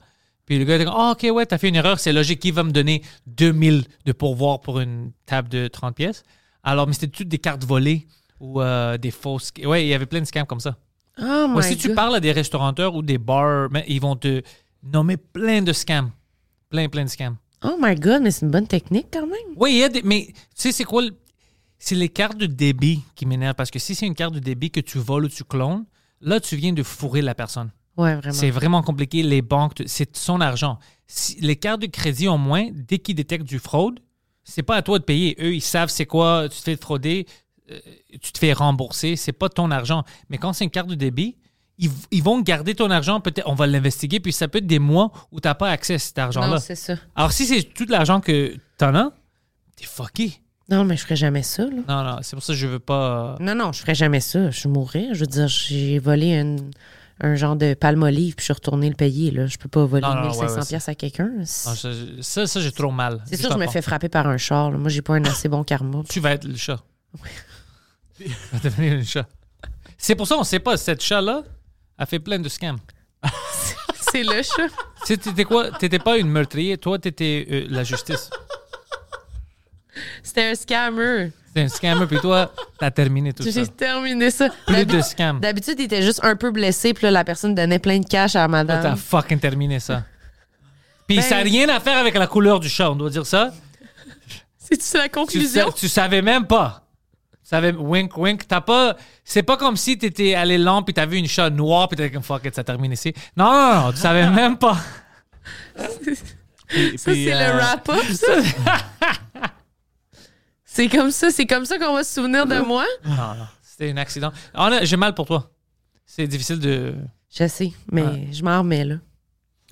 S4: Puis le gars était comme, Ah, OK, ouais, t'as fait une erreur, c'est logique, il va me donner 2000 de pourvoir pour une table de 30 pièces. Alors, mais c'était toutes des cartes volées ou euh, des fausses. Ouais, il y avait plein de scams comme ça.
S3: Oh my
S4: Ouais, si tu
S3: God.
S4: parles à des restaurateurs ou des bars, mais ils vont te nommer plein de scams. Plein, plein de scams.
S3: Oh my God, mais c'est une bonne technique quand même.
S4: Oui, il y a des. Mais tu sais, c'est quoi? le- C'est les cartes de débit qui m'énervent parce que si c'est une carte de débit que tu voles ou tu clones, là, tu viens de fourrer la personne.
S3: Ouais, vraiment.
S4: C'est vraiment compliqué. Les banques, t- c'est son argent. Si- les cartes de crédit, au moins, dès qu'ils détectent du fraude, c'est pas à toi de payer. Eux, ils savent c'est quoi. Tu te fais frauder, euh, tu te fais rembourser. C'est pas ton argent. Mais quand c'est une carte de débit, ils, ils vont garder ton argent, peut-être on va l'investiguer, puis ça peut être des mois où tu n'as pas accès à cet
S3: Non,
S4: argent-là.
S3: c'est ça.
S4: Alors si c'est tout l'argent que tu en as, t'es fucké.
S3: Non, mais je ferais jamais ça, là.
S4: Non, non, c'est pour ça que je veux pas.
S3: Non, non, je ferais jamais ça. Je mourrais. Je veux dire, j'ai volé une- un genre de palmolive puis je suis retourné le payer. Là. Je peux pas voler
S4: Non, non,
S3: 1500
S4: ouais, Ah, ouais,
S3: pièces à quelqu'un. C'est
S4: Non, ça, je- ça, ça, j'ai trop mal.
S3: c'est
S4: Juste
S3: sûr, je me
S4: avant.
S3: fais frapper par un char. là. Moi, j'ai pas un assez bon karma.
S4: Tu vas être le chat. Tu vas devenir le chat. C'est pour ça qu'on sait pas. Cette chat-là a fait plein de scams.
S3: c'est le chat.
S4: Tu sais, T'étais quoi? T'étais pas une meurtrier, toi, t'étais euh, la justice.
S3: C'était un scammer.
S4: T'es un scammer, puis toi, t'as terminé tout ça.
S3: J'ai terminé ça.
S4: Plus de
S3: D'habi-
S4: scams. Toi,
S3: D'habitude, il était juste un peu blessé, puis là, la personne donnait plein de cash à
S4: t'as
S3: madame.
S4: fucking terminé ça. Puis
S3: Ben-
S4: ça n'a rien à faire avec la couleur du chat, on doit dire ça.
S3: C'est-tu la
S4: Tu,
S3: conclusion?
S4: sa- tu savais même pas. Tu savais, wink, wink, t'as pas... C'est pas comme si t'étais allé lent, puis t'as vu une chat noire, puis t'as dit, fuck it, ça termine ici. Non, non, non, tu savais même pas.
S5: Puis-
S3: Ça,
S5: puis,
S3: c'est
S5: euh,
S3: le wrap-up, ça. c'est comme ça, c'est comme ça qu'on va se souvenir de moi.
S4: Non, non, c'était un accident. On a- J'ai mal pour toi. C'est difficile de...
S3: Je sais, mais je m'en remets, là.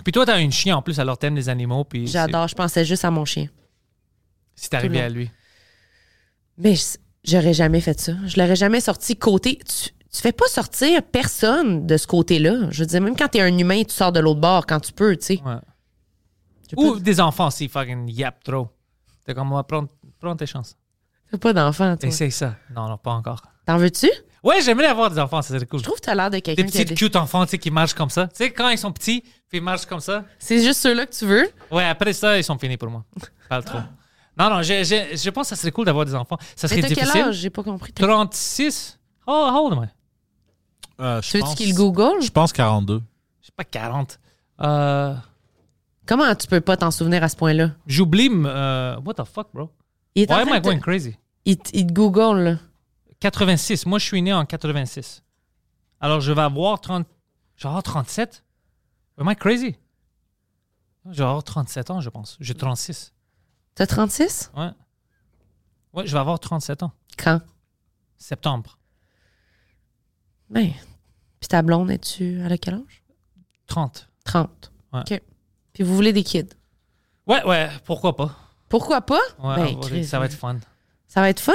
S4: Puis toi, t'as une chien en plus, alors t'aimes les animaux, puis... c'est-
S3: J'adore, je pensais juste à mon chien.
S4: Si t'es arrivé
S3: Tout le
S4: à lui.
S3: Mais je- j'aurais jamais fait ça. Je l'aurais jamais sorti côté. Tu, tu fais pas sortir personne de ce côté-là. Je veux dire, même quand t'es un humain, tu sors de l'autre bord quand tu peux, tu sais.
S4: Ouais.
S3: J'ai pas-
S4: Ou des enfants s'ils fucking yap trop. T'es comme, on va prendre, prendre tes chances.
S3: T'as pas d'enfant, toi.
S4: Essaye ça. Non, non, pas encore.
S3: T'en veux-tu? Je
S4: Ouais, j'aimerais avoir des enfants, ça serait cool.
S3: trouve que t'as l'air de
S4: Des
S3: quelqu'un qui a
S4: petites
S3: des...
S4: cute enfants, tu sais, qui marchent comme ça. Tu sais, quand ils sont petits, puis ils marchent comme ça.
S3: C'est juste ceux-là que tu veux?
S4: Ouais, après ça, ils sont finis pour moi. Pas trop. Non, non, je, je, je pense que ça serait cool d'avoir des enfants. Ça
S3: Mais
S4: serait
S3: t'as quel
S4: difficile.
S3: âge? J'ai pas compris. T'as-
S4: 36? Oh, how old am I?
S5: euh, je
S3: Tu veux-tu
S5: pense-
S3: qu'il google?
S5: Je pense 42.
S4: J'ai pas 40. Euh,
S3: Comment tu peux pas t'en souvenir à ce point-là?
S4: J'oublie. m- euh, what the fuck, bro?
S3: Il est en
S4: Why am
S3: train
S4: I
S3: de te-
S4: going crazy?
S3: Il te il te google, là.
S4: 86. Moi, je suis né en 86. Alors, je vais avoir 30... Je vais avoir 37? Am I crazy? Je vais avoir 37 ans, je pense. J'ai 36.
S3: T'as 36?
S4: Ouais. Ouais, je vais avoir 37 ans.
S3: Quand?
S4: Septembre.
S3: Ben. Puis ta blonde, es-tu... Elle a quel âge?
S4: 30.
S3: 30.
S4: Ouais.
S3: OK. Puis vous voulez des kids?
S4: Ouais, ouais, pourquoi pas?
S3: Pourquoi pas?
S4: Ouais,
S3: Ben,
S4: on va-
S3: Chris,
S4: ça va être fun.
S3: Ça va être fun?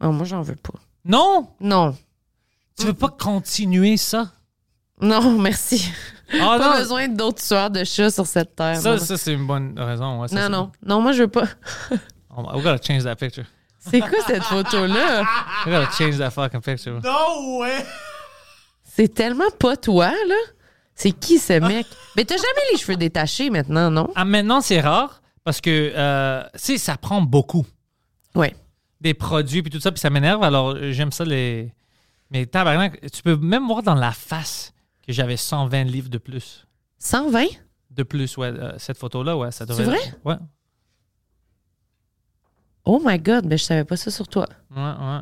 S3: Oh, moi, j'en veux pas.
S4: Non!
S3: Non.
S4: Tu veux pas continuer ça?
S3: Non, merci.
S4: Ah
S3: pas
S4: non!
S3: besoin d'autres tueurs de chats sur cette terre.
S4: Ça,
S3: non,
S4: ça c'est une bonne raison. ouais, ça,
S3: non,
S4: c'est-
S3: non. Non, moi, je veux pas.
S4: Oh my- we gotta change that picture.
S3: C'est quoi cette photo-là?
S4: We
S3: Ah!
S4: gotta change that fucking picture.
S3: C'est tellement pas toi, là. C'est qui ce mec? Mais t'as jamais les cheveux détachés maintenant, non?
S4: Ah, maintenant, c'est rare parce que, euh, tu sais, ça prend beaucoup.
S3: Ouais.
S4: des produits puis tout ça, puis ça m'énerve. Alors, euh, j'aime ça les. Mais tabarnak, tu peux même voir dans la face que j'avais 120 livres de plus.
S3: 120?
S4: De plus, ouais, euh, cette photo-là, ouais, ça
S3: C'est
S4: devrait. être- Ouais,
S3: Oh my god, mais je savais pas ça sur toi.
S4: ouais, ouais.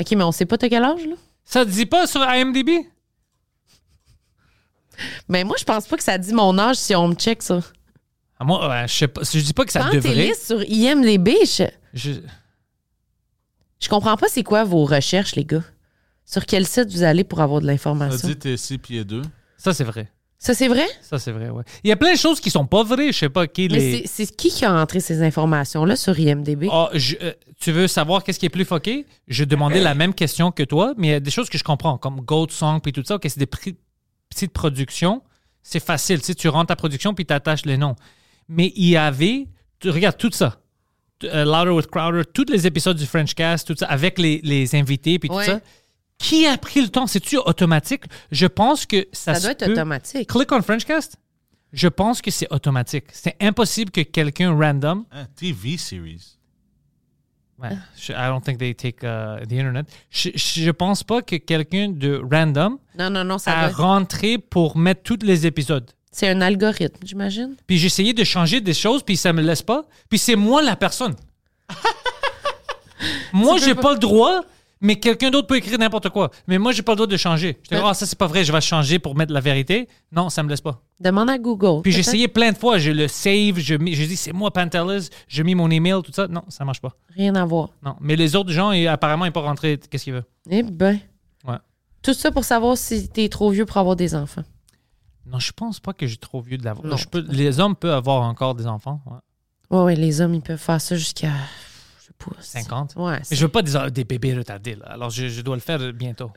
S3: Ok, mais on sait pas t'as quel âge, là?
S4: Ça te dit pas sur IMDb?
S3: Mais Ben, moi, je pense pas que ça dit mon âge si on me check ça.
S4: Ah, moi, ouais, je sais pas. Je dis pas que ça
S3: Quand t'es
S4: devrait.
S3: liste sur IMDB, je,
S4: Je...
S3: je comprends pas c'est quoi vos recherches, les gars. Sur quel site vous allez pour avoir de
S5: Ça
S3: l'information?
S5: dit t'es 6 pieds 2.
S4: Ça, c'est vrai.
S3: Ça, c'est vrai?
S4: Ça, c'est vrai, ouais. Il y a plein de choses qui sont pas vraies. Je sais pas qui
S3: Mais
S4: les.
S3: c'est- c'est qui qui a rentré ces informations-là sur IMDB?
S4: Ah, je- euh, tu veux savoir qu'est-ce qui est plus foqué? Je demandais la même question que toi, mais il y a des choses que je comprends, comme Gold Song puis tout ça, que c'est des pri- petites productions. C'est facile. Tu, sais, tu rentres ta production puis tu attaches les noms. Mais il y avait, tu regardes tout ça. T- euh, Louder with Crowder, tous les épisodes du French Cast, tout ça, avec les, les invités puis
S3: Ouais.
S4: tout ça. Qui a pris le temps? C'est-tu automatique? Je pense que ça,
S3: Ça,
S4: se
S3: doit être
S4: peut-
S3: automatique.
S4: Click on Frenchcast. Je pense que c'est automatique. C'est impossible que quelqu'un random
S5: Hein, TV series.
S3: Ah.
S4: Ouais. Je- I don't think they take uh, the internet. Je, je je pense pas que quelqu'un de random
S3: Non, non, non, ça
S4: a
S3: doit être-
S4: rentré pour mettre tous les épisodes.
S3: C'est un algorithme, j'imagine.
S4: Puis j'ai essayé de changer des choses, puis ça me laisse pas. Puis c'est moi la personne. moi, j'ai pas le droit, mais quelqu'un d'autre peut écrire n'importe quoi. Mais moi, j'ai pas le droit de changer. Je
S3: Mais-
S4: dis, ah, ça, c'est pas vrai, je vais changer pour mettre la vérité. Non, ça me laisse pas.
S3: Demande à Google.
S4: Puis j'ai
S3: peut-être.
S4: essayé plein de fois. Je le save, je, mets- je dis, c'est moi, Pantelis, je mets mon email, tout ça. Non, ça marche pas.
S3: Rien à voir.
S4: Non. Mais les autres gens, ils- apparemment, ils peuvent rentrer. Qu'est-ce qu'ils veulent?
S3: Eh ben.
S4: Ouais.
S3: Tout ça pour savoir si t'es trop vieux pour avoir des enfants.
S4: Non, je pense pas que j'ai trop vieux de
S3: Non.
S4: l'avoir. Je peux- Les hommes peuvent avoir encore des enfants. ouais.
S3: Ouais, ouais, les hommes, ils peuvent faire ça jusqu'à. Je sais pas. c'est-
S4: 50.
S3: Ouais.
S4: Mais je veux pas des, des bébés retardés, là. Alors, je, je dois le faire bientôt.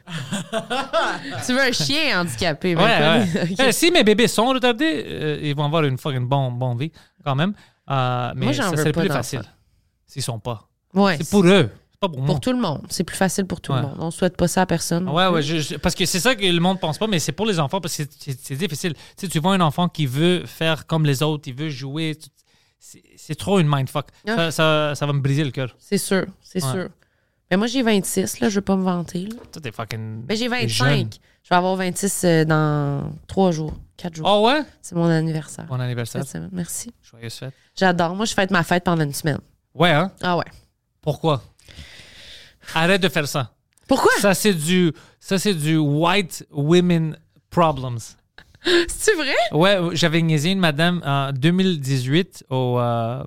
S3: Ah, Tu veux un chien handicapé,
S4: Ouais,
S3: mais pas-
S4: ouais.
S3: ben, Ok.
S4: Eh, si mes bébés sont retardés, euh, ils vont avoir une fucking bonne bonne vie, quand même. Euh, mais
S3: Moi, j'en
S4: ça
S3: veux
S4: serait
S3: pas
S4: plus
S3: d'enfants.
S4: facile s'ils sont pas.
S3: Ouais,
S4: C'est pour eux, c'est pas pour,
S3: pour
S4: moi.
S3: tout le monde. C'est plus facile pour tout
S4: Ouais.
S3: le monde. On souhaite pas ça à personne.
S4: Ouais, ouais, je- je- parce que c'est ça que le monde pense pas, mais c'est pour les enfants, parce que c'est- c'est c'est difficile. Tu sais, tu vois un enfant qui veut faire comme les autres, il veut jouer, tu- c'est c'est trop une mindfuck.
S3: Ah.
S4: Ça, ça, ça va me briser le cœur.
S3: C'est sûr, c'est
S4: Ouais.
S3: sûr. Mais moi, j'ai 26, là, je veux pas me vanter. là.
S4: Toi, t'es fucking.
S3: Mais Ben, j'ai
S4: t'es jeune.
S3: 25. Je vais avoir 26 euh, dans 3 jours, 4 jours.
S4: Ah ouais?
S3: C'est mon anniversaire.
S4: Bon anniversaire.
S3: Cette semaine. Merci.
S4: Joyeuse fête.
S3: J'adore. Moi, je fête ma fête pendant une semaine.
S4: Ouais, hein?
S3: Ah ouais.
S4: Pourquoi? Arrête de faire ça.
S3: Pourquoi?
S4: Ça, c'est du, ça, c'est du white women problems.
S3: C'est vrai?
S4: Ouais, j'avais niaisé une madame en 2018 au, euh,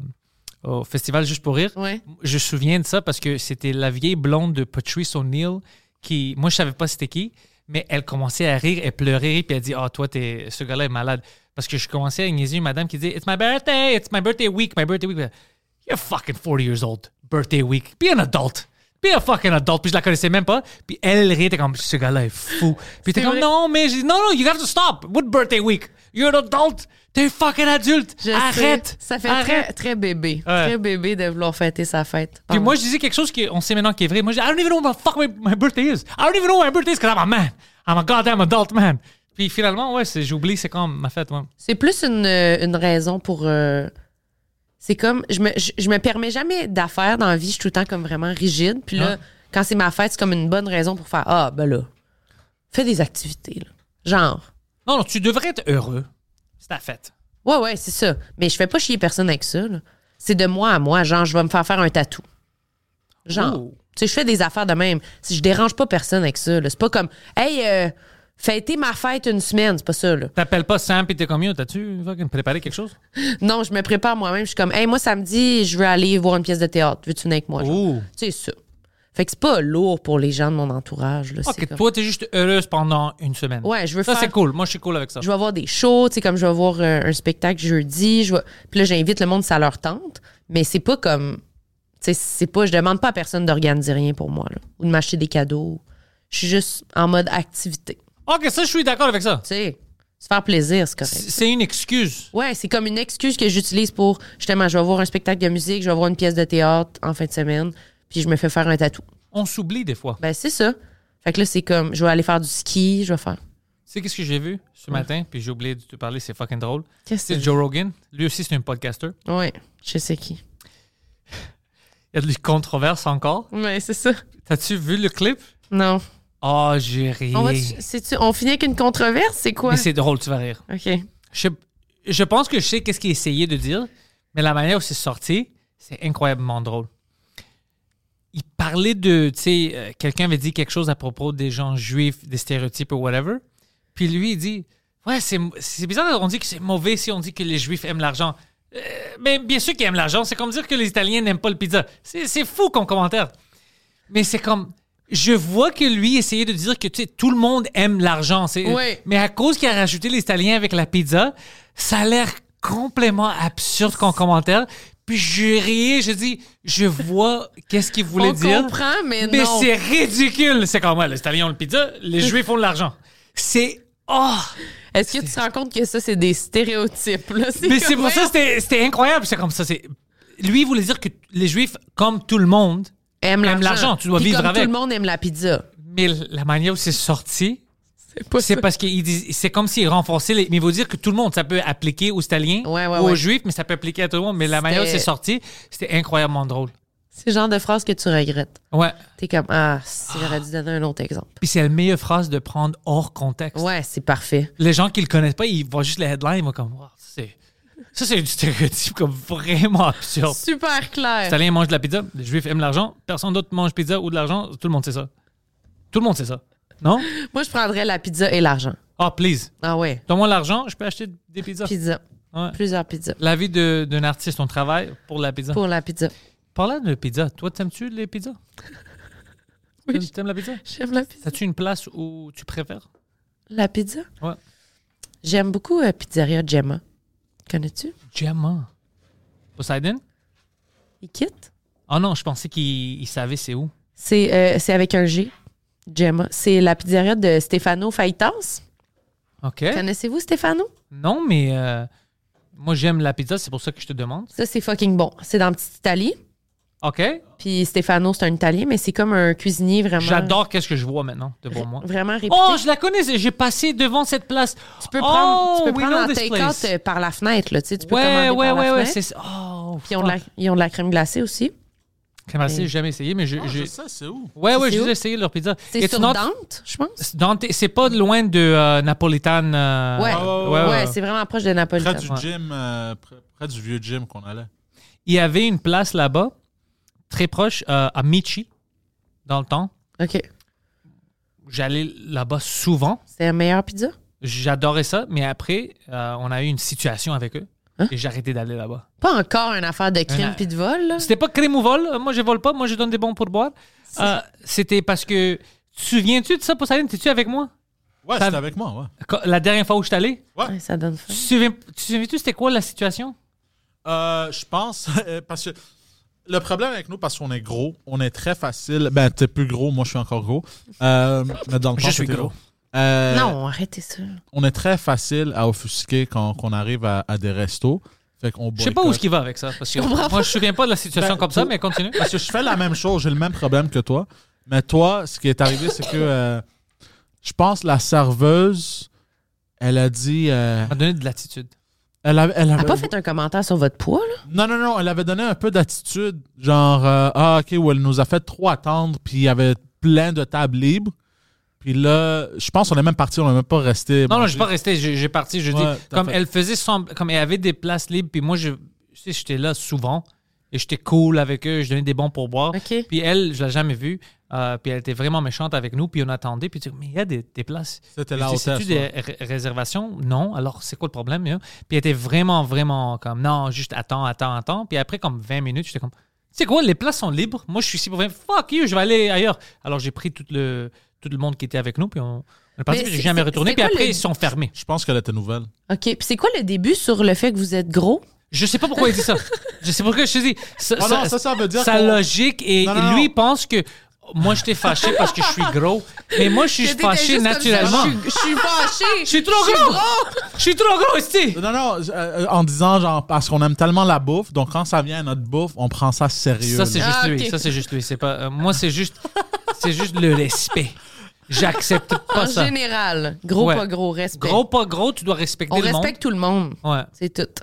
S4: au festival Juste pour rire.
S3: Ouais.
S4: Je me souviens de ça parce que c'était la vieille blonde de Patrice O'Neill qui, moi, je savais pas c'était qui, mais elle commençait à rire et pleurer puis elle dit, ah, toi, t'es, ce gars-là est malade. Parce que je commençais à niaiser une madame qui disait, it's my birthday, it's my birthday week, my birthday week. You're fucking 40 years old. Birthday week. Be an adult. Be a fucking adult. Puis je la connaissais même pas. Puis elle riait, t'es comme, ce gars-là est fou. Puis t'es
S3: C'est
S4: comme,
S3: vrai.
S4: non, mais, j'ai dit, non, non, you have to stop. What birthday week? You're an adult. T'es fucking adulte.
S3: Je sais.
S4: Arrête.
S3: Ça fait
S4: Arrête.
S3: Très, très bébé.
S4: Ouais.
S3: Très bébé de vouloir fêter sa fête.
S4: Puis
S3: pendant-
S4: moi, je disais quelque chose qu'on sait maintenant qui est vrai. Moi, je dis, I don't even know what the fuck my, my birthday is. I don't even know what my birthday is because I'm a man. I'm a goddamn adult man. Puis finalement, ouais, c'est- j'oublie, c'est quand ma fête. ouais.
S3: C'est plus une, euh, une raison pour. euh, c'est comme. Je me, je, je me permets jamais d'affaires dans la vie. Je suis tout le temps comme vraiment rigide. Puis là,
S4: Ouais.
S3: quand c'est ma fête, c'est comme une bonne raison pour faire Ah, ben là, fais des activités. là. Genre.
S4: Non, non, tu devrais être heureux. C'est ta fête.
S3: Ouais, ouais, c'est ça. Mais je fais pas chier personne avec ça. là. C'est de moi à moi. Genre, je vais me faire faire un tatou. Genre.
S4: Ouh.
S3: Tu sais, je fais des affaires de même. Si je dérange pas personne avec ça, là. c'est pas comme Hey, euh, fêtez ma fête une semaine. C'est pas ça, là.
S4: T'appelles pas Sam pis t'es comme yo, t'as-tu fucking préparé quelque chose?
S3: Non, je me prépare moi-même. Je suis comme, hey, moi, samedi, je veux aller voir une pièce de théâtre. Veux-tu venir avec moi? genre?
S4: Ouh.
S3: C'est ça. Fait que c'est pas lourd pour les gens de mon entourage. Là. C'est
S4: Ok,
S3: comme-
S4: toi, t'es juste heureuse pendant une semaine.
S3: Ouais, je veux
S4: Ça,
S3: faire-
S4: c'est cool. Moi, je suis cool avec ça.
S3: Je vais avoir des shows, tu sais, comme je vais voir euh, un spectacle jeudi. Je vais... Puis là, j'invite le monde, ça leur tente. Mais c'est pas comme. Tu sais, c'est pas. Je demande pas à personne d'organiser rien pour moi, là, ou de m'acheter des cadeaux. Je suis juste en mode activité. Tu
S4: Ok, ça, je suis d'accord avec ça.
S3: sais, se faire plaisir, c'est correct.
S4: C'est c'est une excuse.
S3: Ouais, c'est comme une excuse que j'utilise pour justement, je vais voir un spectacle de musique, je vais voir une pièce de théâtre en fin de semaine, puis je me fais faire un tatou.
S4: On s'oublie des fois.
S3: Ben c'est ça. Fait que là, c'est comme, je vais aller faire du ski, je vais faire.
S4: Tu sais, qu'est-ce que j'ai vu ce matin, puis j'ai oublié de te parler, c'est fucking drôle.
S3: Qu'est-ce
S4: C'est Joe Rogan. Lui aussi, c'est un podcaster.
S3: Ouais, je sais qui.
S4: Il y a de la controverse encore.
S3: Ouais, c'est ça.
S4: T'as-tu vu le clip?
S3: Non.
S4: Oh, j'ai ri.
S3: On, va -tu, on finit avec une controverse, c'est quoi?
S4: Mais c'est drôle, tu vas rire.
S3: Ok.
S4: Je, je pense que je sais qu'est-ce qu'il essayait de dire, mais la manière où c'est sorti, c'est incroyablement drôle. Il parlait de, tu sais, euh, quelqu'un avait dit quelque chose à propos des gens juifs, des stéréotypes ou whatever. Puis lui, il dit, ouais, c'est c'est bizarre, on dit que c'est mauvais si on dit que les juifs aiment l'argent. Euh, mais bien sûr qu'ils aiment l'argent, c'est comme dire que les Italiens n'aiment pas le pizza. C'est c'est fou comme commentaire. Mais c'est comme. Je vois que lui essayait de dire que tu sais, tout le monde aime l'argent. c'est-
S3: Ouais.
S4: Mais à cause qu'il a rajouté les Italiens avec la pizza, ça a l'air complètement absurde comme commentaire. Puis je riais, je dis, je vois qu'est-ce qu'il voulait
S3: On
S4: dire.
S3: comprend, mais non.
S4: c'est ridicule. C'est comme, ouais, les Italiens ont le pizza, les Juifs ont de l'argent. C'est. Oh!
S3: Est-ce que tu te rends compte que ça, c'est des stéréotypes, là?
S4: Mais c'est
S3: comme-
S4: pour ça, c'était c'était incroyable. C'est comme ça. c'est Lui, il voulait dire que les Juifs, comme tout le monde,
S3: Aime
S4: aime
S3: l'argent.
S4: l'argent, tu dois
S3: Puis
S4: vivre
S3: comme
S4: avec.
S3: Tout le monde aime la pizza.
S4: mais la manière où c'est sorti,
S3: C'est pas
S4: c'est
S3: ça.
S4: parce que c'est comme s'il renforçait les. Mais il faut dire que tout le monde, ça peut appliquer aux Italiens
S3: Ouais, ouais,
S4: ou aux
S3: ouais.
S4: Juifs, mais ça peut appliquer à tout le monde. Mais la manière où c'est
S3: C'était-
S4: sorti, c'était incroyablement drôle.
S3: C'est le genre de phrase que tu regrettes.
S4: Ouais.
S3: T'es comme, ah, si j'aurais dû donner un autre exemple.
S4: Puis c'est la meilleure phrase de prendre hors contexte.
S3: Ouais, c'est parfait.
S4: Les gens qui le connaissent pas, ils voient juste les headlines, ils vont comme, Wow, ça, c'est. Ça, c'est du stéréotype comme vraiment absurde.
S3: Super clair.
S4: Les Italiens mangent de la pizza, les Juifs aiment l'argent, personne d'autre mange pizza ou de l'argent, tout le monde sait ça. Tout le monde sait ça. Non?
S3: Moi, je prendrais la pizza et l'argent.
S4: Ah, please.
S3: Ah ouais.
S4: Donne-moi l'argent, je peux acheter des pizzas.
S3: Pizza.
S4: Ouais.
S3: Plusieurs pizzas.
S4: La vie de- d'un artiste, on travaille pour la pizza.
S3: Pour la pizza.
S4: Parlant de pizza, toi, t'aimes-tu les pizzas?
S3: Oui,
S4: T'aimes- T'aimes la pizza?
S3: j'aime la pizza.
S4: As-tu une place où tu préfères?
S3: La pizza?
S4: Ouais.
S3: J'aime beaucoup euh, Pizzeria Gemma. Connais-tu?
S4: Gemma. Poseidon?
S3: Il quitte?
S4: Ah non, je pensais qu'il il savait c'est où.
S3: C'est euh, c'est avec un G. Gemma. C'est la pizzeria de Stefano Faitas.
S4: OK.
S3: Connaissez-vous Stefano?
S4: Non, mais euh, moi, j'aime la pizza, c'est pour ça que je te demande.
S3: Ça, c'est fucking bon. C'est dans Petite Italie.
S4: OK?
S3: Puis Stefano, c'est un Italien, mais c'est comme un cuisinier vraiment.
S4: J'adore qu'est-ce que je vois maintenant devant moi.
S3: Vraiment réputé.
S4: Oh, je la connais, j'ai passé devant cette place.
S3: tu peux
S4: Oh,
S3: prendre, tu peux
S4: we
S3: prendre
S4: know
S3: un
S4: this place.
S3: take-out euh, par la fenêtre. Là, tu sais, tu peux
S4: Ouais,
S3: commander
S4: ouais,
S3: par la
S4: ouais, ouais,
S3: fenêtre.
S4: c'est ça. Oh,
S3: Puis ils ont, de la, ils ont de la crème glacée aussi.
S4: Crème glacée, j'ai jamais essayé, mais
S3: Oh,
S4: je- j'ai.
S5: Ah, sais, c'est où?
S4: Ouais, ouais,
S3: C'est
S4: j'ai
S3: où?
S4: essayé leur pizza.
S3: C'est
S4: It's
S3: sur
S4: not-
S3: Dante, je pense.
S4: Dante, c'est pas loin de euh, Napolitan. euh,
S3: Ouais,
S5: ouais,
S3: ouais,
S4: ouais, ouais.
S3: c'est vraiment proche de Napoli.
S5: Près du
S4: Ouais.
S5: gym, euh, près, près du vieux gym qu'on allait.
S4: Il y avait une place là-bas, très proche, euh, à Michi, dans le temps.
S3: OK.
S4: J'allais là-bas souvent.
S3: C'est la meilleure pizza?
S4: J'adorais ça, mais après, euh, on a eu une situation avec eux
S3: Hein?
S4: et j'ai arrêté d'aller là-bas.
S3: Pas encore une affaire de crime
S4: Une-
S3: puis de vol. là.
S4: C'était pas crime ou vol. Moi, je vole pas. Moi, je donne des bons pour boire. Euh, C'était parce que. Te Souviens-tu de ça, Poseidon? T'es-tu avec moi?
S5: Ouais,
S4: Ça-
S5: c'était avec moi, ouais.
S4: Quand- La dernière fois où je suis allé?
S3: Ouais, ça donne faim.
S4: Tu te souviens- tu te souviens-tu c'était quoi la situation?
S5: Euh, je pense, euh, parce que le problème avec nous, parce qu'on est gros, on est très facile. Ben, t'es plus gros, moi je suis encore gros. Euh, mais dans le
S4: Je
S5: fond,
S4: suis
S5: t'es
S4: gros.
S5: Euh,
S3: Non, arrêtez ça.
S5: On est très facile à offusquer quand, qu'on arrive à, à des restos. Fait qu'on
S4: Je sais pas où
S5: boycotte.
S4: ce qui va avec ça. Parce que
S3: comprends
S4: moi, je me souviens pas de la situation
S5: Ben,
S4: comme ça,
S5: pour-
S4: mais continue.
S5: Parce que je fais la même chose, j'ai le même problème que toi. Mais toi, ce qui est arrivé, c'est que euh, je pense la serveuse, elle a dit. euh,
S4: m'a donné de l'attitude.
S5: elle a- elle
S3: Elle n'a
S4: Ah,
S5: avait-
S3: pas fait un commentaire sur votre poids, là?
S5: Non, non, non, elle avait donné un peu d'attitude. Genre, euh, ah, ok, où elle nous a fait trop attendre, puis il y avait plein de tables libres. Puis là, je pense qu'on est même parti, on n'est même pas resté.
S4: Non, non,
S5: manger.
S4: j'ai pas resté. J'ai j'ai parti. Je
S5: Ouais,
S4: dis,
S5: t'as
S4: comme
S5: fait.
S4: elle faisait sembl- comme elle avait des places libres, puis moi, je, je sais, j'étais là souvent et j'étais cool avec eux. Je donnais des bons pour boire.
S3: OK.
S4: Puis elle, je l'ai jamais vue. euh, puis elle était vraiment méchante avec nous. Puis on attendait. Puis tu dis, mais il y a des, des places.
S5: C'était
S4: Je
S5: la
S4: dis, C'est-tu
S5: hôtesse.
S4: des
S5: ouais.
S4: ré- réservations? Non. Alors, c'est quoi le problème? hein? Puis elle était vraiment, vraiment comme, non, juste attends, attends, attends. Puis après, comme 20 minutes, j'étais comme, tu sais quoi, les places sont libres. Moi, je suis ici pour 20. Fuck you, je vais aller ailleurs. Alors, j'ai pris tout le, tout le monde qui était avec nous. Puis on, on est parti.
S3: Mais
S4: Puis
S3: c'est-
S4: j'ai jamais
S3: c'est-
S4: retourné.
S3: c'est
S4: Puis
S3: quoi
S4: après,
S3: le-
S4: ils sont fermés.
S5: Je pense qu'elle était nouvelle.
S3: OK. Puis c'est quoi le début sur le fait que vous êtes gros?
S4: Je sais pas pourquoi il dit ça. je sais pas pourquoi je te dis. Ça,
S5: Oh non, ça, ça veut dire
S4: Sa
S5: qu'on-
S4: logique. Et
S5: Non, non, non.
S4: lui, il pense que. Moi, je t'ai fâché parce que je suis gros. Mais moi, je suis
S3: J'étais
S4: fâché
S3: juste comme ça,
S4: naturellement.
S3: Je suis- je suis fâchée.
S4: Je suis trop gros. Je suis trop gros, ici.
S5: Non, non, euh, en disant, genre, parce qu'on aime tellement la bouffe, donc quand ça vient à notre bouffe, on prend ça sérieux.
S4: Ça, c'est
S5: là.
S4: juste
S3: Ah,
S4: lui.
S3: ok.
S4: Ça, c'est juste lui. C'est pas, euh, moi, c'est juste, c'est juste le respect. J'accepte pas
S3: En
S4: ça.
S3: général, gros
S4: Ouais.
S3: pas gros, respect.
S4: Gros, pas gros, tu dois respecter
S3: On
S4: le
S3: respecte tout le monde.
S4: monde. Ouais.
S3: C'est tout.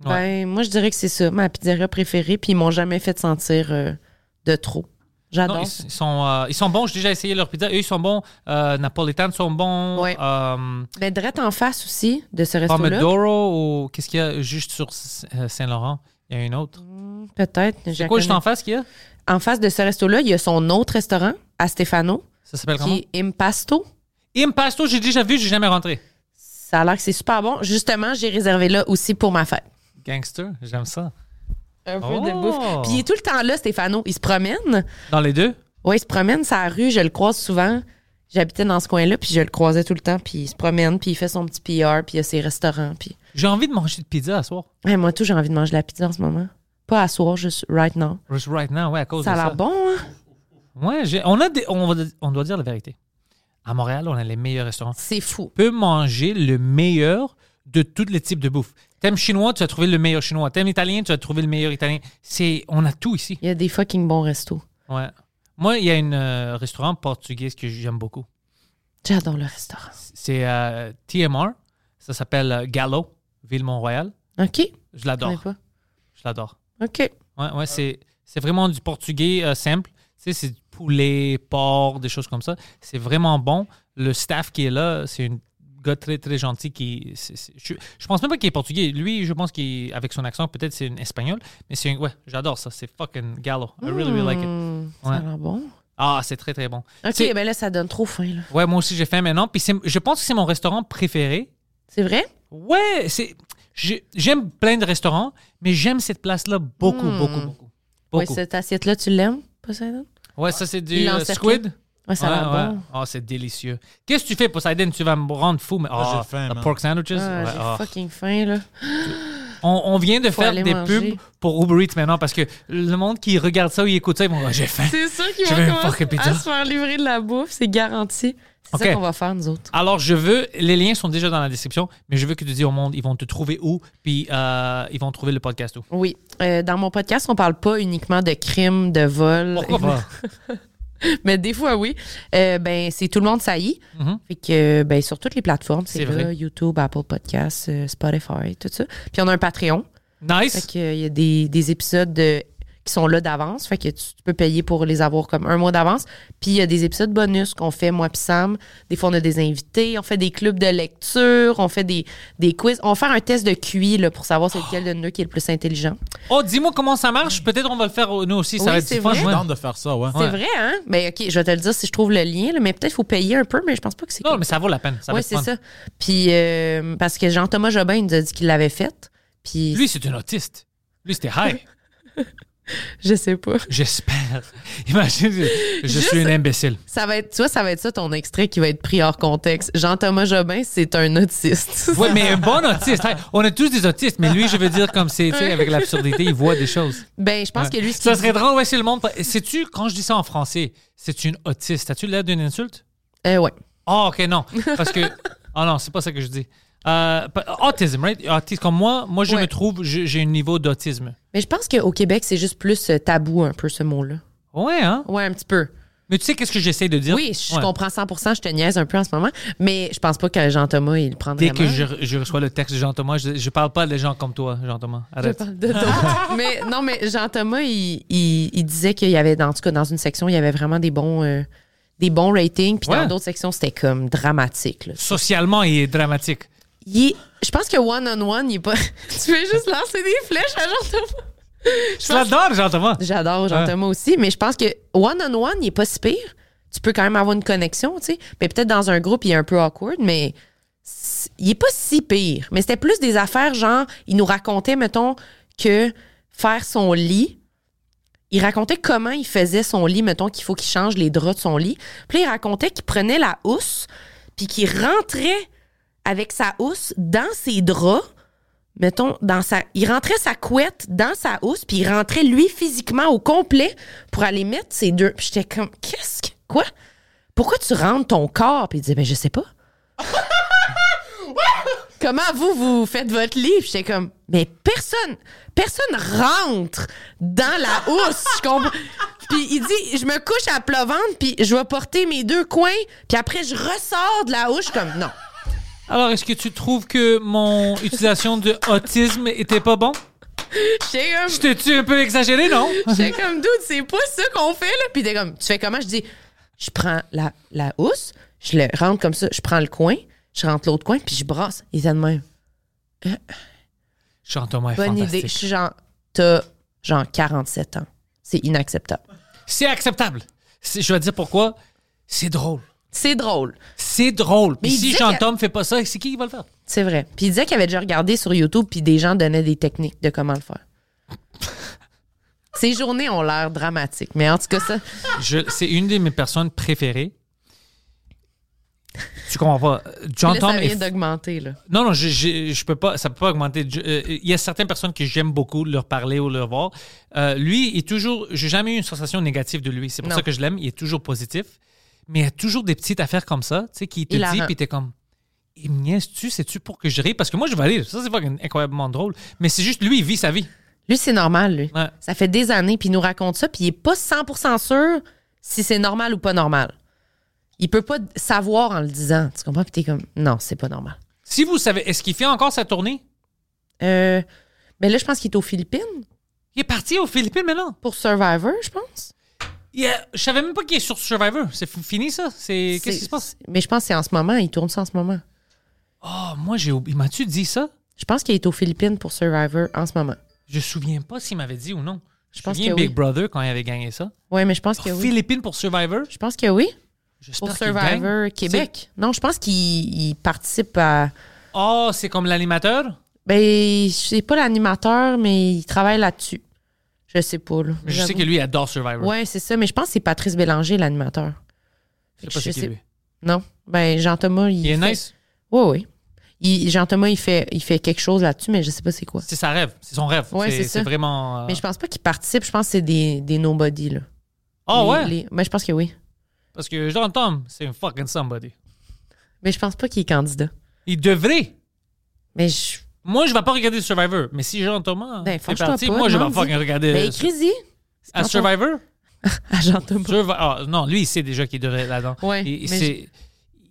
S3: Ben, moi, je dirais que c'est ça, ma pizzeria préférée, puis ils m'ont jamais fait sentir euh, de trop.
S4: Non,
S3: J'adore.
S4: ils, ils sont, euh, ils sont bons. J'ai déjà essayé leur pizza. Eux, ils sont bons. Euh, Napolitan sont bons.
S3: Ouais.
S4: Euh,
S3: Mais direct Ben, en face aussi de
S4: Ah,
S3: ce resto-là.
S4: Pomodoro ou qu'est-ce qu'il y a juste sur S- euh, Saint-Laurent? Il y a une autre.
S3: Mm. Peut-être. je
S4: C'est
S3: la
S4: quoi juste
S3: connais.
S4: en face qu'il y a?
S3: En face de ce resto-là, il y a son autre restaurant à Stefano,
S4: Ça s'appelle comment?
S3: qui est Impasto.
S4: Impasto, j'ai déjà vu, j'ai jamais rentré.
S3: Ça a l'air que c'est super bon. Justement, j'ai réservé là aussi pour ma fête.
S4: Gangster, j'aime ça.
S3: Un peu
S4: Oh!
S3: de bouffe. Puis il est tout le temps là, Stéphano. Il se promène.
S4: Dans les deux?
S3: Ouais, il se promène sa rue. Je le croise souvent. J'habitais dans ce coin-là, puis je le croisais tout le temps. Puis il se promène, puis il fait son petit PR, puis il y a ses restaurants. Puis...
S4: J'ai envie de manger de pizza à soir.
S3: Ouais, moi, tout, j'ai envie de manger de la pizza en ce moment. Pas à soir, juste right now.
S4: Just right now, ouais, à cause
S3: Ça a
S4: de ça.
S3: l'air bon, hein?
S4: Ouais, j'ai- on, a des- on, va- on doit dire la vérité. À Montréal, on a les meilleurs restaurants.
S3: C'est fou.
S4: Tu peux manger le meilleur de tous les types de bouffe. T'aimes chinois, tu vas trouver le meilleur chinois. T'aimes italien, tu vas trouver le meilleur italien. C'est, on a tout ici.
S3: Il y a des fucking bons restos.
S4: Ouais. Moi, il y a un restaurant portugais que j'aime beaucoup.
S3: J'adore le restaurant.
S4: C'est euh, TMR. Ça s'appelle euh, Gallo, Ville Mont-Royal.
S3: OK? Je
S4: Je
S3: connais
S4: l'adore.
S3: pas. Ah.
S4: Je l'adore.
S3: OK.
S4: Ouais, ouais, c'est, c'est vraiment du portugais euh, simple. Tu sais, c'est du poulet, porc, des choses comme ça. C'est vraiment bon. Le staff qui est là, c'est un gars très, très gentil. Qui, c'est- c'est- je, je pense même pas qu'il est portugais. Lui, je pense qu'avec son accent, peut-être c'est un espagnol. Mais c'est un, ouais, j'adore ça. C'est fucking gallo. I really, really like it.
S3: Hmm, Ça
S4: Ouais.
S3: a l'air bon.
S4: Ah, c'est très, très bon.
S3: OK,
S4: C'est-
S3: ben là, ça donne trop faim, là.
S4: Ouais, moi aussi, j'ai faim maintenant. Puis c'est, je pense que c'est mon restaurant préféré.
S3: C'est vrai?
S4: Ouais, c'est, j'ai- j'aime plein de
S3: Hmm.
S4: restaurants, mais j'aime cette place-là beaucoup, beaucoup, beaucoup.
S3: Oui,
S4: beaucoup.
S3: cette assiette-là, tu l'aimes, Poseidon?
S4: Ouais, ça, c'est du
S3: Il
S4: euh,
S3: l'encercle.
S4: squid.
S3: Ouais, ça a
S4: Ouais,
S3: l'air
S4: ouais.
S3: bon.
S4: Oh, c'est délicieux. Qu'est-ce que tu fais, Poseidon? Tu vas me rendre fou. Mais...
S5: Ah, j'ai
S4: oh,
S5: faim,
S4: the
S5: man.
S4: pork sandwiches.
S3: Ah,
S4: Ouais,
S3: j'ai
S4: oh.
S3: fucking faim, là.
S4: on, on vient de
S3: Faut
S4: faire
S3: aller
S4: des
S3: manger.
S4: pubs pour Uber Eats maintenant parce que le monde qui regarde ça ou qui écoute ça, ils vont dire, Ah, j'ai faim.
S3: C'est sûr qu'ils
S4: Je
S3: vont
S4: veux une
S3: commencer
S4: fucking pizza.
S3: à se faire livrer de la bouffe, c'est garanti. C'est
S4: Ok.
S3: ça qu'on va faire, nous autres.
S4: Alors, je veux, les liens sont déjà dans la description, mais je veux que tu dis au monde, ils vont te trouver où, puis euh, ils vont trouver le podcast où.
S3: Oui. Euh, dans mon podcast, on parle pas uniquement de crimes, de vols.
S4: Pourquoi pas?
S3: Mais des fois, oui. Euh, ben, c'est tout le monde saillit.
S4: Mhm.
S3: Fait que, ben, sur toutes les plateformes,
S4: C'est
S3: c'est
S4: vrai.
S3: là, YouTube, Apple Podcasts, euh, Spotify, tout ça. Puis on a un Patreon. Fait
S4: Nice.
S3: que, euh, il y a des, des épisodes de- qui sont là d'avance. Fait que tu, tu peux payer pour les avoir comme un mois d'avance. Puis il y a des épisodes bonus qu'on fait, moi pis Sam. Des fois, on a des invités. On fait des clubs de lecture. On fait des, des quiz. On va faire un test de QI là, pour savoir c'est lequel de nous qui est le plus intelligent.
S4: Oh, dis-moi comment ça marche. Peut-être on va le faire euh, nous aussi. Ça
S3: Oui,
S4: va être
S3: c'est
S4: du fun.
S3: vrai.
S4: ouais.
S5: Tente de faire ça, ouais.
S4: Ouais.
S3: C'est vrai, hein? Ben, OK, je vais te le dire si je trouve le lien. là, mais peut-être qu'il faut payer un peu, mais je pense pas que c'est
S4: Non, mais ça vaut la peine. Ça va
S3: Oui,
S4: être
S3: c'est
S4: fun.
S3: ça. Puis, euh, parce que Jean-Thomas Jobin il nous a dit qu'il l'avait faite. Puis,
S4: Lui, c'est un autiste. Lui, c'était high.
S3: je sais pas.
S4: J'espère. Imagine, je
S3: Juste-
S4: suis un imbécile.
S3: Ça va être, tu vois, ça va être ça ton extrait qui va être pris hors contexte. Jean-Thomas Jobin, c'est un autiste.
S4: Oui, mais un bon autiste. Hey, on est tous des autistes, mais lui, je veux dire, comme c'est, tu sais, avec l'absurdité, il voit des choses.
S3: Ben, je pense que lui, ce
S4: Ça
S3: qu'il
S4: serait
S3: dit-
S4: drôle, ouais, si le monde. Sais-tu, quand je dis ça en français, c'est une autiste. As-tu l'air d'une insulte?
S3: Euh, ouais.
S4: Ah, ok, non. Parce que. Ah non, c'est pas ça que je dis. Euh, pa- autism, right? Autisme. Comme moi, moi, je
S3: Ouais.
S4: me trouve, je- j'ai un niveau d'autisme.
S3: Mais je pense qu'au Québec, c'est juste plus euh, tabou un peu ce mot-là.
S4: Ouais, hein?
S3: Ouais, un petit peu.
S4: Mais tu sais, qu'est-ce que j'essaie de dire?
S3: Oui, je
S4: Ouais.
S3: comprends 100 je te niaise un peu en ce moment, mais je pense pas que Jean-Thomas, il le prend
S4: Dès
S3: vraiment.
S4: que je, je reçois le texte de Jean-Thomas, je, je parle pas à des gens comme toi, Jean-Thomas.
S3: Je
S4: Arrête.
S3: parle de toi. mais non, mais Jean-Thomas, il, il- il disait qu'il y avait, dans- en tout cas, dans une section, il y avait vraiment des bons, euh, des bons ratings. Puis
S4: Ouais.
S3: dans d'autres sections, c'était comme dramatique. là.
S4: Socialement, il est dramatique.
S3: Il est- je pense que one-on-one, il est pas. tu veux juste lancer des flèches à Jean-Thomas?
S4: Je l'adore, Jean-Thomas.
S3: J'adore Jean-Thomas aussi, mais je pense que one-on-one, il est pas si pire. Tu peux quand même avoir une connexion, tu sais. Mais peut-être dans un groupe, il est un peu awkward, mais c- il est pas si pire. Mais c'était plus des affaires, genre, il nous racontait, mettons, que faire son lit. Il racontait comment il faisait son lit, mettons qu'il faut qu'il change les draps de son lit. Puis là, il racontait qu'il prenait la housse, puis qu'il rentrait avec sa housse dans ses draps mettons, dans sa. Il rentrait sa couette dans sa housse, puis il rentrait lui physiquement au complet pour aller mettre ses deux. Puis j'étais comme, qu'est-ce que. Quoi? Pourquoi tu rentres ton corps? Puis il disait, ben, je sais pas. Comment vous, vous faites votre lit? Puis j'étais comme, mais personne, personne rentre dans la housse. Je comprends. Puis il dit, je me couche à plat ventre, puis je vais porter mes deux coins, puis après, je ressors de la housse. Je suis comme, non.
S4: Alors, est-ce que tu trouves que mon utilisation de autisme était pas bon?
S3: J'étais comme,
S4: Je t'ai-tu un peu exagéré, non?
S3: J'étais comme, dude, c'est pas ça qu'on fait, là. Puis t'es comme, tu fais comment? Je dis, je prends la, la housse, je le rentre comme ça, je prends le coin, je rentre l'autre coin, puis je brasse. Il était de même.
S4: Jean-Thomas est
S3: Bonne idée. Je
S4: fantastique.
S3: suis genre, t'as genre 47 ans. C'est inacceptable.
S4: C'est acceptable. C'est- Je vais te dire pourquoi. C'est drôle.
S3: C'est drôle.
S4: C'est drôle. Puis
S3: Mais il
S4: si
S3: disait
S4: Jean-Thomas fait pas ça, c'est qui qui va le faire?
S3: C'est vrai. Puis il disait qu'il avait déjà regardé sur YouTube, puis des gens donnaient des techniques de comment le faire. Ces journées ont l'air dramatiques, mais en tout cas, ça.
S4: Je- C'est une de mes personnes préférées. Tu comprends pas. Jean-Thomas
S3: là, ça
S4: est
S3: vient d'augmenter, là.
S4: Non, non, je, je, je peux pas, ça peut pas augmenter. Je- euh, Il y a certaines personnes que j'aime beaucoup leur parler ou leur voir. Euh, lui, il est toujours, j'ai jamais eu une sensation négative de lui. C'est pour
S3: Non.
S4: ça que je l'aime. Il est toujours positif. Mais il y a toujours des petites affaires comme ça, tu sais, qui te
S3: Hilarant.
S4: dit, puis t'es comme, il me niaise-tu, c'est-tu pour que je rie? Parce que moi, je vais rire. Ça, c'est fucking incroyablement drôle. Mais c'est juste, lui, il vit sa vie.
S3: Lui, c'est normal, lui.
S4: Ouais.
S3: Ça fait des années, puis il nous raconte ça, puis il est pas 100% sûr si c'est normal ou pas normal. Il peut pas d- savoir en le disant. Tu comprends? Puis t'es comme, non, c'est pas normal.
S4: Si vous savez, est-ce qu'il fait encore sa tournée?
S3: Euh, mais là, je pense qu'il est aux Philippines
S4: Il est parti aux Philippines maintenant.
S3: pour Survivor, je pense.
S4: Il est- je savais même pas qu'il est sur Survivor. C'est fini, ça? C'est, qu'est-ce qui se passe?
S3: Mais je pense que c'est en ce moment. Il tourne ça en ce moment.
S4: Oh, moi, j'ai, oublié. m'as-tu dit ça?
S3: Je pense qu'il est aux Philippines pour Survivor en ce moment.
S4: Je me souviens pas s'il m'avait dit ou non. Je,
S3: pense
S4: souviens
S3: que
S4: Big
S3: oui.
S4: Brother quand il avait gagné ça.
S3: Oui, mais je pense que oui.
S4: Philippines pour Survivor.
S3: Je pense que oui.
S4: J'espère
S3: Pour
S4: qu'il gagne.
S3: Survivor Québec. Non, je pense qu'il il participe à.
S4: C'est- Oh, c'est comme l'animateur.
S3: Ben, c'est pas l'animateur, mais il travaille là-dessus. Je Je sais pas, là.
S4: Mais je sais
S3: J'avoue.
S4: que lui, il adore Survivor.
S3: Ouais, c'est ça, mais je pense que c'est Patrice Bélanger, l'animateur.
S4: je sais pas
S3: je
S4: c'est qui
S3: sais-
S4: lui.
S3: Non? Ben, Jean-Thomas, il.
S4: Il est
S3: fait-
S4: nice.
S3: Ouais, oui. Il- Jean-Thomas, il fait, il fait quelque chose là-dessus, mais je sais pas c'est quoi.
S4: C'est sa rêve. C'est son rêve.
S3: Ouais,
S4: c'est
S3: c'est
S4: c'est
S3: ça.
S4: vraiment. euh,
S3: Mais je pense pas qu'il participe, je pense que c'est des, des nobody, là.
S4: Ah
S3: Les-
S4: ouais?
S3: les- Ben, je pense que oui.
S4: Parce que John Tom, c'est un fucking somebody.
S3: Mais je pense pas qu'il est candidat.
S4: Il devrait.
S3: Mais je.
S4: Moi, je vais pas regarder Survivor. Mais si Jean Thomas
S3: Ben,
S4: fait
S3: fâche-toi
S4: partie,
S3: pas,
S4: moi, je vais
S3: demande-y.
S4: fucking regarder.
S3: Ben,
S4: euh,
S3: écris-y
S4: à Survivor?
S3: à Jean-Thomas.
S4: Survi- ah, non, lui, il sait déjà qu'il devrait être là-dedans.
S3: Ouais,
S4: il,
S3: mais
S4: c'est-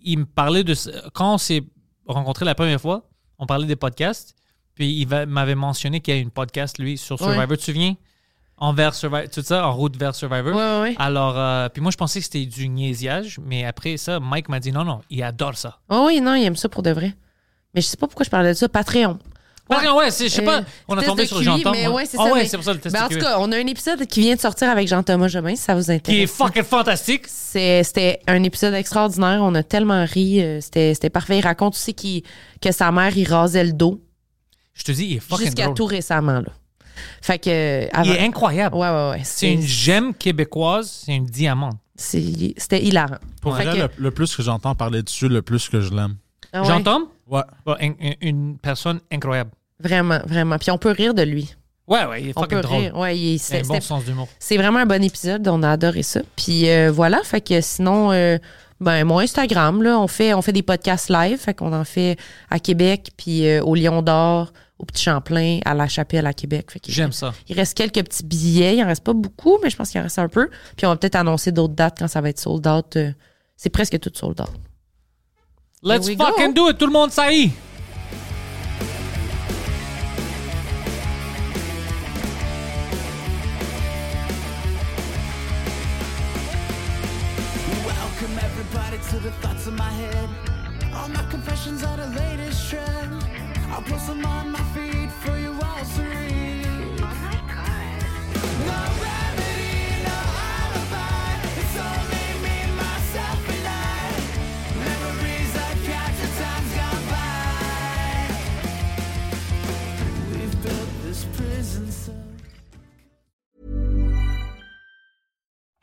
S4: il me parlait de. ce- Quand on s'est rencontrés la première fois, on parlait des podcasts. Puis il va- m'avait mentionné qu'il y a une podcast, lui, sur
S3: Ouais.
S4: Survivor. Tu te souviens? Envers Survivor, tout ça, en route vers Survivor.
S3: Ouais, ouais, ouais.
S4: Alors, euh, puis moi, je pensais que c'était du niaisiage, mais après ça, Mike m'a dit non, non, il adore ça.
S3: Oh oui, non, il aime ça pour de vrai. Mais je sais pas pourquoi je parlais de ça. Patreon.
S4: Parce que, ouais, c'est- je sais pas,
S3: Euh,
S4: on a
S3: test
S4: tombé
S3: de
S4: sur
S3: QI,
S4: jean Tom.
S3: mais ouais, c'est
S4: Ah
S3: ça,
S4: ouais,
S3: mais-
S4: c'est pour ça le test
S3: Ben, en
S4: de
S3: tout
S4: QI.
S3: cas, on a un épisode qui vient de sortir avec Jean-Thomas Jobin, si ça vous intéresse.
S4: qui est fucking fantastique.
S3: C'est- C'était un épisode extraordinaire. On a tellement ri. euh, C'était c'était parfait. Il raconte aussi qu'il- que sa mère, il rasait le dos
S4: Je te dis, il est fucking
S3: jusqu'à
S4: drôle.
S3: tout récemment. Là. Fait que. euh,
S4: Il
S3: avant-
S4: est incroyable.
S3: Ouais, ouais, ouais.
S4: C'est
S3: C'est-
S4: une gemme québécoise, c'est un diamant.
S3: c'est- C'était hilarant.
S5: Pour
S3: Fait
S5: vrai,
S3: que-
S5: le, le plus que j'entends parler dessus, le plus que je l'aime.
S3: Ah ouais,
S4: jean Tom,
S5: Ouais.
S4: une, personne incroyable.
S3: Vraiment, vraiment. Puis on peut rire de lui.
S4: Ouais, ouais, il est
S3: On peut
S4: fucking drôle.
S3: rire. Ouais, il-
S4: Il a
S3: c'est
S4: un bon
S3: c'était-
S4: sens d'humour.
S3: c'est vraiment un bon épisode. On a adoré ça. Puis euh, voilà. Fait que sinon, euh, ben, mon Instagram, là, on fait, on fait des podcasts live. Fait qu'on en fait à Québec, puis euh, au Lion d'Or, au Petit Champlain, à La Chapelle, à Québec. Fait que-
S4: J'aime ça.
S3: Il reste quelques petits billets. Il en reste pas beaucoup, mais je pense qu'il en reste un peu. Puis on va peut-être annoncer d'autres dates quand ça va être sold out. Euh, C'est presque tout sold out.
S4: Let's
S3: we go.
S4: fucking do it, tout le monde, ça y est.
S2: Welcome everybody to the thoughts in my head. All my confessions are the latest trend. I'll post them on my feed for you all to read. Oh my god. No remedy, no alibi. It's only me, myself, and I. Memories I capture, time's gone by. We've built this prison cell.